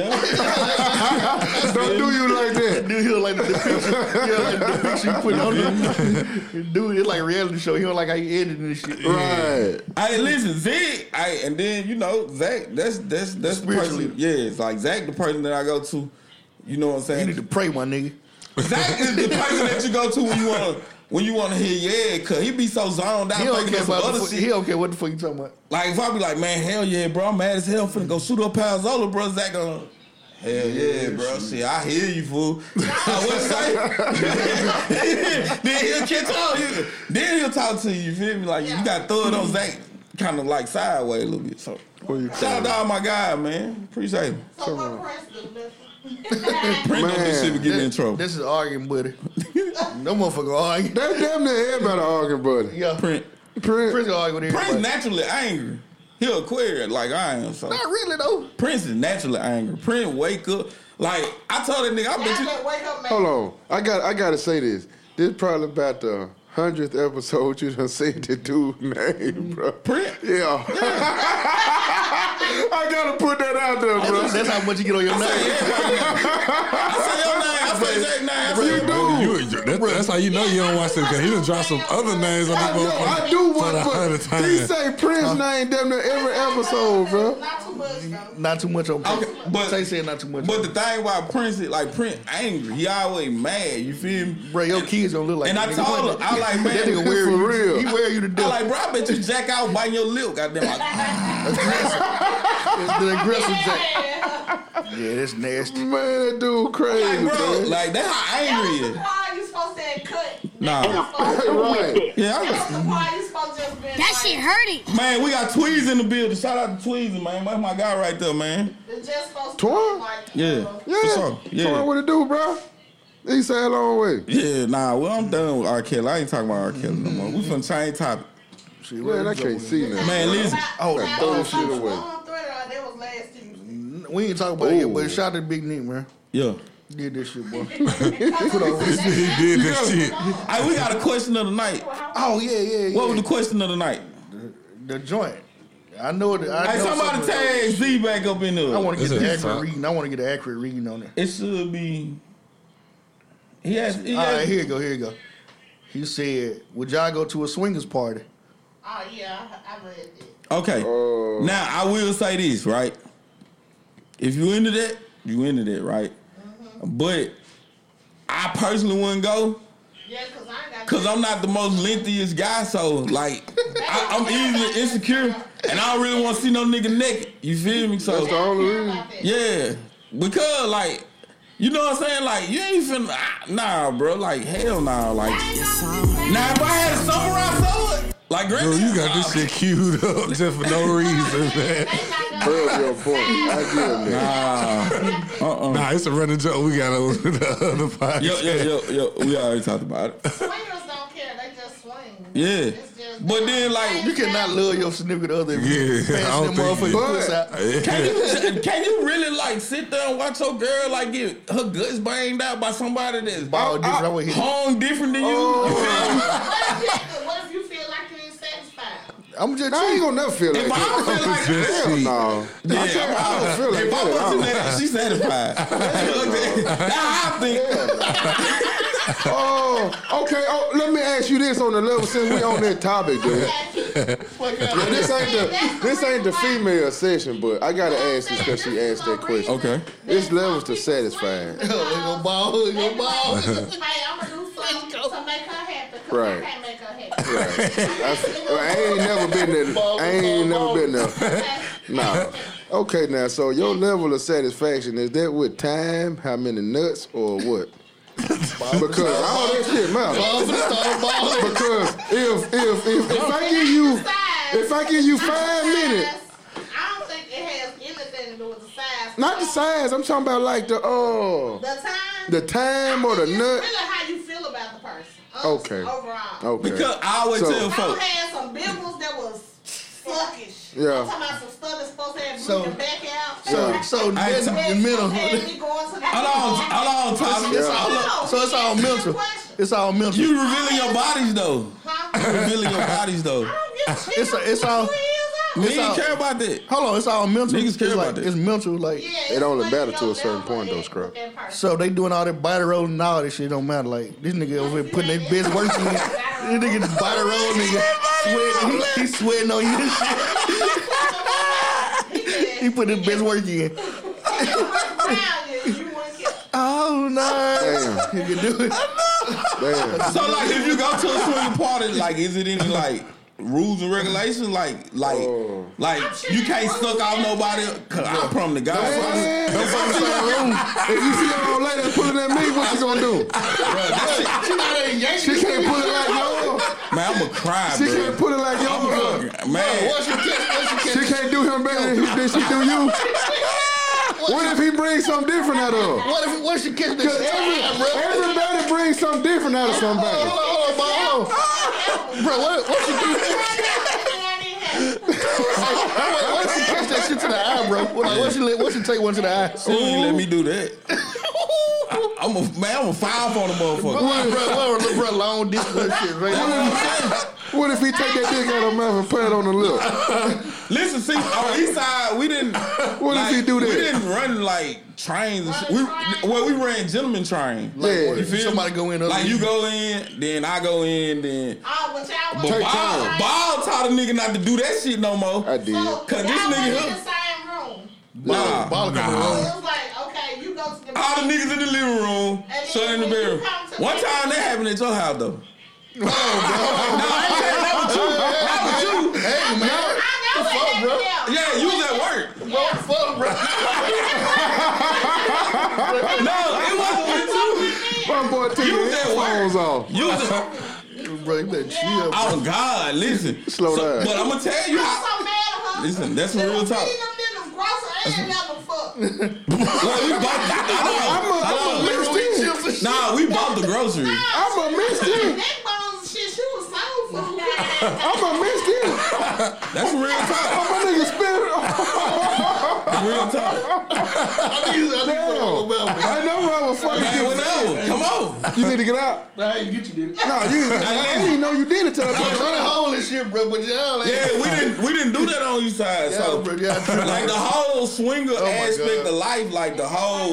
S3: don't do you like that.
S1: Dude, he don't like the depiction. He don't like the depiction you put on him. Dude, it's like a reality show. He don't like how you editing this shit.
S3: Right.
S2: Hey, listen, Zig. I and then you know Zach. That's that's that's the person.
S1: Spiritually.
S2: Yeah, it's like Zach, the person that I go to. You know what I'm
S1: You
S2: saying?
S1: need to pray, my nigga.
S2: Zach is the person that you go to when you want to when you want to hear yeah, cause he be so zoned out
S1: He don't
S2: thinking
S1: care
S2: of some
S1: about. The
S2: other
S1: fuck, he
S2: shit.
S1: don't care what the fuck you talking about.
S2: Like if I be like, man, hell yeah, bro, I'm mad as hell finna go shoot up Palzola, bro. Zach gonna. Hell yeah, bro. Shit, I hear you, fool. I would say. then he'll catch on. He'll- Then he'll talk to you. You feel me? Like you got to throw it on Zach, kind of like sideways a little bit. So shout out to all my guy, man. Appreciate him.
S7: So what person? Listen.
S2: Bring up this
S3: Man,
S2: shit and get me in
S1: That-
S2: trouble.
S1: This is arguing with it. no motherfucker arguing.
S3: That's damn near everybody arguing, buddy.
S1: Yeah,
S2: Print.
S3: Prince,
S1: Prince arguing with
S2: Prince
S1: everybody.
S2: naturally angry. He a queer like I am. So
S1: Not really though.
S2: Prince is naturally angry. Prince wake up like I told that nigga. I bet
S7: That's
S2: you.
S7: that wake up man.
S3: hold on. I got I gotta say this. This probably about the hundredth episode you done said the dude name, bro.
S2: Prince.
S3: Yeah. I gotta put that out there, bro.
S1: That's how much you get on your nerves.
S2: I say your name. I say Zach name. I say
S4: You, you- that, that's how you know you don't watch this because he done dropped some other names on this
S3: I know
S4: motherfucker.
S3: I
S4: for
S3: do
S4: the
S3: want
S4: hundredth
S3: but he
S4: time.
S3: say Prince name damn near every episode, bro.
S7: Not too much, though.
S1: Not too much on Prince.
S2: Okay, but-
S1: Tay said not too much.
S2: But
S1: But
S2: the thing why Prince is like Prince angry, he always mad. You feel me?
S1: bro, your kids don't look like.
S2: And
S1: that
S2: I
S1: nigga.
S2: told her, I like, man,
S1: that nigga
S2: for
S1: wear you.
S3: real.
S1: He wear you to
S2: I
S1: death.
S2: like, bro, I bet you Jack out biting your lip. Goddamn, like,
S1: the aggressive Jack.
S7: Yeah.
S1: Yeah, that's nasty.
S3: Man, that dude crazy,
S2: like, bro,
S3: bro.
S2: like that's how
S7: That
S2: angry he
S7: was
S2: is.
S7: the part you supposed to have cut.
S2: Nah.
S7: That was the part-
S3: Right.
S2: Yeah, I was,
S7: that was the part you supposed to have been
S6: That
S7: like,
S6: shit hurted.
S2: man, we got Tweez in the building. Shout out to Tweez, man. That's my guy right there, man.
S7: It's just supposed to
S3: Twan?
S7: be like,
S2: Yeah.
S7: uh,
S3: Yeah.
S2: For sure. Yeah.
S3: Come on, what it do, bro? He say a long way.
S2: Yeah, nah, well, I'm done with R. Kelly. I ain't talking about R. Kelly no more. We finna change topic.
S1: Shit,
S3: Man, I can't see now.
S2: Man, listen.
S1: Oh,
S7: Now,
S3: throw
S7: the
S3: shit away.
S7: first one thriller, That was last Tuesday.
S1: We ain't talking about it yet,
S3: Ooh.
S1: but shout out to Big Nick, man.
S2: Yeah.
S1: Did this shit, boy.
S4: he did that shit.
S2: Hey, we got a question of the night.
S1: Oh yeah, yeah, yeah.
S2: What was the question of the night?
S1: the joint? I know it. I
S2: Hey,
S1: know
S2: somebody
S1: something.
S2: tag Z back up in there.
S1: I want to
S4: This
S1: get
S4: is
S1: the
S4: a
S1: accurate
S4: fuck.
S1: reading. I want to get the accurate reading on it.
S2: It should be. He has. He
S1: All right,
S2: has
S1: here you go. Here you go. He said, "Would y'all go to a swingers party?"
S7: Oh, yeah, I I read it.
S2: okay.
S1: Uh.
S2: now I will say this right. If you into that, you into that, right?
S1: Mm-hmm.
S2: But I personally wouldn't go
S7: Yeah, because I ain't got
S2: because I'm not the most lengthiest guy. So like, I, I'm easily insecure, and I don't really want to see no nigga naked. You feel me? So
S3: That's the only
S7: care
S3: reason.
S7: about that.
S2: Yeah, because like, you know what I'm saying? Like, you ain't finna, I- nah, bro. Like, hell nah. Like, now if I had a summer, I saw it. Like,
S4: Bro,
S2: Grant,
S4: you got this shit queued up just for no reason, man.
S7: They not gonna
S3: Herb your point. I give him that.
S2: Uh-uh.
S4: Nah, it's a running joke. We got on the other podcast.
S2: Yo, yo, yo, yo. We already talked about it.
S7: Swingers don't care. They just swing.
S2: Yeah.
S7: It's just-
S2: But then, like,
S1: You cannot love your significant other if you
S4: Yeah, I
S1: pass
S4: don't
S1: them
S4: think you-
S1: motherfucking puss out.
S2: Can you can you really like sit there and watch your girl like get her guts banged out by somebody that's
S1: Ball different, I would hit it.
S2: hung different than you?
S1: Oh,
S2: You feel me?
S7: What if you- what if you feel like you ain't satisfied?
S1: I'm just
S3: I ain't
S1: cheating.
S3: gonna never feel like
S2: If I
S3: that.
S2: don't feel like that,
S3: Hell no.
S2: yeah,
S3: I, tell you, I don't feel like
S2: if I
S3: that at all.
S2: wasn't that, she satisfied. That's how I think.
S3: Oh, okay. Oh, let me ask you this on the level since we on that topic, dude. And this ain't the this ain't the female session, but I gotta ask this because she asked that question.
S2: Okay.
S3: It's levels to satisfying.
S1: Go ball, go ball.
S7: Hey, I'm gonna do something to make her happy. 'cause
S3: Right.
S7: I can't make her happy.
S3: I, I ain't never been there. I ain't never been there. Nah. Okay, now so your level of satisfaction is that with time, how many nuts, or what? Because all that shit matters.
S2: Oh,
S1: Ball for the start, ball.
S3: Because if if if if I give you if I give you five minutes.
S7: I don't think it has anything to do with the size.
S3: Not the size. I'm talking about like the uh
S7: The time.
S3: the time or the
S7: it's
S3: nut.
S7: Really, how you feel about the person? Us,
S3: Okay.
S7: Overall.
S3: Okay.
S2: Because I always
S3: So-
S2: tell
S7: I done
S2: folks.
S7: had some big ones that was suckish.
S3: Yeah.
S7: I'm talking about some stuff that's supposed to have
S1: So-
S7: so, your back out.
S1: So, so
S2: I
S1: that's the
S2: ain't
S7: mental.
S1: mental.
S2: Hold on, hold on, Tommy.
S1: It's all, so it's all mental. It's all mental.
S2: You revealing your bodies though.
S7: Huh?
S2: Revealing your bodies though.
S1: It's a- it's all-
S2: We
S1: It's all-
S2: didn't care about that.
S1: Hold on, it's all mental.
S2: Niggas
S1: it's
S2: care
S1: like,
S2: about that.
S1: It's mental, like
S3: It only matter to a certain point, though, Scrub.
S1: so they doing all that body rolling and all this shit don't matter. Like this nigga over here putting their best work in. This nigga just body rolling, nigga. Sweating, he, he sweating on you. he put his best work in. Oh no,
S3: Damn.
S1: he can do it.
S3: Damn.
S2: So like, if you go to a swinging party, like, is it any like rules and regulations? Like, like,
S3: Oh.
S2: like you can't suck off nobody. Cause I prom the guy.
S3: Damn. Don't fuck inside the room. If you see an old lady pulling at me, what you gonna do? She can't pull it like yours.
S2: Man, I'ma cry,
S3: She
S2: bro.
S3: can't pull it like yours.
S2: Man,
S1: Once you catch, once you catch,
S3: She can't do him better than, he, than she do you. What if he brings something different out of her?
S1: what if once you catch
S3: Cause
S1: this?
S3: every, everybody brings something different out of somebody.
S1: Hold on, hold on, hold on. bro. What, what you do? Once you catch that shit to the eye, bro. Like, once you let, once you take one to the eye.
S2: soon you let me do that. I'm a man. I'm a foul for the motherfucker.
S1: Bro, bro, bro, bro, long distance shit, right?
S3: What if he take that dick out of her mouth and put it on the lip?
S2: Listen, see, on East Side, we didn't.
S3: What if
S2: like,
S3: he do that?
S2: We didn't run like trains. and shit. We well, we ran gentleman train. Like,
S3: Yeah.
S2: you feel
S1: Somebody
S2: me?
S1: go in, other
S2: Like you
S1: people-
S2: go in, then I go in,
S7: Oh,
S2: then. But
S3: Take
S2: Ball,
S3: time.
S2: Ball taught a nigga not to do that shit no more.
S3: I did.
S2: Cause this nigga
S7: in
S2: here-
S7: the same room.
S2: Nah.
S1: Ball come
S7: It
S1: around.
S7: was like, okay, you go to the
S2: All the niggas in the living room,
S7: And
S2: shut in the
S7: then when you
S2: bedroom.
S7: come to
S2: One
S7: bed-
S2: time that happened at your house though. No,
S3: Oh,
S2: I ain't saying that was you. That was you.
S1: Hey, man.
S7: I know it
S1: fuck, bro?
S7: happened
S2: Yeah, you was at work.
S1: What the fuck, bro?
S2: No, it wasn't with you.
S3: My boy took
S2: You
S3: his
S2: was at work.
S3: headphones off.
S2: You was at,
S1: Bro, you better chill. bro.
S2: oh God, listen.
S3: Slow
S2: So-
S3: down.
S2: But I'm gonna tell you
S7: I'm
S2: how.
S7: so mad at her.
S2: Listen, that's some real talk.
S7: See them niggas gross and never fuck.
S2: Well, we bought. I
S3: I'm a, I'm a mixed in.
S2: know. Nah, we bought the groceries.
S3: I'm a mixed in.
S7: Neck bones and shit, she was soul food.
S3: I'm a mixed in.
S2: That's real talk.
S3: My nigga spit.
S2: Real talk.
S1: I need I need
S3: Damn.
S1: something about me.
S3: I know where I was
S2: Hey,
S3: fucking.
S2: whatever. Come on.
S3: You need to get out.
S1: I ain't get you, dude.
S3: No, you. I didn't know you did it till I
S1: I'm
S3: told
S1: trying to hold this shit, bro, but y'all ain't.
S2: Yeah, we didn't we didn't do that on you side.
S1: Yeah,
S2: so
S1: bro, yeah, true.
S2: like the whole swinger
S1: my
S2: aspect
S1: God.
S2: of life, like the whole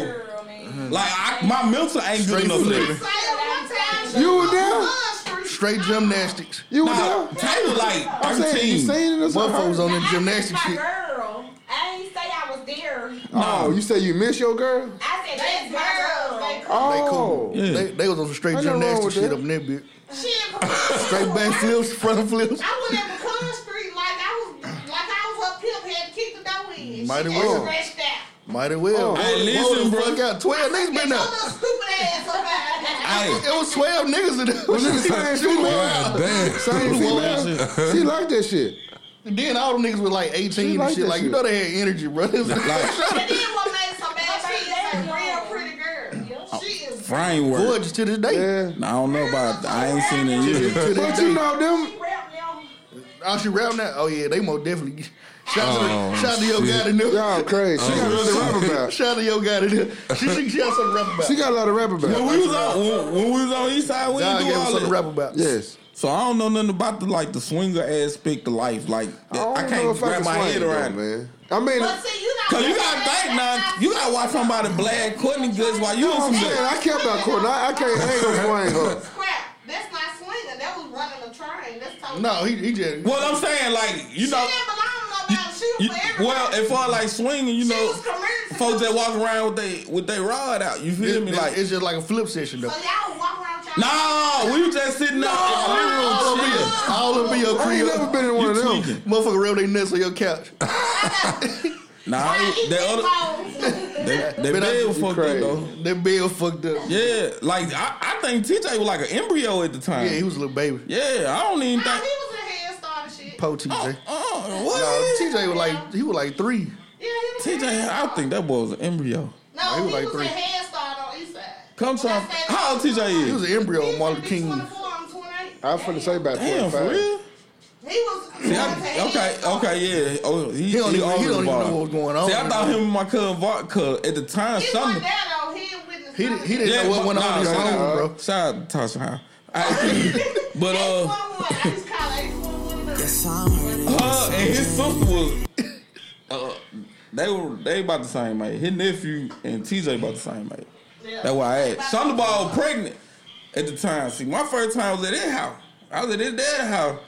S2: like I, my mental ain't good
S1: Straight
S2: enough.
S1: foot.
S2: nigga.
S3: you. You were there.
S1: Straight gymnastics.
S3: You were
S2: Nah,
S3: there.
S2: Taylor like
S3: I said you
S2: thirteen.
S3: seen it or
S1: Motherfuckers
S3: something.
S1: on the gymnastics shit.
S8: girl. I ain't say I was there.
S3: Oh, you say you miss your girl?
S8: I said
S7: They
S8: that's
S7: girls,
S8: my
S7: they
S8: girl.
S3: Oh.
S2: Yeah.
S1: They, they was on some straight
S3: Ain't nothing wrong
S1: gymnastics
S3: with
S1: shit
S3: that.
S1: up in that bitch.
S7: Shit,
S1: Straight back flips, front flips.
S7: I went up Pecan Street like I was like I was up pimp had to keep the door in.
S1: Mighty
S7: she
S1: well.
S7: Got stretched out.
S1: Mighty well.
S3: Oh.
S2: Hey,
S1: Roll the
S2: listen, bro.
S1: Fuck out. 12 niggas
S7: Get
S1: been
S7: your
S1: up.
S7: little stupid ass up out of here.
S2: Hey,
S1: It was 12 niggas in there.
S3: Was it the same female?
S4: God damn.
S3: Same female? She liked that shit.
S1: And then all them niggas was like 18
S3: She
S1: and
S3: like
S1: shit.
S3: that
S1: Like, you
S3: shit.
S1: know they had energy, bro. It's like,
S7: And then what made it so bad, she is a real
S8: Yeah.
S7: pretty girl. She is
S2: Framework.
S1: gorgeous to this day.
S3: Yeah.
S2: Nah, I don't know about. I ain't seen it
S1: To
S2: either.
S1: this
S3: But you
S1: day.
S3: know them.
S8: She rap now.
S1: Oh, she rapping that? Oh, yeah, they most definitely. Shout,
S4: Oh,
S1: out to, shout out to your
S4: shit.
S1: guy that knew.
S3: Y'all crazy. She got nothing to rap about.
S1: Shout out to your guy that knew. She, she, she got something to rap about.
S3: She got a lot of rap
S2: When
S3: about.
S2: we was on when, when we was on Eastside, we
S1: Dog
S2: didn't
S1: gave
S2: do
S1: her
S2: all
S1: something
S2: that.
S1: to rap about.
S3: Yes.
S2: So I don't know nothing about the like the swinger aspect of life. Like that,
S3: don't
S2: I,
S3: know
S2: can't
S3: if I
S2: wrap
S3: can
S2: my
S3: swing
S2: head
S3: it, though,
S2: around it.
S3: man. I mean,
S7: But see, you not
S2: Cause you gotta think now, you gotta watch somebody blast Courtney goods while you
S3: you
S2: on
S3: know what I'm
S2: some
S3: saying?
S2: shit.
S3: I care about Courtney. I, I can't hang no swing her.
S7: Crap, that's not swinging. That was running a train. That's totally.
S1: No, he, he just.
S2: What I'm saying, like you
S7: she
S2: know,
S7: didn't belong to nobody. She was
S2: you,
S7: for everybody.
S2: well, if I like swinging, you
S7: she
S2: know,
S7: was commercial.
S2: folks that walk around with they with they rod out, you feel
S1: It's,
S2: me?
S1: it's-
S2: Like
S1: it's just like a flip session, though.
S7: So y'all walk around y'all.
S2: no, we was just sitting there.
S1: All
S2: Oh,
S1: over
S2: shit.
S1: your, all over your
S3: I ain't
S1: crib.
S3: never been in one
S2: You
S3: of them.
S2: tweaking.
S1: Motherfucker rub their nuts on your couch.
S2: Nah,
S7: Eat
S2: that other
S7: other,
S2: that
S1: Man, I-
S2: bed was
S1: you
S2: fucked up
S3: crazy.
S2: though.
S1: That bill fucked up. Yeah,
S2: Yeah, like I, I think TJ was like an embryo at the time.
S1: he was a little baby.
S2: Yeah, I don't even
S7: he
S2: think.
S7: was a head start and shit.
S1: Po TJ.
S2: Uh, what?
S1: No, TJ was like he was like three.
S7: Yeah, he was. a
S2: TJ,
S7: head
S2: I
S7: start.
S2: think that boy was an embryo.
S7: No,
S1: Nah,
S7: he was,
S1: like three.
S7: a head start on East Side.
S2: Come to
S7: When I say that,
S2: how old TJ
S1: He was
S2: is?
S1: an embryo of
S7: He
S1: Martin
S7: was
S1: King.
S7: 24, I'm 28.
S3: I'm finna say about
S2: Damn,
S3: 25.
S2: for real?
S7: He was.
S2: See, I, okay, okay, yeah. Oh, he,
S1: He don't even,
S2: always
S1: he don't even
S2: involved.
S1: know what was going on.
S2: See, I thought him and my cousin Vodka at the time
S7: He
S2: something.
S7: wasn't there though. He didn't witness.
S1: He didn't- he didn't
S2: Yeah,
S1: know what
S2: but-
S1: went on in
S2: nah,
S1: his
S2: shout
S1: home,
S2: out-
S1: bro.
S2: Shout out to Tasha Howe. I- But
S7: Eight
S2: uh,
S7: one one. I just call it eight one one.
S2: her Uh, and his sister was. Uh, they were they about the same age. His nephew and TJ about the same age.
S7: Yeah.
S2: That's why I asked. Thunderball was pregnant at the time. See, my first time was at their house. I was at their dad's house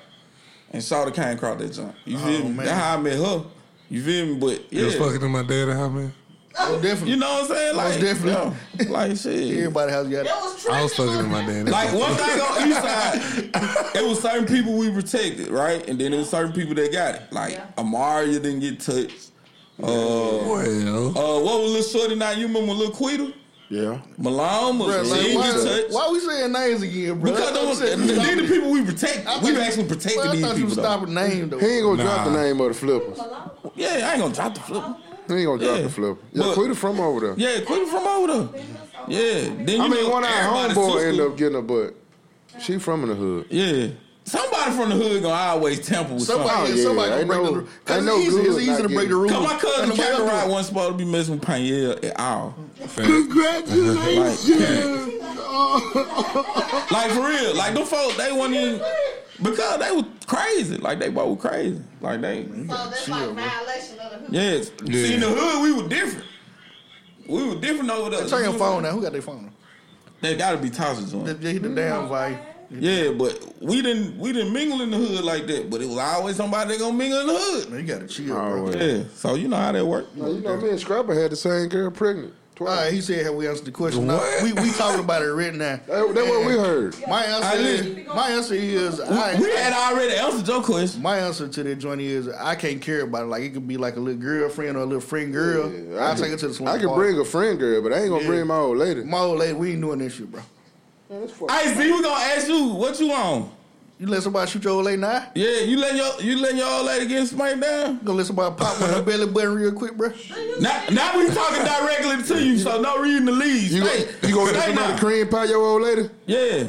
S2: and saw the cane cross that jump. You feel
S1: Oh,
S2: me?
S1: man.
S2: That's how I met her. You feel me? But
S4: You was
S2: yeah.
S4: fucking in my dad house, man.
S1: Oh,
S2: You
S1: definitely.
S2: know what I'm saying? Like,
S1: Most definitely.
S2: yeah, like shit.
S1: Everybody has got
S7: It was true.
S4: I was fucking in my dad.
S2: Like
S4: house.
S2: one thing on each side, it was certain people we protected, right? And then it was certain people that got it. Like Amaria didn't get touched.
S4: well,
S2: Uh, what was Lil Shorty now? You remember Lil Quita?
S3: Yeah.
S2: Malone was
S1: Bruh,
S2: she
S1: like,
S2: didn't
S1: why,
S2: get touched.
S1: why we saying names again, bro?
S2: Because
S1: I thought
S2: those,
S1: you said
S2: these
S1: stop-
S2: the people we protect.
S1: I thought
S2: We've
S1: you-
S2: actually
S1: Well,
S2: protected
S1: I
S2: these
S1: thought you
S2: people.
S1: was
S2: Though.
S1: stopping name though.
S3: He ain't gonna drop the
S4: Nah.
S3: name of the flippers.
S2: Yeah, I ain't gonna drop the flip.
S3: He ain't gonna drop
S2: Yeah.
S3: the flipper. Yeah,
S2: Look.
S3: Quita from over there.
S2: Yeah, Quita from over there. Yeah, then you
S3: I mean,
S2: know
S3: one of our
S2: everybody's
S3: homeboy
S2: sister-
S3: ended up getting a butt. She from in the hood.
S2: Yeah, somebody from the hood gonna always tamper with somebody.
S1: Somebody,
S3: Oh, yeah,
S1: somebody can
S3: ain't
S1: break
S3: no-
S1: the rule. Cause
S3: ain't no
S1: it's easy, it's
S3: good
S1: easy
S3: not
S1: to break
S3: getting-
S1: the rule.
S2: Cause my
S1: Ain't
S2: cousin
S1: nobody
S2: Kevin
S1: else
S2: Wright
S1: doing
S2: wasn't supposed to be messing with Payne at all.
S4: Congratulations.
S2: Like for real, like them folks, they wasn't even because they was crazy. Like they both were crazy. Like they,
S7: So that's like violation of the hood.
S2: yes. See in the hood, we were different. We were different over there.
S1: it. Turn your phone now. Who got their phone?
S2: They gotta be Tasha
S1: The,
S2: joint.
S1: the, the damn
S2: Mm-hmm.
S1: vibe.
S2: Yeah, but we didn't we didn't mingle in the hood like that. But it was always somebody that gonna mingle in the hood.
S1: Man, you gotta chill, bro.
S3: Oh,
S2: Yeah, so you know how that worked.
S3: Now, you know, me and Scrapper had the same girl pregnant
S1: All
S3: twice.
S1: right, he said, "Have we answered the question?" No,
S4: What?
S1: we we talking about it right now.
S3: That, that's what we heard.
S1: My
S2: I
S1: answer
S2: live-
S1: is my answer is I.
S2: We had already answered your question.
S1: My answer to that joint is I can't care about it. Like it could be like a little girlfriend or a little friend girl.
S3: Yeah,
S1: I will
S3: can-
S1: take it to the swing.
S3: I can
S1: party.
S3: bring a friend girl, but I ain't gonna
S1: Yeah.
S3: bring my old lady.
S1: my old lady. We ain't doing this shit, bro.
S2: I see we gonna ask you what you on.
S1: You let somebody shoot your old lady now?
S2: Yeah, you let your you let your old lady get smacked down.
S1: You gonna let somebody pop one her belly button real quick, bro?
S2: Now, now we talking directly to you, so no reading the leads.
S3: You,
S2: Stay-
S3: you gonna let
S2: stay
S3: somebody
S2: now.
S3: cream pie your old lady?
S2: Yeah.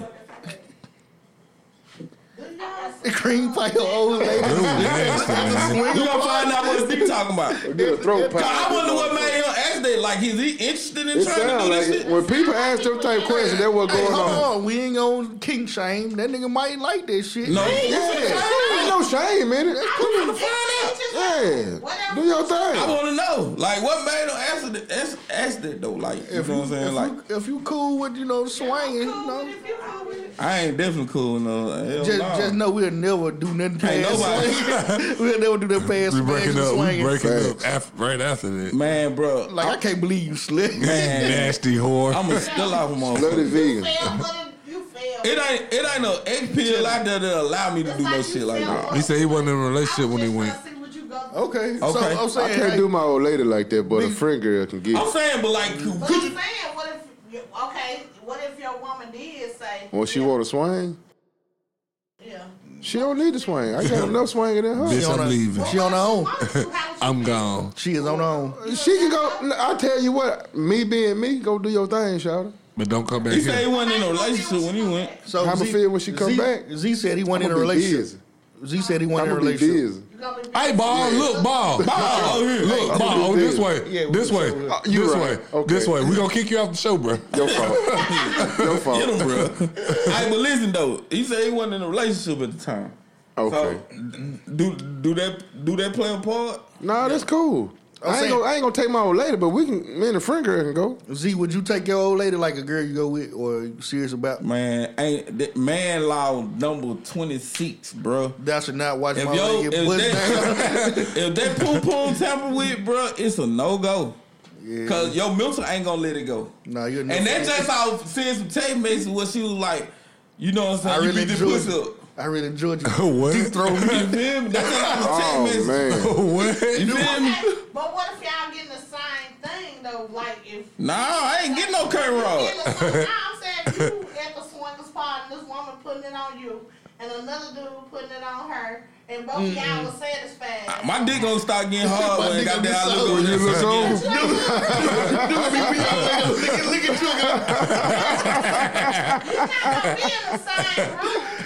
S1: Cream pie your old lady.
S2: We gonna find out what Steve talking about.
S3: Or get a throat pie?
S2: Cause I wonder what made him ask that. Like, is he interested in trying
S3: It
S2: to
S3: sounds
S2: do
S3: like
S2: this
S3: it.
S2: shit?
S3: when people ask them type questions, that's what
S1: Hey,
S3: going
S1: hold
S3: on.
S1: on, we ain't on king shame. That nigga might like that shit.
S2: No.
S3: Yeah, ain't no shame in it. That's cool. Yeah, do your
S2: I
S3: thing.
S2: want to know, like, what made him answer that? Ask, ask that though, like, you
S1: If
S2: know
S1: you,
S2: what I'm saying?
S1: if,
S2: Like,
S1: you, if you cool with you know swinging, you know,
S2: I ain't definitely cool enough. Hell
S1: just
S2: no.
S1: just know we'll never do nothing
S2: Can't
S1: past swinging. we'll never do that past
S4: we breaking
S1: smashing,
S4: up. We
S1: swinging.
S4: breaking up af- right after that.
S2: man, bro,
S1: Like I can't believe you slick.
S2: man,
S4: Nasty whore.
S2: I'm a still off
S3: Bloody
S2: motherfucker.
S3: vegan.
S7: You failed.
S2: It ain't it ain't no egg pill out there that allow me to do no shit like that.
S4: he said he wasn't in a relationship when he went.
S7: Okay.
S1: Okay, so
S2: Okay.
S1: I'm saying
S3: I can't
S1: hey,
S3: do my old lady like that, but a friend girl can get.
S2: I'm
S3: it.
S2: saying, but like, could,
S7: But
S2: could
S7: I'm
S2: you?
S7: saying, what if, you- okay, what if your woman did say,
S3: When she want to swing,
S7: yeah,
S3: She don't need to swing. I got enough swinging in her.
S4: Bitch, I'm leaving.
S1: She on her own.
S4: I'm gone.
S1: She is on her own.
S3: She can go. I tell you what, me being me, go do your thing, Shawty.
S4: But don't come back
S2: He said he
S4: here.
S2: wasn't in a relationship when he went.
S1: So
S3: I'ma
S1: Z-
S3: feel when she come
S1: Z-
S3: back.
S1: Z said he wasn't in
S3: I'ma
S1: a
S3: be
S1: relationship. Z said he wasn't in a
S3: I'ma be
S1: relationship.
S3: busy.
S4: Hey, ball, look, ball, ball, look, ball. Oh, this way,
S1: Yeah, we
S4: this
S1: can
S4: way,
S1: show
S3: it. You
S4: this way,
S3: right. Okay.
S4: this way. We gonna kick you off the show, bro.
S3: Your fault. your
S2: Get him,
S3: fault.
S2: bro. hey, but listen though, he said he wasn't in a relationship at the time.
S3: Okay.
S2: So, do do that do that play a part?
S3: Nah, that's cool.
S1: I'm
S3: I ain't,
S1: saying-
S3: gonna, I ain't gonna take my old lady, but we can. Me and the friend girl can go.
S1: Z, would you take your old lady like a girl you go with, or are you serious about?
S2: Man, ain't that man law number twenty six, bro.
S1: That should not watch
S2: If
S1: my
S2: yo,
S1: lady
S2: if
S1: get pushed down.
S2: that, if that poom poom tamper with, bro, it's a no go. Cause your mental ain't gonna let it go.
S1: Nah, you're
S2: And that just how seeing some tape messages where she was like, you know what I'm saying?
S1: I
S2: you
S1: really
S2: beat the
S1: enjoyed
S2: pussy
S1: you.
S2: up.
S1: I really enjoyed you.
S4: What?
S1: Deep throat
S2: You feel me? That's how some
S3: Oh,
S2: tape messages.
S3: man.
S4: what?
S2: You feel me?
S7: Okay, but what if y'all getting the same thing though? Like if
S2: Nah, I ain't getting no curry
S7: Nah,
S2: rod.
S7: I'm saying you at the swingers party, this woman putting it on you, and another dude putting it on her, and both of y'all were satisfied.
S2: My dick gonna start getting hard
S1: My
S2: when
S1: dick
S2: got
S1: gonna
S2: there.
S1: be
S2: I
S1: solid. You
S2: look over
S3: look
S2: there.
S3: over.
S1: look, at, look at you. girl.
S7: You not gonna be in the same room.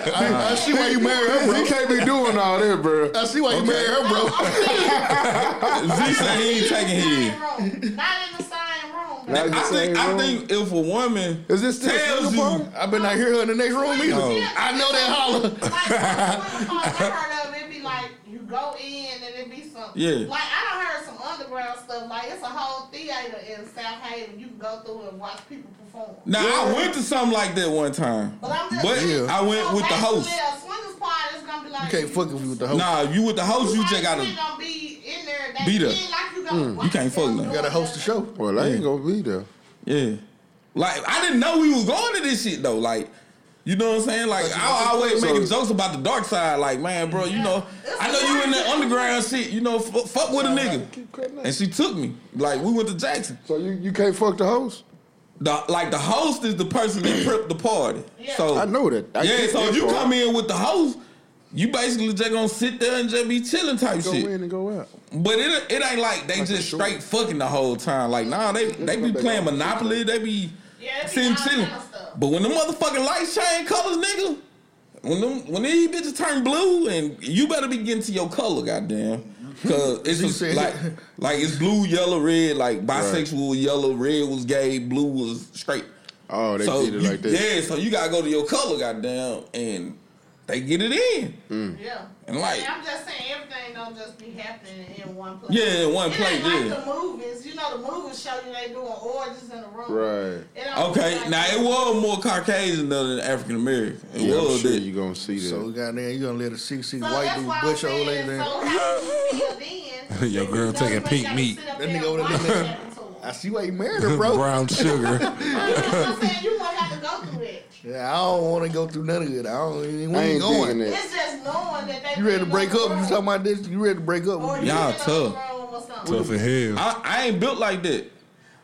S1: I, I see why you married her,
S3: He
S1: bro.
S3: can't be doing all that, bro.
S1: I see why you married her, bro.
S2: Z said he ain't taking his.
S7: Not in the same room. Not
S3: Not in
S7: in the same room. though.
S3: the
S2: I think
S3: same
S2: I
S3: room.
S2: think if a woman
S3: Is this still a
S2: tells
S3: swinger party?
S2: you,
S1: I better not hear her in the next room either.
S2: No.
S1: I know that holler.
S7: Like, when I heard of it, it be like you go in and it be something.
S2: Yeah.
S7: Like I done heard some underground stuff. Like it's a whole theater in South Haven. You can go through and watch people perform.
S2: now I went to something like that one time,
S7: But I'm just
S2: but
S7: saying,
S2: I went
S7: so
S2: with the
S7: basically,
S2: host.
S7: A swingers party is gonna be like
S1: You can't fuck if you with the hoe.
S2: Nah, you with the host, you just gotta.
S7: ain't gonna be in there. That
S2: Be there.
S7: kid, Like you, gonna watch
S2: you can't fuck
S7: them
S2: no.
S7: do
S1: You gotta
S7: it.
S1: host the show.
S3: Well, I ain't gonna be there.
S2: Yeah. Like I didn't know we was going to this shit though. Like, you know what I'm saying? Like I always
S3: so-
S2: making jokes about the dark side. Like, man, bro, you know, I know you in the underground shit. You know, fuck, fuck with a nigga. And she took me. Like we went to Jackson.
S3: So you, you can't fuck the host?
S2: The like the host is the person that prepped the party. So
S3: I know that. I
S2: yeah.
S3: get
S2: So
S3: that
S2: if you
S3: part.
S2: come in with the host, you basically just gonna sit there and just be chilling type
S3: Go
S2: shit.
S3: in and go out.
S2: But it it ain't like they just
S3: sure.
S2: straight fucking the whole time. Like nah, they they be
S3: what they
S2: playing
S3: gonna do.
S2: Monopoly. They be
S7: Yeah, it be
S2: sitting
S7: all
S2: chilling.
S7: kind of stuff.
S2: But when the motherfucking lights change colors, nigga. When them when these bitches turn blue, and you better be getting to your color, goddamn. Cause it's
S1: She
S2: just
S1: said-
S2: like like it's blue, yellow, red. Like bisexual, yellow, red was gay, blue was straight.
S3: Oh, they
S2: so
S3: did it
S2: you-
S3: like that.
S2: yeah, so you gotta go to your color, goddamn, and they get it in.
S7: Yeah.
S2: Mm. And like-
S7: I'm just saying, everything don't just be happening in one place.
S2: Yeah, in one
S7: it
S2: place,
S7: Ain't like
S2: yeah.
S7: the movies, you know, the movies show you they doing orgies in the room.
S3: Right.
S7: It don't be
S2: Okay,
S7: like
S2: now
S7: that.
S2: it was more Caucasian than African American. It
S3: Yeah, I'm
S2: was
S3: sure
S2: that.
S3: you gonna see that.
S1: So goddamn, you gonna let a six six
S7: So
S1: white
S7: that's
S1: dude
S7: why I'm
S1: bust your old
S7: saying,
S1: lady? down?
S7: So how you feel then?
S4: Your girl
S7: Don't
S4: taking
S7: make
S4: pink
S7: y'all
S4: meat.
S7: sit up
S1: That
S7: there
S1: nigga over
S7: and
S1: there
S7: watch
S1: looking-
S7: that until-
S1: I see why you married her, bro.
S4: Brown sugar.
S7: I'm saying you won't have to go through it.
S1: yeah, I don't want to go through none of it. I don't even
S3: I
S1: where you
S3: ain't digging
S1: going.
S3: that.
S7: It's just knowing that they
S1: You ready to
S7: been
S1: break
S7: going
S1: up? You talking about this? You ready to break up?
S7: wrong. Or
S1: What
S7: you
S2: Y'all
S7: been
S2: tough.
S7: on the road or something.
S4: Tough as
S2: I,
S4: hell.
S2: I ain't built like that.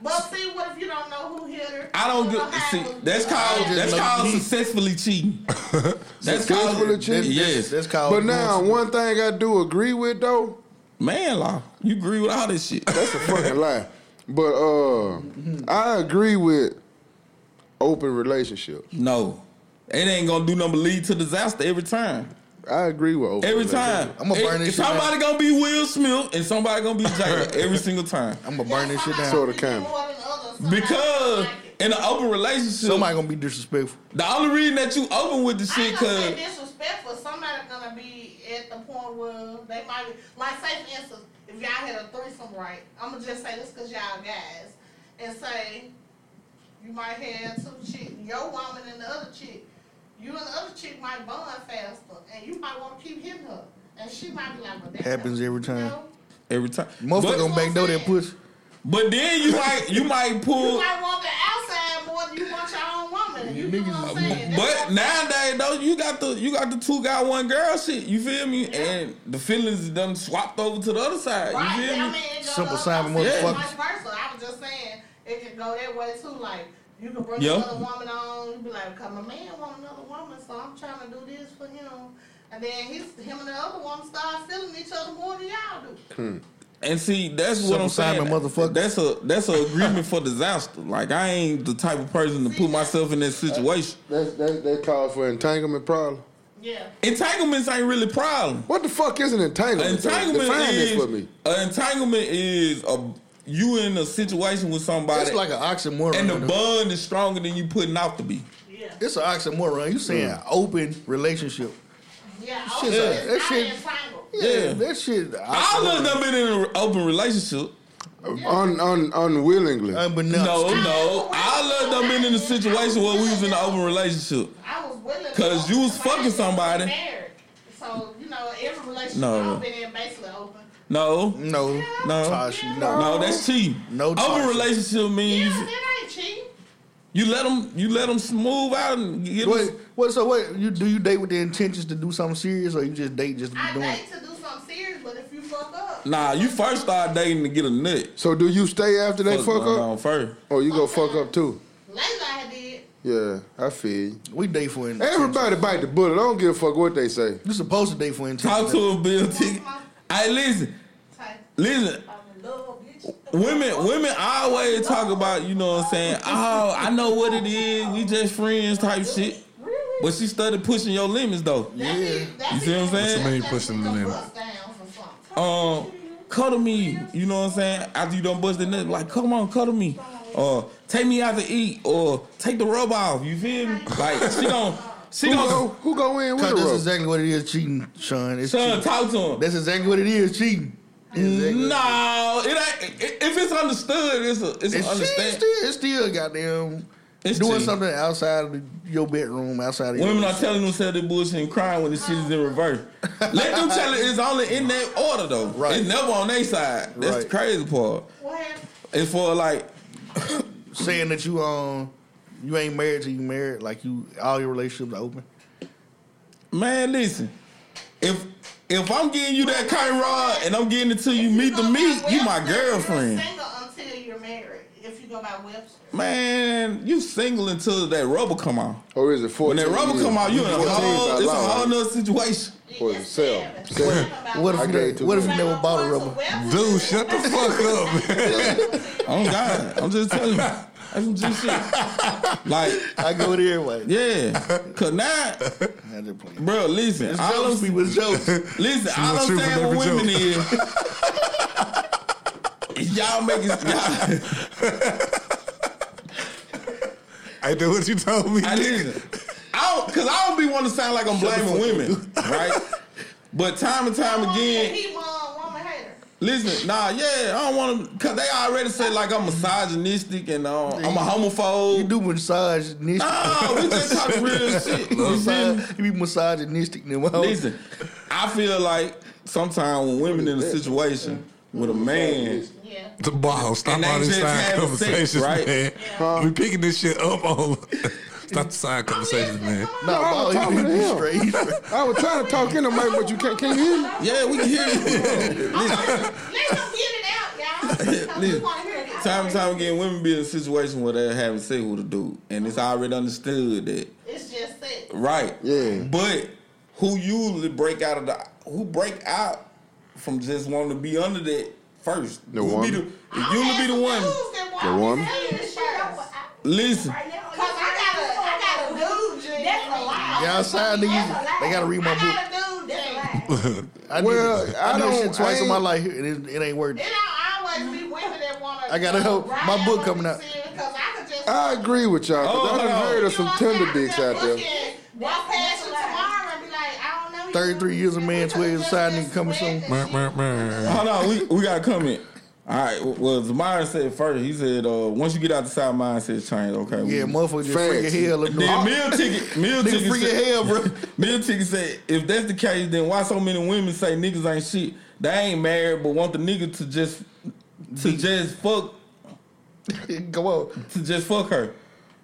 S7: But see, what if you don't know who hit her?
S2: I don't get see. That's called
S1: just
S2: that's
S1: know
S2: called
S1: you-
S2: successfully cheating. That's
S3: Successfully
S2: called
S3: cheating?
S2: Yes,
S1: That's called.
S3: But now, one thing I do agree with though,
S2: man law. You agree with all this shit?
S3: that's a fucking lie. But uh, I agree with open relationship.
S2: No, it ain't gonna do nothing but lead to disaster every time.
S3: I agree with open.
S2: Every
S3: relationship.
S2: time.
S1: I'ma burn
S2: It-
S1: this shit
S2: Somebody gonna be Will Smith and somebody gonna be Jada every single time
S1: I'm gonna burn this shit down.
S3: Sort of kind.
S2: because in an open relationship,
S1: Somebody gonna be disrespectful.
S2: the only reason that you open with the shit
S7: because
S2: cause.
S7: disrespectful, somebody's gonna be at the point where they might be like, say for instance, if y'all had a threesome, right? I'm gonna just say this because y'all guys, and say you might have two chick, your woman and the other chick. You and the other chick might bond faster, and you might want to keep hitting her, and she might be like, well, damn,
S1: Happens every
S7: you
S1: time.
S7: know?
S2: Every time,
S1: Motherfucker
S2: but,
S1: gonna backdoor that pussy.
S2: but then you might you might
S7: You
S2: pull.
S7: might want the outside more than you want your own woman. You know what I'm saying? That's
S2: But
S7: what I'm
S2: nowadays though, you got the you got the two guy one girl shit. You feel me? And the feelings is done swapped over to the other side.
S7: Right?
S2: You feel
S7: I
S2: me?
S7: mean, it goes
S1: Simple
S7: up-
S1: Simon
S7: yeah.
S1: motherfuckers.
S7: Vice versa. I was just saying it can go that way too. Like you can bring
S2: Yeah.
S7: another woman on, you be like, "Cause my man want another woman, so I'm trying to do this for him." And then he's, him and the other woman start feeling each other more than y'all do.
S2: And see, that's what
S1: Simple
S2: I'm saying.
S1: Simon, motherfucker.
S2: That's a that's a agreement for disaster. Like I ain't the type of person to put myself in that situation.
S3: That's, that's, that calls for entanglement problem.
S7: Yeah.
S2: Entanglements ain't really a problem.
S3: What the fuck is an entanglement?
S2: entanglement
S3: Define
S2: is
S3: this for me.
S2: a entanglement is a you in a situation with somebody
S1: It's like an oxymoron.
S2: and the bond is stronger than you putting out to be.
S7: Yeah.
S1: it's an oxymoron. You saying
S3: Mm.
S1: open relationship?
S7: Yeah.
S1: Shit,
S7: okay,
S1: that- that
S7: it's not
S1: shit-
S7: entangled.
S2: Yeah.
S1: that shit.
S2: All
S1: oxymoron.
S2: of them been in an open relationship.
S3: Un, un, unwillingly.
S2: Um,
S1: Unbeknownst.
S2: No, no. All of them been in a situation where we was in an open relationship.
S7: I was willing.
S2: 'Cause you was fucking somebody.
S7: Married. So, you know, every relationship
S2: No.
S7: I've been in basically open.
S2: No,
S1: no,
S2: No.
S1: Tashi, no.
S2: no, that's cheating.
S1: No
S2: open
S1: toxic.
S2: relationship
S7: Yeah,
S2: means
S7: that ain't cheating.
S2: You let them, you let them smooth out and get
S1: What,
S2: them.
S1: what? So what? You do you date with the intentions to do something serious, or you just date just to
S7: I
S1: be doing? it?
S7: date to do something serious, but if you fuck up,
S2: Nah, you first start dating to get a nut.
S3: So do you stay after they fuck
S2: going
S3: up?
S2: on first.
S3: Or you go fuck up too?
S7: later I did.
S3: Yeah, I feel you.
S1: We date for intentions.
S3: Everybody bite the bullet. I don't give a fuck what they say.
S1: You supposed to date for intentions.
S2: Talk to him, Bill. T. Hey, listen,
S7: Type,
S2: listen.
S7: I'm in love, bitch.
S2: Women, women always talk about, you know what I'm saying? Oh, I know what it is. We just friends type shit.
S7: Really?
S2: But she started pushing your limits though.
S7: That's it. That's
S2: You see what I'm
S7: it.
S2: saying?
S4: What you mean
S7: That's
S4: pushing
S7: it.
S4: the
S7: Go
S4: limit?
S7: bust down for something.
S2: Um, cuddle me. You know what I'm saying? After you done bust the nut, like, come on, cuddle me. Or take me out to eat. Or take the rub off. You feel me? Like she gon' she
S3: Who go,
S2: gon'
S3: who go in with
S1: Cause
S3: the
S1: that's
S3: rope?
S1: exactly what it is, cheating, Sean. It's
S2: son
S1: cheating.
S2: talk to him.
S1: That's exactly what it is, cheating. That's
S2: Mm.
S1: exactly what it is.
S2: No, it ain't. i- If it's understood, it's a, it's,
S1: It's
S2: an
S1: cheating
S2: understand.
S1: still, it's still goddamn
S2: It's
S1: doing
S2: cheating.
S1: something outside of your bedroom, outside of your
S2: Women are telling themselves they bullshit and crying when the shit is in reverse. Let them tell it. It's only in that order though.
S1: Right.
S2: It's never on their side. That's the
S1: Right.
S2: crazy part.
S7: What happened?
S2: It's for like
S1: saying that you um you ain't married till you married, like you all your relationships are open.
S2: man, listen. If if I'm getting you that kite rod and I'm getting it till you meet the
S7: go by
S2: meat, you my
S7: Webster,
S2: girlfriend.
S7: You're single until you're married. If you go by Webster.
S2: Man, you single until that rubber come out.
S3: Or is it 14
S2: When that rubber
S3: years?
S2: come out, you in a
S3: 14 by
S2: whole it's a
S3: law,
S2: whole
S3: ain't it?
S2: nother situation.
S3: For
S7: Yes,
S3: yourself.
S7: Webster.
S3: Self.
S7: You go by
S1: What if
S3: I
S1: you
S7: Webster.
S3: gave
S1: ne-
S3: too
S1: what if you
S3: much.
S1: never bought a
S7: According to
S1: rubber?
S7: Webster,
S4: Dude, shut the fuck up, man.
S2: Oh God, I'm just telling you. That's some G shit. Like,
S1: I go there like
S2: yeah, cause now,
S1: I just play.
S2: bro, listen,
S1: It's
S2: all
S1: jokes,
S2: I'm,
S1: people it's jokes.
S2: listen, all
S4: the
S2: I'm
S4: truth
S2: saying
S4: in
S2: with
S4: every
S2: women is, y'all make it. Y'all,
S4: I did what you told me.
S2: I listen, I don't, cause I don't be want to sound like I'm blaming women, right? But time and time again,
S7: He won woman hater.
S2: Listen, nah, yeah, I don't want to, cause they already say like I'm misogynistic and uh, I'm
S1: You
S2: a homophobe.
S1: do misogynistic.
S2: Nah, we just talk real shit. Ah. You feel me?
S1: Misog- you be misogynistic then
S3: Oh.
S1: why-
S2: Listen, I feel like sometimes when women in a situation with a man,
S7: Yeah.
S4: The ball. Stop
S2: And they
S4: all these
S2: just
S4: side
S2: having sex,
S4: conversations,
S2: right?
S4: man. We picking this shit up on. Stop the side conversations, man.
S1: No,
S3: I'm
S1: no,
S3: talking
S1: you
S3: to
S1: be
S3: him.
S1: straight. He's straight.
S3: I was trying to talk in the mic, but you can't, can't hear me.
S2: yeah, we can hear you.
S7: Let them get it out, y'all. 'cause we
S2: Listen,
S7: wanna hear it out.
S2: Time and time again, women be in a situation where they're having sex with a dude, and it's already understood that,
S7: It's just sex.
S2: right?
S3: Yeah.
S2: But who usually break out of the who break out from just wanting to be under that first?
S3: The
S2: who
S3: woman.
S2: Be the, if you to be the one.
S3: The woman?
S2: Listen,
S7: Cause I got a, I got a dude just
S8: That's a lie.
S1: Yeah, outside niggas, they gotta read my
S7: I
S1: book.
S7: got a dude
S8: That's a
S7: just.
S8: lie.
S1: I
S3: Well,
S1: did,
S3: I
S1: I, did
S3: don't-
S1: shit twice
S3: I
S1: in my
S3: ain't-
S1: life, and it, it ain't worth
S7: It
S1: it.
S7: don't always be women that want to.
S1: I gotta help. My book coming out.
S7: Cause I could just.
S3: I agree with y'all.
S2: Oh,
S3: Cause I
S2: hold
S3: done
S2: on.
S3: heard of some tender dicks out there.
S7: Walk past you tomorrow and be like, I don't know. you.
S1: 33 years a man, 12 years a side nigga coming soon.
S4: Mer, mer, mer.
S2: Hold on, we, we got a comment. All right, well, Zamara said first. He said, uh, "Once you get out the side mindset change, okay." we-
S1: Yeah, motherfucker just
S3: Facts.
S1: freak your hell up.
S2: And then
S1: dog.
S2: meal ticket, meal
S1: Nigga
S2: ticket,
S1: free
S2: said,
S1: as hell, bro.
S2: Meal ticket said, if that's the case, then why so many women say niggas ain't shit? They ain't married, but want the nigga to just to just fuck
S1: Come on.
S2: to just fuck her.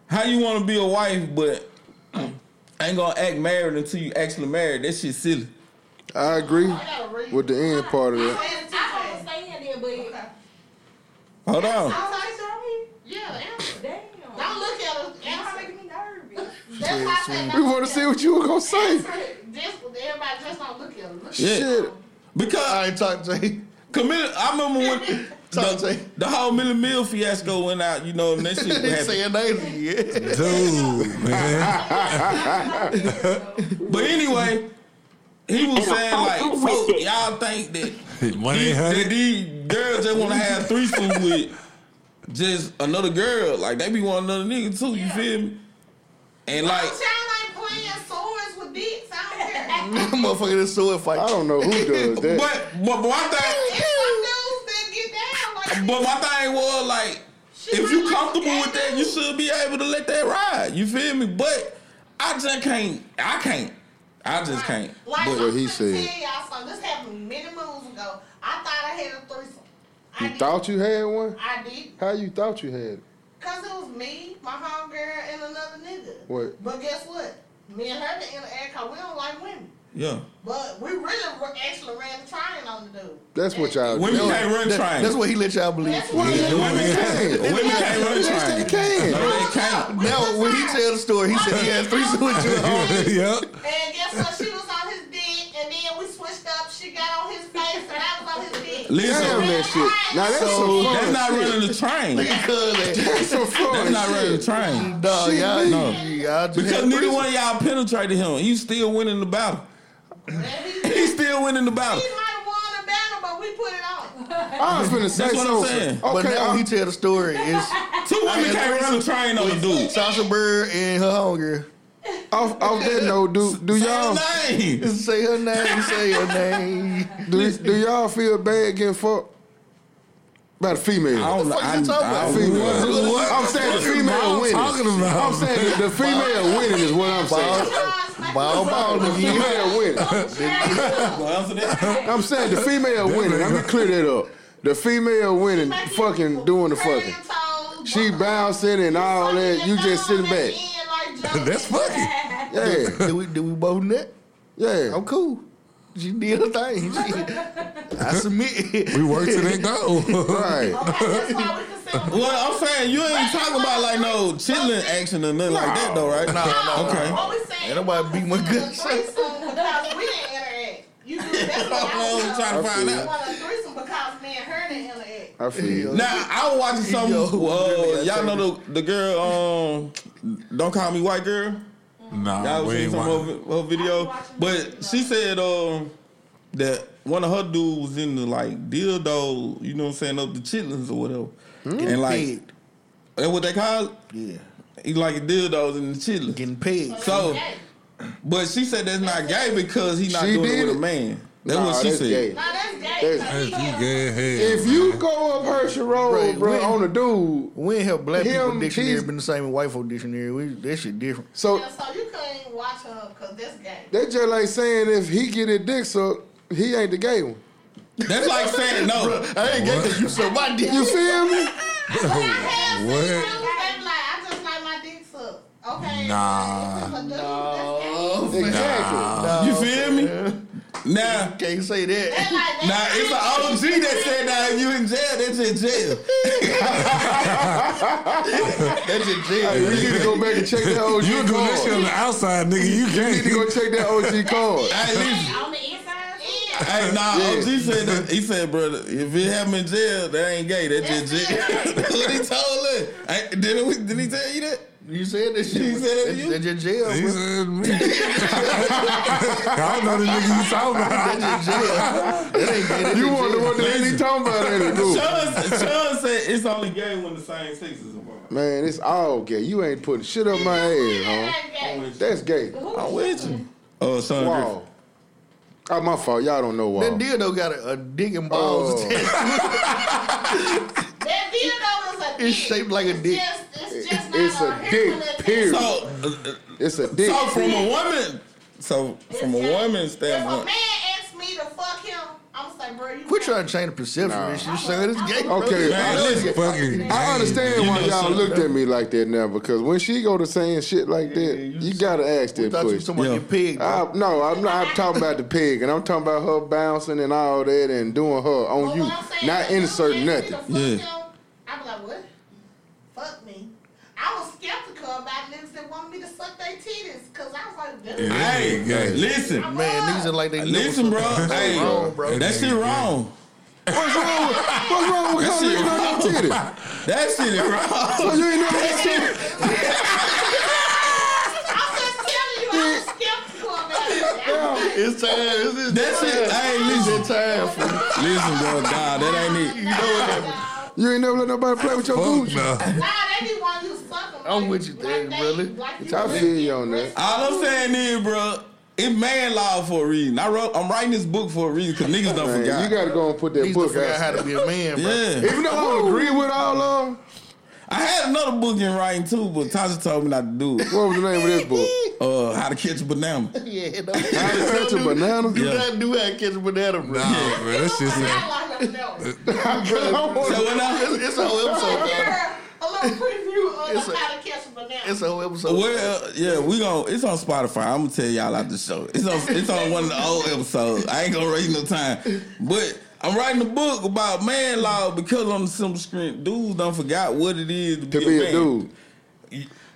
S2: How you want to be a wife, but ain't gonna act married until you actually married? That shit silly.
S3: I agree
S7: I gotta read.
S3: with the end part of that.
S8: I don't understand it, but
S2: Hold on,
S8: I'm like, sorry.
S7: Yeah, answer.
S8: Damn.
S7: Don't look at us.
S8: Y'all
S7: Answer.
S8: making me nervous.
S7: That's why I said
S3: We
S7: don't
S3: want
S7: look
S3: to
S7: at
S3: see what you were gonna
S7: us.
S3: say.
S7: Answer. This was everybody everybody just don't look at them. Look at
S2: Yeah.
S7: them.
S2: Because
S1: All right, talk Jay.
S2: Camilla, I remember when
S1: Talk Jay.
S2: the, the whole Millie Mill fiasco went out. You know, and that shit
S1: They
S2: happened.
S1: saying names. Yeah.
S4: Dude, man.
S2: But anyway, he was saying like, folk, y'all think that
S4: Money
S2: these, that
S4: honey.
S2: these girls they want to have threesomes with just another girl, like they be wanting another nigga too. You
S7: Yeah.
S2: feel me? And
S7: Like,
S2: like,
S7: ain't playing swords with dicks. I don't care.
S1: Motherfucker, this sword fight.
S3: I don't know who does
S2: but
S3: that.
S2: but but my
S7: It's
S2: thing,
S7: some dudes that get down like
S2: but my thing was like,
S7: She
S2: if you
S7: might like
S2: comfortable with that, you
S7: dude.
S2: should be able to let that ride. You feel me? But I just can't. I can't. I just can't.
S7: Like,
S3: But
S7: I'm
S3: what he
S7: finna
S3: said.
S7: Tell y'all something. This happened many moons ago. I thought I had a threesome. I
S3: You
S7: did.
S3: thought you had one?
S7: I did.
S3: How you thought you had it?
S7: Cause it was me, my homegirl, and another nigga.
S3: What?
S7: But guess what? Me and her didn't interact cause we don't like women.
S2: Yeah.
S7: But we really re- actually ran the train on the dude.
S3: That's what y'all
S2: Women
S3: do.
S2: can't run
S1: That-
S2: triangles.
S1: that's what he let y'all believe.
S7: That's what it is.
S2: Women can't. Women can't run
S3: Yes, they
S2: triangles.
S3: can.
S2: No, they can't.
S1: Now, when he tell the story, he said he had threesome with you.
S4: yep.
S7: And guess what? She was on his dick, and then we switched up. She got on his face, and I was on his dick.
S2: Listen,
S3: Damn that shit. Now that's
S1: So,
S3: some fun.
S2: that's not
S3: shit.
S2: running the train. That's
S1: Because,
S3: That's some fun.
S2: not
S3: shit.
S2: running the train.
S1: dog, y'all,
S2: No.
S1: y'all just
S2: Because
S1: had
S2: neither
S1: threesome.
S2: one of y'all penetrated him. He's still winning the battle.
S7: And he,
S2: He's still winning the battle.
S7: he might have won the battle, but we put it on.
S3: I was finna say
S2: That's what I'm
S3: something.
S2: saying.
S1: But
S3: Okay,
S1: now
S3: I'm-
S1: he tell the story. It's
S2: Two women can't run a train on a dude.
S1: Sasha Bird and her homegirl.
S3: off, off that note, do do y'all
S2: Say his name.
S1: Just say her name. Say her name.
S3: do, do y'all feel bad getting fucked by the female?
S2: I don't know.
S1: fuck
S2: I,
S1: you talking
S2: I,
S1: about?
S3: female.
S2: what?
S4: What
S3: I'm saying the
S4: fuck is
S3: female
S4: Miles
S3: winning.
S4: talking about?
S3: I'm saying the, the female winning is what I'm saying.
S1: Ball, ball,
S3: The
S1: nigga.
S3: female winning.
S2: Answer that.
S3: I'm saying the female winning. Let me clear that up. The female winning, fucking doing the fucking. She bouncing and all that. You just sitting back.
S4: That's fucking.
S3: Yeah,
S1: Did we, did we both net?
S3: yeah.
S1: I'm cool. She did her thing. She, I submit.
S4: We work to that goal.
S3: Right.
S2: Well, I'm saying you ain't talking about like no chitlin action or nothing like that though, right?
S1: No, no,
S2: Okay.
S1: Ain't nobody beat my
S7: good
S1: guts.
S7: because we didn't interact. You do that's what I
S2: I'm
S7: was
S2: trying to find
S7: I
S2: out.
S7: want a threesome because me and her didn't interact.
S3: I feel you.
S2: Now I was watching some.
S1: Yo,
S2: uh,
S1: really, I
S2: y'all know the the girl. Um, don't call me white girl.
S4: Nah,
S2: Y'all was
S4: we
S2: seen
S4: ain't
S2: some
S4: want.
S2: of her- her video, but she said um that one of her dudes was in the like dildo, you know what I'm saying, up the chitlins or whatever,
S3: Mm.
S2: and like
S1: Pegged.
S2: that what they call it.
S1: Yeah.
S2: He like dildos in the chitlins.
S1: Getting pegged.
S2: So, but she said that's not gay because he not
S3: She
S2: doing
S3: did
S2: it with
S3: it?
S2: a man. That's
S3: Nah,
S2: what she
S3: that's
S2: said.
S3: gay.
S7: Now that's gay.
S4: Hey,
S7: because
S4: you
S7: he had a-
S4: gay as
S3: If
S4: hell.
S3: you go up Hershey Road,
S1: Right,
S3: bro,
S1: when-
S3: on a dude,
S1: We ain't have black
S3: Him,
S1: people dictionary
S3: she's-
S1: been the same as white folk dictionary. We, that shit different.
S3: so
S7: Yeah, so you couldn't even watch her because that's gay.
S3: that just like saying if he get his dick sucked, he ain't the gay one.
S2: That's like saying no.
S1: I ain't get that you said my dick.
S3: You feel me?
S7: But I have seen
S4: What?
S7: girls that be like, I just like my dick sucked. Okay.
S4: Nah.
S7: That's a dude, that's gay.
S3: Exactly.
S2: You feel me? Now,
S1: Can't say that.
S7: They like, they
S2: Now it's an OG that said that if you in jail, that's in jail.
S1: That's your jail.
S3: We need to go back and check that OG
S4: You doing
S3: card.
S4: that shit on the outside, nigga. You
S3: We need to go
S4: gay.
S3: check that OG card.
S2: Hey, listen.
S8: On the inside?
S7: Yeah.
S2: Hey, nah,
S3: Yeah.
S2: OG said that. He said, brother, if it happen in jail, that ain't gay. That's just jail. That's what he told us. Hey, didn't, we, didn't he tell you that?
S1: You said that shit.
S2: You said that to
S1: That's-
S2: you?
S1: That's your jail.
S4: He
S1: bro.
S4: said me. I don't know the nigga you talking about.
S1: That's your jail. That ain't gay. That's
S3: You
S1: your
S3: wonder
S1: jail.
S3: what the hell he talking about in it, dude.
S2: Sean, Sean said it's only gay when the same sex is involved.
S3: Man, it's all gay. You ain't putting shit up my ass, huh? That's gay.
S2: I'm with you. Oh, Sean Griffin.
S3: Wow. Oh, my fault. Y'all don't know
S1: That
S3: why.
S1: dildo got a, a dick and balls.
S3: Oh.
S1: attached.
S7: That dildo is a dick.
S1: It's shaped like a dick.
S7: Just, it's just not
S3: It's a
S7: hair
S3: dick,
S7: related.
S3: period.
S2: So, uh,
S3: It's a dick.
S2: so from a woman, so from a woman's
S7: If a
S2: standpoint,
S7: man asks me to fuck him, I'm gonna say, bro, you
S1: Quit
S7: gay.
S1: trying to change the perception of this shit. Saying it's gay. bro.
S3: Okay,
S1: I
S3: Man,
S1: know it's
S4: That's
S1: gay.
S4: fucking gay.
S3: I understand
S2: You
S3: why
S2: know
S3: y'all
S2: something,
S3: looked at me like that now because when she go to saying shit like that,
S1: you
S3: you gotta ask
S1: We
S3: that
S1: thought you was
S3: question.
S1: talking about your pig. bro.
S3: I, no, I'm not. I'm talking about the pig, and I'm talking about her bouncing and all that, and doing her on
S7: But
S3: you,
S7: what I'm saying
S3: not
S7: is, if
S3: inserting
S7: you ask
S3: nothing.
S7: me to
S2: nothing.
S7: fuck him, I be like, what? Fuck me. I was skeptical about niggas that wanted me to suck their titties because I was like, good.
S4: Yeah.
S2: Hey,
S4: Hey.
S2: listen,
S1: Man, niggas are like they know
S2: Uh, listen, bro.
S1: what's up.
S2: Hey,
S1: wrong, bro.
S2: that shit wrong.
S3: What's wrong with What's wrong with Kylie on your titty?
S2: That shit is wrong.
S3: So you ain't never had sex?
S7: I'm just telling you, I'm skeptical about it. I'm like,
S1: It's time. It's, it's
S2: That's
S1: time.
S2: it. Hey, listen,
S1: It's time for
S2: listen, bro. Nah, that ain't it.
S3: You ain't never let nobody play with your
S4: Fuck
S3: booty.
S4: no.
S7: nah, they be wanting you to suck 'em,
S1: I'm
S7: like-
S1: with you,
S7: like
S1: Daddy,
S7: they-
S1: brother.
S7: like you
S3: I feel you on that.
S2: All I'm saying is, bro, it man law for a reason. I wrote, I'm writing this book for a reason because niggas done
S3: Man,
S2: forgot.
S3: you gotta go and put that
S1: Niggas don't
S3: book
S1: forget how
S3: out.
S1: to be a man, bro.
S2: yeah,
S3: Even though I don't agree with all of them,
S2: I had another book in writing too, but Tasha told me not to do it.
S3: what was the name of this book?
S2: Uh, how to catch a banana.
S1: Yeah, no.
S3: How to catch a
S1: do-
S3: banana?
S1: Do not do that, catch a banana, bro.
S4: Nah, man, that shit
S7: I
S4: sound.
S7: like them, though.
S2: So when I,
S1: It's, it's a whole episode. Bro.
S7: Here, a little preview
S1: It's
S7: of
S1: a-
S7: how to catch a banana.
S1: It's a whole episode.
S2: Well, yeah, we gon' it's on Spotify. I'm gonna tell y'all out the show. It's on it's on one of the old episodes. I ain't gonna waste no time. But I'm writing a book about man law because on the simple screen, dudes don't forgot what it is to,
S3: To be a
S2: man.
S3: dude.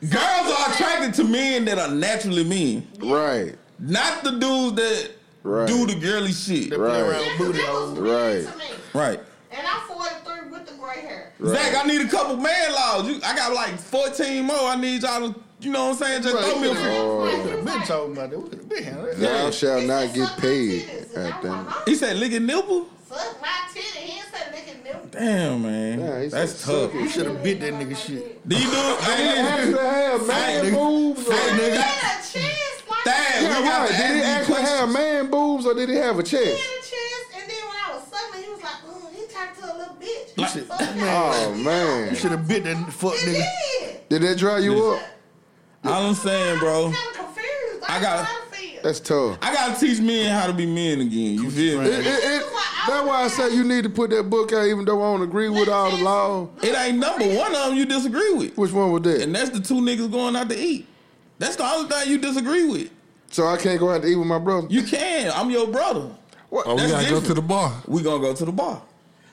S2: Girls are attracted to men that are naturally men,
S3: Right.
S2: not the dudes that
S3: Right.
S2: do the girly shit.
S1: Play
S3: Right.
S1: around
S7: This-
S1: booty
S7: this was
S1: holes.
S7: weird
S3: Right.
S7: to me.
S2: Right.
S7: And I'm 43 with the gray hair.
S2: Zach, I need a couple man laws. You, I got like 14 more. I need y'all to, you know what I'm saying? Just
S1: Right.
S2: throw me a few.
S1: Been talking about that. We could have been handling that.
S3: Thou shall
S7: He
S3: Oh. not
S7: said,
S3: get
S7: "Suck my
S3: paid.
S7: titties." And
S3: God
S7: I'm
S3: damn
S7: like,
S3: it.
S7: huh?
S2: He said, lick a nipple?
S7: Suck my titty. He ain't said licking them.
S2: Damn, man.
S3: Yeah, he said,
S2: That's tough.
S3: "Suck it."
S1: You should have bit that nigga shit.
S2: Do you do it? Hey,
S3: Actually have man
S2: Hey,
S3: boobs. or-
S2: Hey,
S7: He
S2: nigga.
S7: had a chest. Like
S2: Damn,
S7: He
S2: we
S3: Yeah,
S2: got
S3: right.
S2: to
S3: Did it
S2: ask
S3: actually
S2: these
S3: have
S2: questions.
S3: man boobs or did it have a chest?
S7: had a chest. And then when I was sucking, he was like, mm, he turned to a little bitch.
S2: Like-
S7: Fuck that.
S3: Oh, man.
S7: He
S3: You
S1: Should have bit that fuck nigga.
S7: did.
S3: Did that dry you up?
S2: All I'm saying, bro,
S7: I'm kind of confused.
S2: I
S7: I
S2: got-
S7: got to feel.
S3: That's tough.
S2: I gotta teach men how to be men again. You feel
S3: It-
S2: me?
S3: it- it- that's why I say you need to put that book out, even though I don't agree with all the law.
S2: It ain't number one of them you disagree with,
S3: Which one was
S2: and
S3: that?
S2: that's the two niggas going out to eat. That's the only thing you disagree with.
S3: So I can't go out to eat with my brother.
S2: You can. I'm your brother.
S4: Oh, we
S2: That's
S4: gotta go
S2: different.
S4: to the bar.
S2: We gonna go to the bar.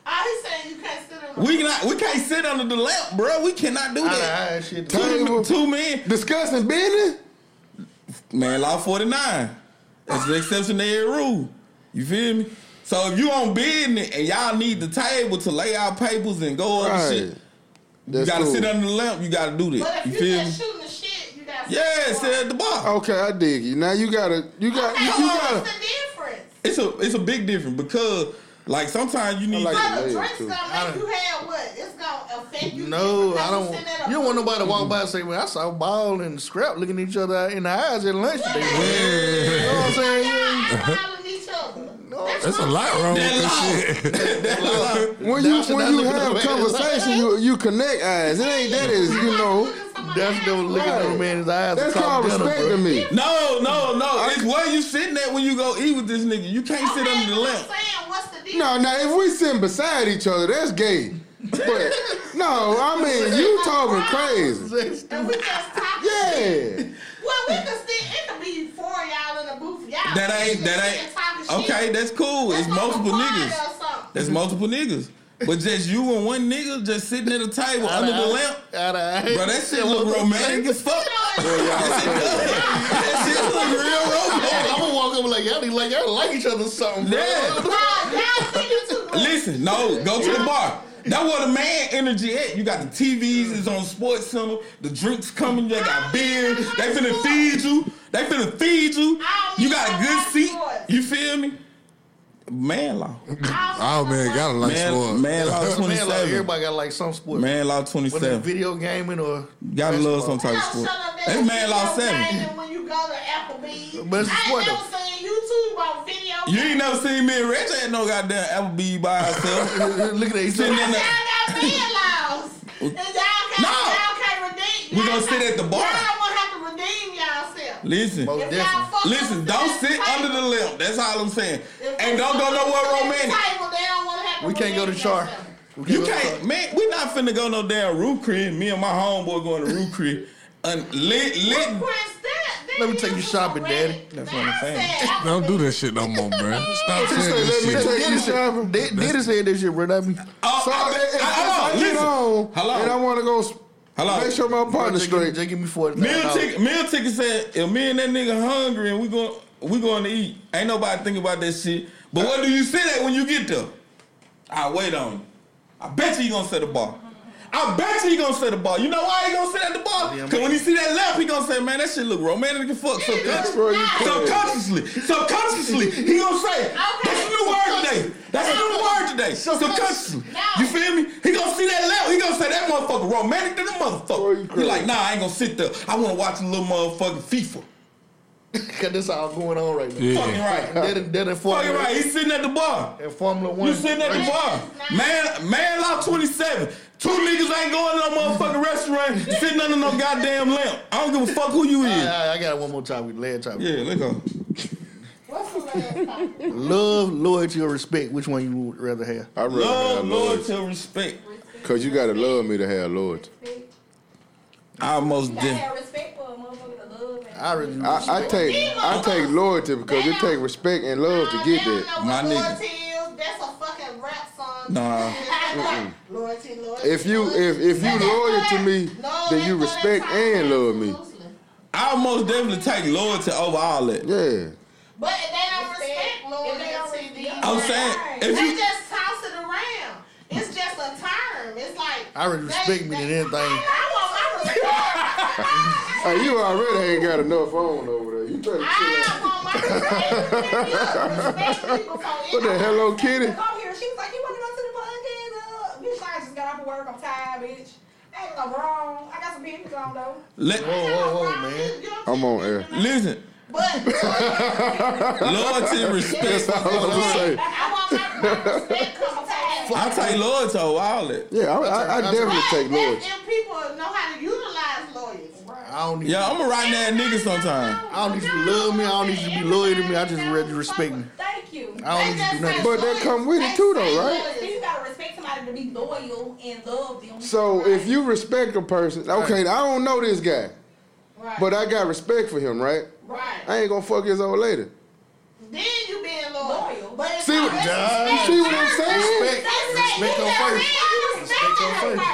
S7: Oh, he's saying you can't sit in the
S2: We cannot. We can't sit under the lamp, bro. We cannot do that.
S1: I, I shit.
S2: Two,
S3: table.
S2: two men.
S3: Discussing business?
S2: Man, law 49. That's the exception to every rule. You feel me? So if you on business and y'all need the table to lay out papers and go over
S3: Right.
S2: shit, you
S3: That's
S2: gotta
S3: cool.
S2: sit under the lamp. You gotta do
S7: But
S2: that.
S7: if
S2: You
S7: you,
S2: feel me?
S7: just shooting the shit, you got
S2: Yeah, sit at the bar.
S3: Okay, I dig you. Now you gotta, you got,
S7: Okay,
S3: you,
S7: what's
S3: you gotta.
S7: the difference?
S2: It's a it's a big difference because like sometimes you need
S3: like
S7: Well,
S3: Yeah,
S7: the drink's
S3: too.
S7: gonna
S1: I
S7: make you have what? It's gonna affect you.
S1: No,
S7: just
S1: I
S7: because
S1: don't.
S7: You, sit at a
S1: You don't want
S7: booth.
S1: nobody to walk by and say, "Well, I saw Ball and Scrap looking at each other in the eyes at lunch today." You know what I'm saying?
S7: Y'all eyeballing each other. That's
S4: That's a
S7: wrong.
S4: lot wrong with this shit.
S3: When you
S1: That's
S3: when
S1: not
S3: you
S1: looking
S3: have
S1: at the
S3: conversation, you you connect eyes. It ain't that is you know.
S1: That's never looking at a
S3: Right.
S1: man's eyes.
S3: That's
S1: to
S3: called
S1: call dinner,
S3: respect
S1: bro.
S3: to me.
S2: No, no, no. it's where you sitting at when you go eat with this nigga. You can't sit under the lamp.
S7: Saying, what's the deal?
S3: No, now if we sitting beside each other, that's gay. But no, I mean you talking crazy.
S7: And we just talking.
S3: Yeah.
S7: Well, we can sit. It could be four of y'all in the booth. Y'all
S2: That ain't that ain't okay. That's cool. It's multiple niggas. That's multiple niggas. But just you and one nigga just sitting at a table under the lamp.
S1: Out of
S2: Bro, that shit look romantic as fuck. Yes, it does. That shit look real romantic.
S1: I'm gonna walk up like y'all need like y'all like each other or something, bro.
S2: Yeah. Listen, no, go to the bar. That where the man energy at. You got the TVs is on Sports Center. The drinks coming. You got beer. They finna feed you. They finna feed you. You got a good seat. You feel me? Man law.
S4: Oh man, gotta like
S2: Man,
S4: sports.
S2: man law
S1: Man, like,
S2: 27.
S1: everybody got like some sport.
S2: Man law
S1: Whether it's
S2: 27.
S1: video gaming or
S2: Gotta love some
S1: basketball.
S2: type of sport. That man law 7.
S7: When you go to Applebee's,
S1: But it's a
S7: I
S1: sport,
S7: ain't never
S1: though.
S7: seen YouTube on video.
S2: You ain't never seen me and Reggie at no goddamn Applebee's by herself.
S1: Look at that. He's
S2: Sitting in
S7: Y'all
S2: the-
S7: got bed laws. And y'all can't,
S2: No.
S7: y'all can't redeem.
S2: We
S7: y'all
S2: gonna sit
S7: can't-
S2: at the bar.
S7: Y'all gonna have to redeem yourself.
S2: Listen.
S1: Most
S7: If
S1: definitely.
S7: y'all fuck
S2: Listen,
S7: up
S2: don't
S7: this
S2: sit
S7: table-
S2: under the limp. That's all I'm saying.
S7: if
S2: And
S7: you
S2: don't go
S7: fuck up
S2: nowhere
S7: this
S2: romantic.
S7: table, they don't wanna have to
S1: We can't go to
S7: redeem
S1: Char.
S7: yourself.
S1: We
S2: You
S1: go to
S2: can't,
S1: Char.
S2: man. We not finna go no damn roof crib. Me and my homeboy going to roof crib. Un- lit, lit.
S7: Chris, that- that
S1: Let me
S7: is
S1: take you
S7: just
S1: shopping,
S7: a
S1: Daddy.
S7: rabbit.
S2: That's what I'm
S7: I
S2: saying.
S7: said,
S4: Don't do that shit no more, man. Stop saying
S3: Let me
S4: this shit.
S3: take you shopping.
S1: Did- Did it say this shit, bro? That be-
S2: Oh,
S3: So
S2: I-
S3: if, if
S2: I- I-
S3: I
S2: hold on,
S3: get
S2: listen.
S3: on
S2: Hello.
S3: and I want to go s-
S2: Hello.
S3: Make sure my partner's
S1: Just give me-
S3: straight.
S1: Just give me forty
S2: Meal
S1: thousand.
S2: ticket. Meal ticket said, if me and that nigga hungry and we going we going to eat, ain't nobody thinking about that shit. But what do you say that when you get there? I wait on you. I bet you he gonna set the bar. I bet you he gonna set the bar. You know why he gonna set at the bar?
S1: Yeah,
S2: Cause when he see that left, he gonna say, man, that shit look romantic and fuck.
S3: That's
S2: Subconsciously,
S3: where you put it.
S2: subconsciously, subconsciously, he gonna say, that's a new word today. That's a new word today. Subconsciously, you feel me? He gonna see that left. He gonna say that motherfucker romantic than a
S3: Where you
S2: motherfucker. He
S3: crying?
S2: like, nah, I ain't gonna sit there. I wanna watch a little motherfucking FIFA.
S1: Cause this all going on right now.
S4: Yeah.
S2: Fucking right.
S1: That in- that in
S2: Fucking
S1: Formula,
S2: right. He's sitting at the bar.
S1: in Formula One.
S2: You sitting at the bar. Man, man law 27. Two niggas ain't going to no motherfucking restaurant sitting under no goddamn lamp. I don't give a fuck who you
S1: All right,
S3: Uh,
S2: is.
S1: all right, I got one more topic. Last topic.
S2: Yeah, let go.
S7: What's the last topic?
S1: Love, loyalty, or respect. Which one you would rather have?
S3: I rather
S2: Love,
S3: have
S2: loyalty,
S3: loyalty.
S2: and respect.
S3: Because you got to love me to have loyalty.
S2: I most
S8: Gotta
S2: did.
S8: have respect for a motherfucker to love and
S1: I really.
S3: I, I take I take loyalty because it take respect and love to get that.
S2: My
S7: My
S2: nigga.
S7: nigga. Is. That's a fucking rap song.
S2: Nah.
S7: loyalty, loyalty.
S3: If you
S7: loyalty.
S3: if if you
S7: But that's
S3: loyal
S7: not-
S3: to me,
S7: No,
S3: then
S7: that's
S3: you
S7: not
S3: respect
S7: that type
S3: and
S7: of
S3: love me.
S7: exclusive.
S2: I most definitely take loyalty over all that.
S3: Yeah.
S7: But if they don't
S8: If
S7: respect
S8: they don't
S7: loyalty,
S8: respect-
S7: then
S2: I'm saying if
S7: they
S2: you
S7: just toss it around. It's just a term. It's like
S1: I really respect me than anything.
S7: I want my respect.
S3: Hey, you already ain't got enough on over there. You better chill
S7: I
S3: out.
S7: want my respect. Look, Respect me before
S3: What the
S7: anything.
S3: Hello Kitty?
S8: come here. She was like, you want to go to the podcast? Uh, bitch, I just got off of work. I'm tired, bitch. Ain't no wrong. I got some business on though.
S2: let,
S1: Whoa, whoa, whoa, man.
S7: You know what
S3: I'm on air.
S2: listen,
S7: But
S2: loyalty and respect.
S3: That's all
S7: Ah.
S3: I'm saying.
S7: I want my, my respect come fast.
S2: I take loyalty over all that.
S3: Yeah, I, I, I definitely take
S7: But
S3: loyalty.
S7: that's if people know how to utilize lawyers.
S1: I don't need.
S2: Yeah, I'm a rotten ass nigga sometimes.
S1: I don't need you to love me. I don't need you to be loyal to me. I just rather you respect me.
S8: Thank you.
S1: I don't need you to do nothing.
S3: But that come with it too, though, right?
S8: So you gotta respect somebody to be loyal and love them.
S3: So if you respect a person, okay, I don't know this guy,
S7: Right.
S3: but I got respect for him, right?
S7: right.
S3: I ain't gonna fuck his old lady.
S7: Then you being loyal.
S8: Loyal.
S7: But it's
S3: See
S7: not
S3: what-
S7: respect.
S3: see what I'm saying?
S7: That's it.
S1: Respect
S7: You
S1: on
S7: got
S1: first.
S7: real respect
S1: Respect on
S7: on
S1: first.
S7: her.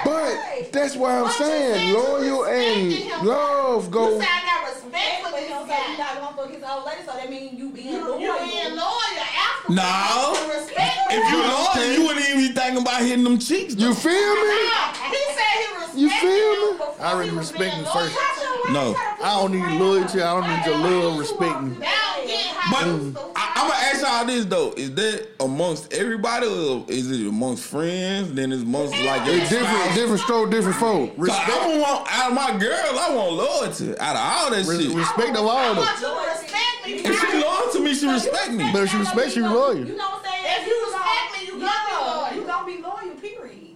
S3: But that's why I'm
S7: But you said
S3: saying
S7: you
S3: loyal
S7: respected
S3: and
S7: him.
S3: love
S7: You
S3: go.
S7: said I got respect for
S8: But you
S7: this
S8: don't say you
S7: guy.
S8: not gonna fuck his old lady, so that means you being
S7: You
S8: loyal.
S7: you being loyal after
S2: No.
S7: that. You respect
S2: If you
S7: him.
S2: loyal, you wouldn't even be thinking about hitting them cheeks.
S3: You feel me?
S7: He said he respected
S3: You feel
S7: you
S3: me?
S7: before
S1: I really
S7: he was
S1: respect me
S7: being loyal.
S1: first.
S2: No.
S1: I don't need loyalty. I don't need your love, respect me.
S7: Now get
S2: But
S7: how you supposed
S2: I, I'm gonna ask y'all this though: Is that amongst everybody, or is it amongst friends? Then it's amongst like your
S3: It's different,
S2: spouse?
S3: different stroke, different folk.
S2: Cause I don't want out of my girl. I want loyalty out of all that
S1: Re-
S2: shit.
S1: respect of all of
S7: I
S1: them.
S7: want you to respect me.
S2: If she loyal to me, she respect me.
S1: But if she respects you, loyal.
S8: You know what I'm saying?
S7: If you respect me, you gonna be
S8: Yeah,
S7: loyal.
S8: You gonna be loyal, period.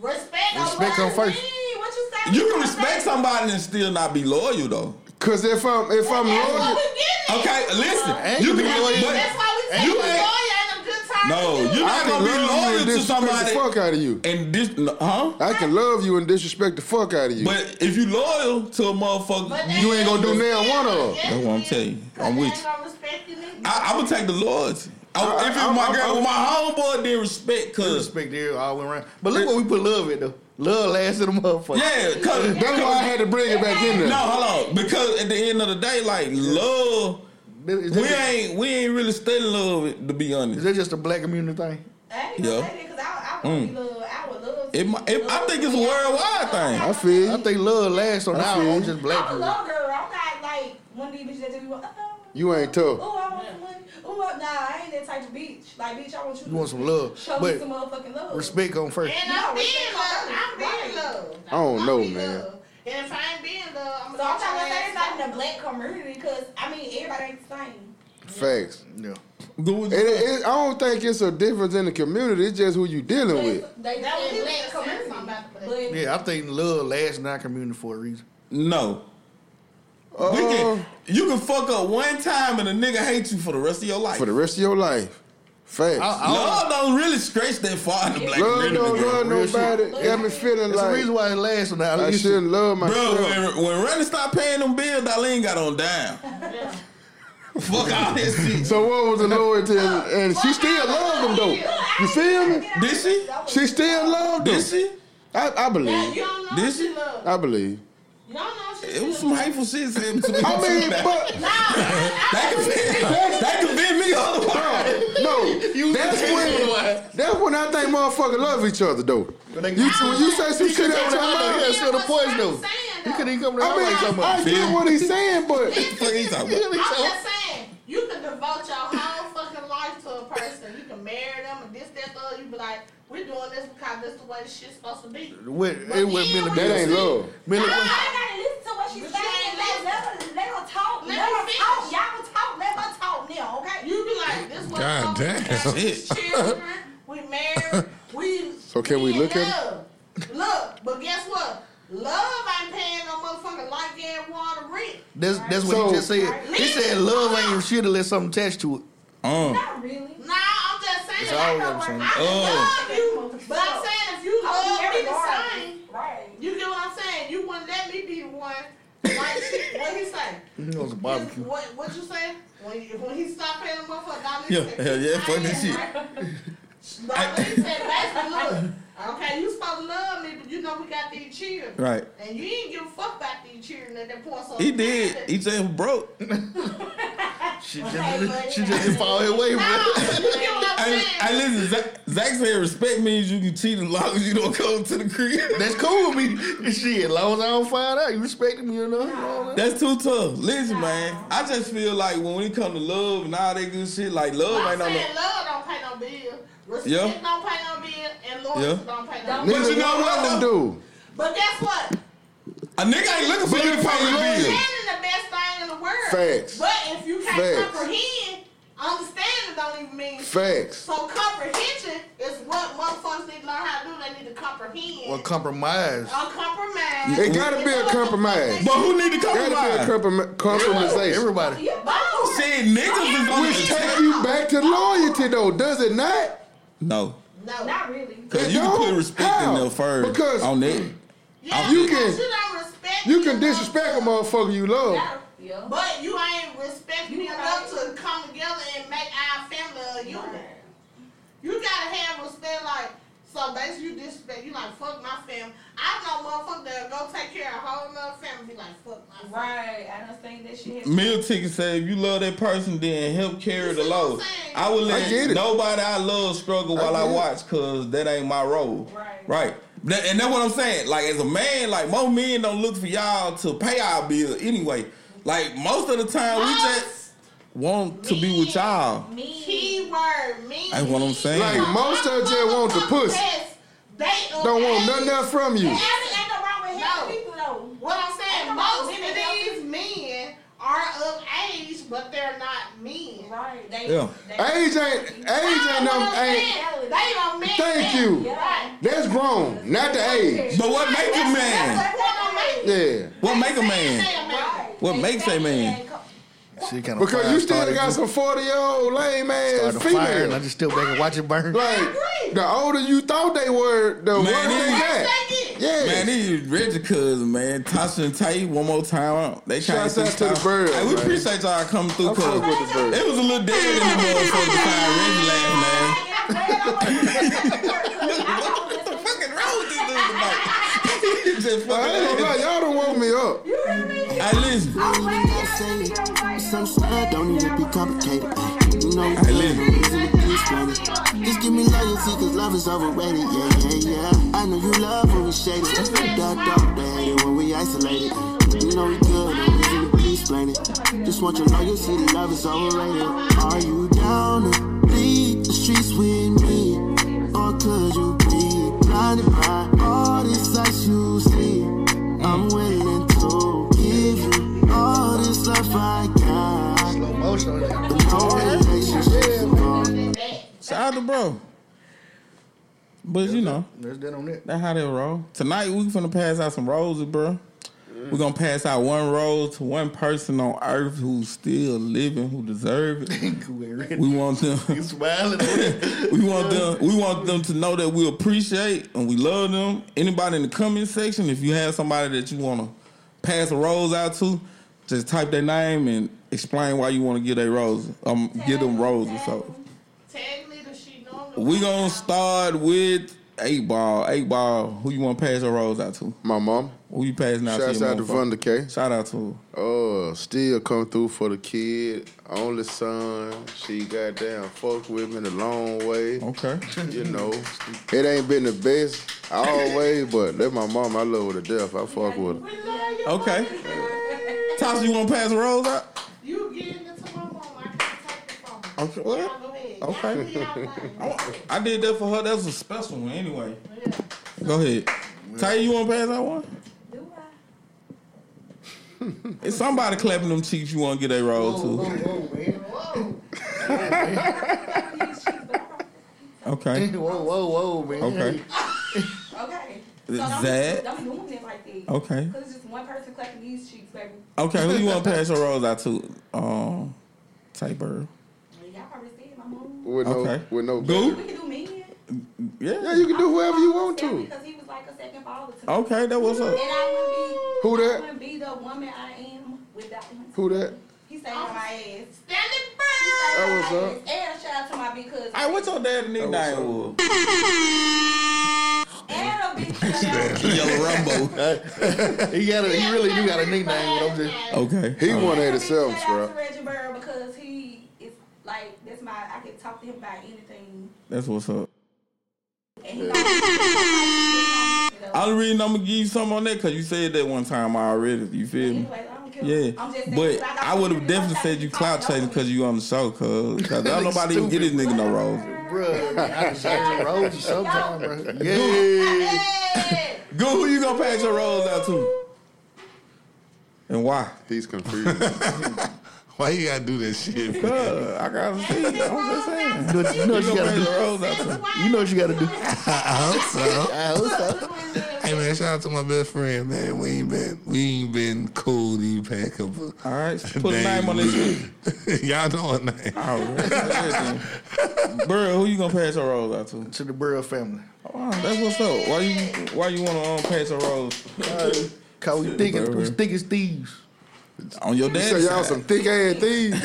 S7: Respect on
S1: Respect
S7: first.
S1: on first.
S8: Hey, what you say?
S2: You can respect somebody and still not be loyal though.
S3: Cause if I'm if I'm
S7: That's why
S3: loyal,
S7: we getting it.
S2: Okay, listen.
S1: Ain't
S2: You
S1: you
S2: can
S1: be loyal.
S7: That's
S2: but,
S7: why we say
S2: You
S7: you
S2: ain't-
S7: loyal ain't a good time.
S2: No,
S7: to do
S2: you
S7: it.
S2: not-
S3: I
S2: gonna
S3: can
S2: be
S3: love you
S2: loyal
S3: and
S2: to
S3: disrespect
S2: somebody.
S3: the fuck out of you.
S2: and this, huh?
S3: I can love you and disrespect the fuck out of you.
S2: But if you loyal to a
S7: But
S2: motherfucker,
S7: that-
S3: you ain't gonna do now one of them.
S7: Yes,
S2: That's what I'm
S7: it
S2: telling you.
S7: is.
S2: I'm
S7: Cause
S2: with
S7: they ain't
S2: you.
S7: gonna respect you, nigga.
S2: I, I'm gonna take the loyalty. I,
S3: I-
S2: if it's
S3: I-
S2: my
S3: I-
S2: girl,
S3: I-
S2: with my homeboy, then respect. Cause
S1: Respect there all the way around. But look what we put love in though. Love last in the motherfucker.
S2: yeah, cause
S3: That's why I had to bring it back in there.
S2: No, hold on. Because at the end of the day, like love,
S1: Is that,
S2: we
S1: just,
S2: ain't we ain't really studying love to be
S1: is
S2: honest.
S1: that just a black community thing?
S8: I ain't gonna
S2: Yeah. Mm.
S8: say that 'cause I, I would be love. I would love.
S2: It, mi- it, I think it's a worldwide thing.
S3: I feel
S1: I
S3: you.
S1: think love lasts on our own, just black
S8: I'm a
S1: people.
S8: love girl. I'm not like one of these bitches that just be like, oh,
S3: You ain't tough.
S8: oh, I want some money. Oh, uh, nah, I ain't that type of bitch. Like, bitch, I want you.
S1: You want some
S8: to
S1: love,
S8: Show me some
S1: but
S8: motherfucking love.
S1: respect on first.
S7: And I'm being loved. I'm being loved.
S3: I don't
S7: I'm
S3: know,
S7: being
S3: man.
S7: loved. And if I ain't being loved, I'm
S8: So I'm trying to say it's
S7: trying
S8: not in the black community because I mean everybody ain't the same.
S3: Facts.
S1: Yeah.
S2: Do what
S3: It,
S2: you-
S3: it, I don't think it's a difference in the community. It's just who you dealing
S8: But
S3: with.
S8: They
S7: That was
S8: in
S7: just
S8: black
S7: saying
S8: community.
S7: something about the
S8: But
S1: Yeah, I think love lasts in our community for a reason.
S2: No.
S3: Uh,
S2: We can, you can fuck up one time and a nigga hate you for the rest of your life.
S3: for the rest of your life. Facts.
S1: I- I-
S2: love don't really stretch that far in the black
S3: love
S2: community,
S3: don't
S2: bro.
S3: love
S1: Real shit.
S3: nobody. Got me feeling
S1: That's the
S3: like
S1: reason why it lasts on our
S3: I
S1: issue.
S3: shouldn't love
S2: Bro,
S3: myself.
S2: when, when Randy stopped paying them bills, Darlene got on down. Fuck all that shit.
S3: So what was the loyalty? And, and she still loved him though. You feel me?
S2: Did she?
S3: She still loved him.
S2: Did she?
S3: I, I
S7: Yeah,
S3: believe.
S7: you don't know
S2: Did
S7: what
S2: she?
S7: she look.
S3: I believe.
S7: You don't know what she
S2: It was
S7: look.
S2: some hateful shit said to me.
S3: I mean, but
S7: No, I-
S2: that convinced that convinced me otherwise.
S3: no, that's when that's when I think motherfuckers love each other though.
S1: But they-
S3: You when you say some
S1: He
S3: shit
S1: could come
S3: out
S1: to
S3: your
S1: the house.
S3: mouth,
S1: He should have poisoned him.
S7: That's what I'm saying,
S1: He
S7: though.
S1: could have come to the
S3: I
S1: house like
S3: mean, I, I
S1: somebody.
S3: get what he's saying, but
S2: Fuck he talking about?
S7: I'm just saying, you can devote your whole fucking life to a person. You can marry them and this, that, the other. You be like, we're doing this because this is the way this shit's supposed to be.
S1: What- It
S7: But Ah.
S1: was
S7: then
S1: Millie
S7: when
S3: that
S7: you
S3: ain't
S7: see-
S3: love.
S1: Millie.
S8: Y'all gotta listen to what she's
S7: But you
S8: saying.
S7: ain't
S8: Let, let, her, let her talk. Let,
S7: Let
S8: her
S7: her
S8: talk.
S7: finish.
S8: Y'all talk. Let her talk now, okay?
S7: You be like, this was
S4: God
S7: supposed to be
S4: damn.
S7: us. We
S2: Shit.
S7: children. We married. We
S3: So can we
S7: in
S3: look at it?
S7: love. Look, but guess what? Love ain't paying no motherfucking light gas water rent.
S1: That's that's what
S3: So-
S1: he just said. He said love ain't shit unless something attached to it.
S2: Um,
S8: Not really.
S7: Nah, I'm just saying.
S1: It's
S7: I,
S1: always
S7: know
S1: something.
S7: I
S2: Oh.
S7: love you, but I'm saying if you
S8: Oh,
S7: love me the
S8: regardless.
S7: same,
S8: Right.
S7: You get what I'm saying? You wouldn't let me be the one. Like, shit, what he say?
S1: It was a
S7: His,
S1: barbecue.
S7: what what you say? When, you- when he stopped paying the motherfucker, Dolly
S2: Yeah,
S7: said,
S2: hell yeah, fuck
S7: I
S2: this
S7: am
S2: shit.
S7: Right. Dolly said, basically, look, okay, you supposed to love me, but you know we got these children.
S2: Right.
S7: And you ain't give a fuck about these children at that point. So
S2: he did. He just broke.
S1: She just she just didn't fall his way, bro.
S7: No, you get what I'm saying?
S2: I, I listen. Zach, Zach said respect means you can cheat as long as you don't go to the crib.
S1: That's cool with me. Shit, as long as I don't find out, you respecting me or not.
S2: That's too tough. Listen, man. I just feel like when it come to love and all that good shit, like love
S7: I'm
S2: ain't on the.
S7: saying love don't pay no bill. Respect
S2: Yeah.
S7: don't pay no bill. And loyalty
S2: Yeah.
S7: don't pay no bill.
S3: neither
S2: you know
S3: one
S2: what,
S3: of them do.
S7: But guess what?
S2: A nigga ain't looking for
S3: But
S2: you
S3: you
S2: to pay
S3: probably
S2: your
S3: love
S2: bill.
S3: him.
S7: Understanding the best thing in the world.
S3: Facts.
S7: But if you can't
S3: Facts.
S7: comprehend, understanding don't even mean.
S3: Facts.
S7: So comprehension is what motherfuckers need to learn how to do. They need to comprehend.
S1: Or compromise.
S7: a compromise.
S3: It gotta be a compromise.
S2: But who need to
S3: Gotta be a
S2: compromise?
S3: comprom- compromisation.
S1: Everybody.
S8: You both.
S2: Said niggas is on
S3: Which take
S2: the
S3: you back to loyalty though, does it not?
S2: No,
S7: No.
S8: Not really.
S2: because
S3: It
S2: you can put
S3: don't.
S2: respect in
S3: How?
S2: there first.
S3: Because-
S2: on that.
S7: Yeah,
S3: You
S7: because
S3: can-
S7: You don't respect.
S3: You
S7: me
S3: can
S7: enough
S3: disrespect a
S7: to-
S3: motherfucker you love.
S8: Yeah. yeah.
S7: But you ain't respect me
S8: You
S7: enough
S8: right.
S7: to come together and make our family a unit. You gotta have respect, like, so basically you disrespect, you like, fuck my family. I know motherfucker that'll go take care of a whole nother family, be like, fuck my family.
S8: Right. I done seen that shit.
S2: Meal ticket say if you love that person, then help carry
S7: You
S2: the
S7: see what I'm
S2: load.
S7: saying?
S2: I would
S3: I
S2: let
S3: get it.
S2: nobody I love struggle while I,
S3: get it.
S2: watch, cause that ain't my role.
S8: Right.
S2: Right. That- and that's what I'm saying. Like as a man, like most men don't look for y'all to pay our bill anyway. Like most of the time, we just want to be with y'all.
S8: Me.
S7: Keyword, me.
S2: That's what I'm saying.
S3: Like, most of us just want the pussy.
S7: They
S3: Don't want nothing else from you.
S8: Ain't ain't no wrong with
S7: No.
S8: healthy people though.
S7: What I'm saying,
S8: Ain't no
S7: most
S8: women
S7: of these men are of age, but they're not men.
S8: Right. They,
S2: Yeah.
S8: they,
S3: Age ain't age ain't
S7: That's
S3: no
S7: what I'm
S3: ain't
S7: saying. They don't mean
S3: Thank
S7: that.
S3: you.
S7: Right.
S3: that's grown, not the age.
S2: But what make a man?
S7: That's what they don't mean.
S3: Yeah.
S2: What make a
S7: They
S2: man?
S7: say a
S8: right.
S2: What makes a man?
S1: She kind of
S3: Because you still got some 40 year old lame ass
S1: started fire, and I
S3: female.
S1: just still back and watch it burn.
S3: Like,
S7: agree.
S3: the older you thought they were, the
S2: Man,
S3: worse they
S2: these-
S3: got.
S7: They get.
S3: Yeah.
S2: Man, these Reggie cousins, man, Tasha and Tay, one more time. They came
S3: Shouts
S2: through
S3: out to the
S2: town.
S3: birds,
S2: Hey, we
S3: man.
S2: appreciate y'all coming through.
S3: I fuck
S2: Cause
S3: with the bird.
S2: it was a little dead in the motherfucker time Reggie last man.
S8: I'm glad I wasn't
S2: What the fuck is wrong with this dude tonight? He just
S3: I ain't gonna lie,
S2: fucking.
S3: y'all done woke me up.
S8: You hear me?
S2: Hey, listen.
S8: I'm glad
S9: I
S8: y'all
S9: say
S8: didn't
S9: it.
S8: get on my
S9: So sad, don't need to be complicated. You know it's
S2: Hey,
S9: good,
S2: Lynn.
S9: I'm easily persuaded. Just give me loyalty, cause love is overrated. Yeah, yeah, yeah. I know you love when we shaded. That's the dark, dark, bad, and when we isolated. You know we good, I'm easily persuaded. Just want your loyalty, the love is overrated. Are you down to lead the streets with me? Or could you be blinded by all this ice you see? I'm willing to give you all this love I got.
S1: Slow motion. Like,
S9: No relationships involved.
S2: Shout out to bro. But you know,
S1: there's that on it.
S2: that how they roll. Tonight we finna pass out some roses, bro. We're gonna pass out one rose to one person on earth who's still living, who deserve it.
S1: Cool, Eric.
S2: We want them
S1: You smiling. over there.
S2: we want them we want them to know that we appreciate and we love them. Anybody in the comment section, if you have somebody that you wanna pass a rose out to, just type their name and explain why you wanna give they rose. Um give them roses. So
S7: Tag me that she normally.
S2: we gonna start with eight ball, eight ball. Who you want to pass your rolls out to?
S3: My mom.
S2: Who you passing out to?
S3: Shouts
S2: your
S3: out to
S2: motherfucker?
S3: Vonda K.
S2: Shout out to
S3: Oh, still come through for the kid, only son. She goddamn fuck with me the long way.
S2: okay.
S3: You know, it ain't been the best always, but that my mom. I love her to death. I fuck with her.
S2: Okay. Tasha, you want to pass the rolls out?
S7: You getting it to my mom. I can't take it from her.
S2: Okay. What?
S7: Y'all go ahead.
S2: Okay.
S7: Y'all do y'all
S2: I
S7: thing.
S2: wa- I did that for her. That was a special one, anyway. Go ahead. Tay, you want to pass that one?
S8: Do I?
S2: It's somebody clapping them cheeks. You want to get a roll to?
S1: Whoa, man.
S7: Whoa.
S2: Okay.
S1: Whoa, whoa, whoa, man.
S2: Okay.
S8: Okay. So
S2: Is Oh.
S8: don't,
S2: that-
S8: be, don't be doing it like that.
S2: Okay.
S8: Because it's just one person clapping these cheeks, baby.
S2: Okay. Who you want to pass your rolls out to? Um, Tay Bird.
S8: Y'all already said my mom.
S3: With no,
S2: Okay.
S3: with no.
S2: Dude.
S8: We can do men.
S3: Yeah,
S2: Yeah.
S3: you can do whoever you want
S8: Sam
S3: to. Oh.
S8: Because he was like a second father to me.
S2: Okay. That was
S8: And
S2: up.
S8: I
S3: Who
S8: wouldn't be, I
S3: that?
S8: wouldn't be the woman I am without him.
S3: Who that?
S8: He saved my ass.
S7: Standing firm.
S3: That was up.
S8: And shout out to my big cousin.
S2: Hey, what's your dad's nickname?
S8: And a big shout out.
S2: Yellow Rumbo.
S1: He got a, he really do got a nickname, but I'm just Oh,
S2: Okay.
S3: He
S2: All right.
S3: one
S8: and a
S3: eighty
S8: big
S3: seven,
S8: shout out
S3: scrub.
S8: to Reggie Bird because he is like, that's my, I can talk to him about anything.
S2: That's what's up.
S8: And he like,
S2: Only reason I'm gonna give you something on that because you said that one time already. You feel me?
S8: Anyways, I don't care.
S2: Yeah,
S8: I'm just saying,
S2: but
S8: 'cause got
S2: I would have
S8: something
S2: definitely
S8: to
S2: said you
S8: talk
S2: clout chasing
S8: about.
S2: because you on the show, cuz. Cause don't nobody even get this nigga no roles.
S1: Bruh, I can shout your roads you sometime, bruh. Yeah.
S8: Hey!
S2: Good, who you gonna pass your roles out to? And why?
S3: He's confused.
S4: Why you gotta do that shit? man?
S2: Cuz, Uh, I gotta see. I'm just saying.
S1: You know, what- you know what
S2: You
S1: you
S2: gonna
S1: gotta
S2: pass
S1: do.
S2: your roles out to?
S1: You know what you gotta do.
S4: I hope so.
S1: I hope so.
S4: Hey man, shout out to my best friend, man. We ain't been we ain't been cool these past couple.
S2: All right, put a name on this shit. Oh,
S4: shit. Y'all know her name.
S2: All right, bro, who you gonna pass your roles out to?
S1: To the Burrow family.
S2: Oh, that's what's up. Why you why you wanna um, pass your roles
S1: Cause we thick as,
S2: Burrow.
S1: we thick as thieves.
S2: on your
S3: so
S2: dad's
S3: y'all
S2: side?
S3: some thick ass thieves.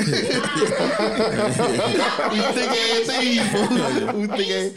S1: We thick ass thieves, fool. We thick ass.
S7: Stealing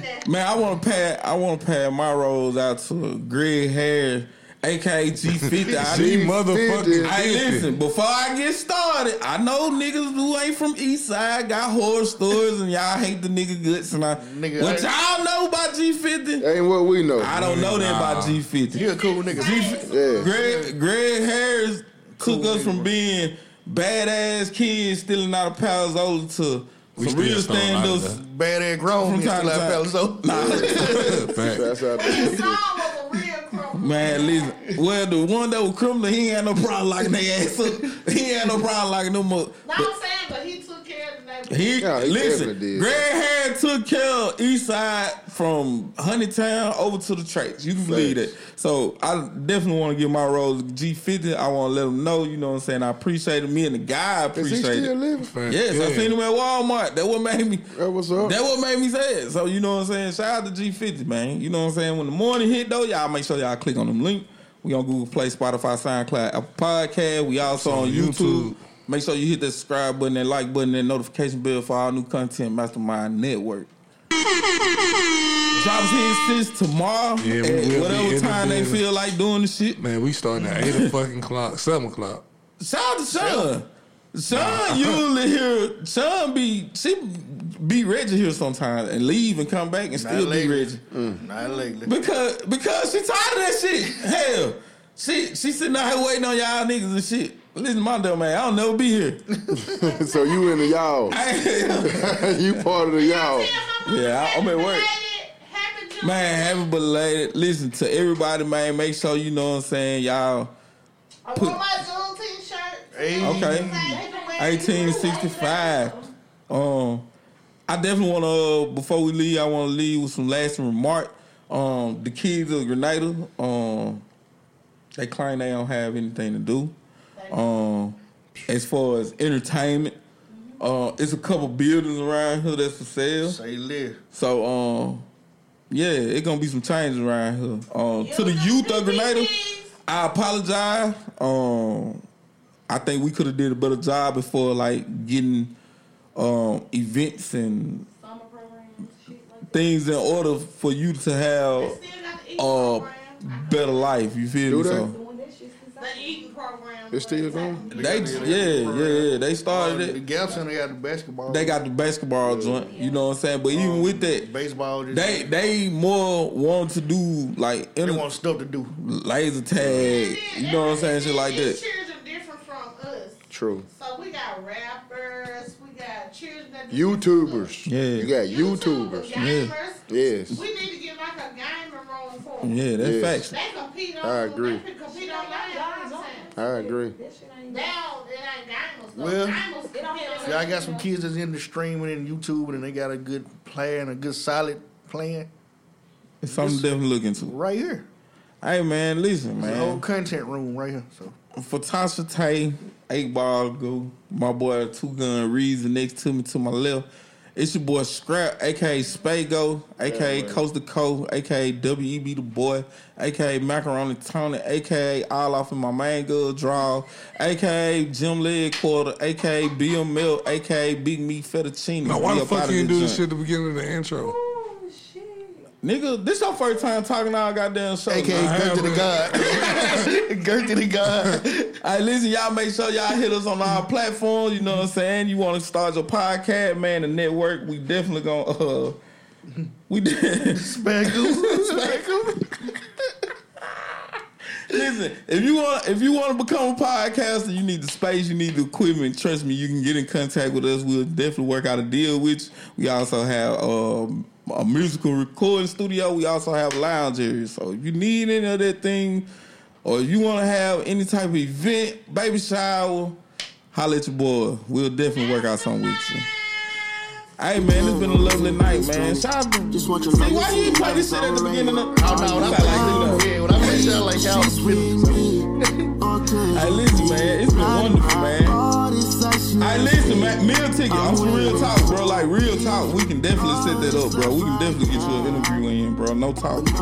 S7: nothing.
S2: Man, I want to pad. I want to pad my rolls out to Greg Harris, aka G Fifty. I
S3: G
S2: need my.
S4: motherfucking
S3: Fifty.
S2: Hey, listen. Before I get started, I know niggas who ain't from East Side got horror stories, and y'all hate the nigga guts. And I,
S1: Nigga,
S2: what
S1: I-
S2: y'all know about G Fifty?
S3: Ain't what we know.
S2: I don't know that about G Fifty.
S1: He a cool nigga.
S3: Yeah.
S2: Greg, Greg Harris took us from being badass kids stealing out of Palazzolo to
S4: We
S2: some
S4: still
S2: real
S4: stole a lot of
S2: standards.
S4: that.
S1: Bad ass grown
S2: From
S1: men
S2: time
S1: still
S2: to
S1: out
S2: time.
S1: palace. So
S4: Fact.
S3: That's how
S7: His
S3: they
S7: song was a real crumb.
S2: Man, listen. Well, the one that was criminal, he ain't had no problem locking their ass up. He ain't had no problem locking them up.
S7: No, I'm saying, but he took care of the neighborhood.
S2: He,
S3: Yeah, he
S2: listen,
S3: definitely did.
S2: Greg Harry took care of Eastside from Honeytown over to the tracks. You can believe that. So I definitely want to give my role to G50. I want to let him know, you know what I'm saying? I appreciate it. Me and the guy
S3: Is he
S2: appreciate
S3: still
S2: it.
S3: living?
S4: Fact.
S2: Yes, I
S4: Yeah.
S2: seen him at Walmart. That what made me.
S3: That was up.
S2: That what made me say it. So you know what I'm saying. Shout out to G50, man. You know what I'm saying. When the morning hit though, y'all make sure y'all click on them link. We on Google Play, Spotify, SoundCloud, Apple Podcast. We also on YouTube.
S4: YouTube.
S2: Make sure you hit that subscribe button, that like button, that notification bell for all new content. Mastermind Network. Jobs here since tomorrow
S4: Yeah, we will
S2: at
S4: be
S2: whatever
S4: in the
S2: time they
S4: building.
S2: feel like doing the shit.
S4: Man, we starting at eight o'clock o'clock, seven o'clock.
S2: Shout out to Sean. Sean usually hear Sean be she be Reggie here sometimes and leave and come back and still be
S1: lately.
S2: Reggie
S1: Not lately.
S2: because because she tired of that shit. Hell, she she sitting out here waiting on y'all niggas and shit. Listen, my dumb man, I don't never be here.
S3: so you in the y'all.
S2: I ain't-
S3: you part of the y'all.
S2: Yeah, I- I'm at work.
S7: Happy June.
S2: man, happy belated. Listen to everybody, man. Make sure you know what I'm saying, y'all.
S7: I want my Juneteenth shirt.
S1: Hey.
S2: Okay. 1865. Um, I definitely want to. Uh, before we leave, I want to leave with some lasting remark. Um, the kids of Grenada, um, they claim they don't have anything to do. Um, as far as entertainment, uh, it's a couple buildings around here that's for sale.
S1: Say live.
S2: So, um, yeah, it's gonna be some changes around here. Um, to the youth of Grenada, I apologize. Um, I think we could have did a better job before like getting um events and
S8: Summer programs, shit like
S2: things in order for you to have
S7: Still not the eating
S2: a
S7: program.
S2: better life. You feel me?
S3: Do they?
S2: So
S7: The eating program.
S3: It's still going?
S2: they, yeah, yeah, yeah. Oh, They started
S1: The
S2: it.
S1: Gap Center got the basketball.
S2: They got the basketball joint. You know what I'm saying? But even with that,
S1: baseball. Just,
S2: they they more want to do like
S1: they
S2: inter-
S1: want stuff to do.
S2: laser tag. You know what I'm saying? Shit like
S7: These
S2: that.
S7: Children different from us.
S3: True.
S7: So we got rappers, we got children that do
S3: YouTubers.
S2: Yeah.
S3: You got
S7: YouTubers,
S3: YouTubers.
S7: gamers.
S3: Yes.
S7: We need to get like a gamer room for 'em.
S2: Yeah, that's
S3: Yes.
S2: facts.
S7: They compete on.
S3: I agree.
S7: They can compete online. all the time.
S3: I agree.
S7: Now it ain't gamers. though.
S1: Well,
S7: gamers compete
S1: If y'all got some kids that's into streaming and YouTube and they got a good plan, a good solid plan
S2: It's something definitely look into.
S1: right here.
S2: Hey man, listen,
S1: The whole
S2: man.
S1: content room right here. So
S2: For Tasha Tay, eight ball go. My boy Two Gun Reeves the next to me to my left. It's your boy Scrap, aka Spago, aka Coast to Coast, aka WEB E the Boy, aka Macaroni Tony, aka All Off in My Mango Draw, aka Jim Leg Quarter, aka Bill Mill, aka Big Meat Fettuccine.
S4: Now, why
S2: We
S4: the
S2: up
S4: fuck
S2: outta
S4: you didn't do
S2: joint.
S4: this shit at the beginning of the intro?
S2: Nigga, this your first time talking on our goddamn show.
S1: AKA
S2: man.
S1: Girth to the God. Girth to the God.
S2: All right, listen, y'all make sure y'all hit us on our platforms. You know what I'm saying? You want to start your podcast, man, the network, we definitely going to, uh, we did.
S1: Spackle.
S2: listen, if you want if you want to become a podcaster, you need the space, you need the equipment. Trust me, you can get in contact with us. We'll definitely work out a deal with you. We also have um, a musical recording studio. We also have lounge areas. So if you need any of that thing, or if you want to have any type of event, baby shower, holla at your boy. We'll definitely work out something with you. Hey man, it's been a lovely night, man. Shout out to
S9: Just want your
S2: See, why you ain't play this shit at the beginning of the?
S1: Oh, no, when I play like, yeah, when I play y'all like y'all was feeling something.
S2: Hey, listen, man. It's been wonderful, man. Hey, listen, man. Meal ticket. I'm for real talk, bro. Like real talk. We can definitely set that up, bro. We can definitely get you an interview in, bro. No talk. I'm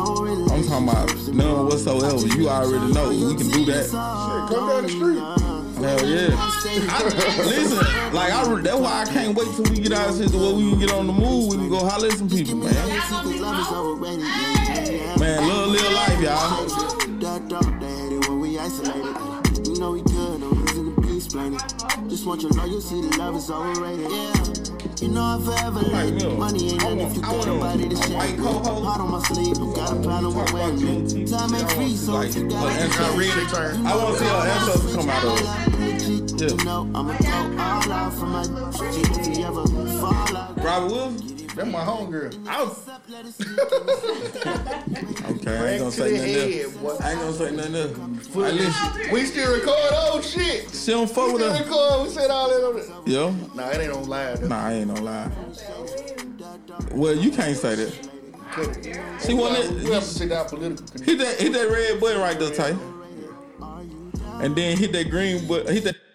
S2: talking about none whatsoever. You already know we can do that.
S3: Come down the street.
S2: Hell yeah. I, listen, like I, re- that's why I can't wait till we get out of here to where we can get on the move. We can go holler at some people, man. Man, love, live life, y'all.
S9: That dog daddy when we isolated. You know we good, no reason to be explaining. Just want your loyalty, the love is overrated. Yeah. You know I'm forever late.
S2: Miller.
S9: Money ain't
S2: I
S9: nothing
S2: want-
S9: if you
S2: I
S9: got
S2: want a-
S9: nobody to
S2: a
S9: share.
S2: white
S9: it
S2: Coke.
S9: with. Heart on my sleeve, but got a problem
S2: Talk
S9: with
S2: about
S9: waiting.
S2: guilty.
S9: Time ain't free, so
S2: Like,
S9: if you
S2: uh,
S9: got
S2: answer
S1: I read it, turn.
S2: I want to see our episodes come out of.
S9: Yeah.
S2: Yeah.
S9: You know, I'ma go all out for my shit if you ever fall out.
S2: Robert Wilson?
S1: That's my homegirl.
S2: I was, okay, I ain't gonna
S1: Back to
S2: say
S1: the
S2: nothing
S1: head,
S2: else.
S1: boy.
S2: I ain't gonna say nothing else. Hey, listen,
S1: We still record old shit.
S2: she don't fuck
S1: We
S2: with
S1: still
S2: us.
S1: record. We said all that on the.
S2: Yo,
S1: Nah, it ain't on live. though.
S2: nah, I ain't gonna lie. Well, you can't say that.
S1: Cut it.
S2: She wanted
S1: We have to sit down political.
S2: hit that hit that red button right there, Ty. And then hit that green button. Hit that.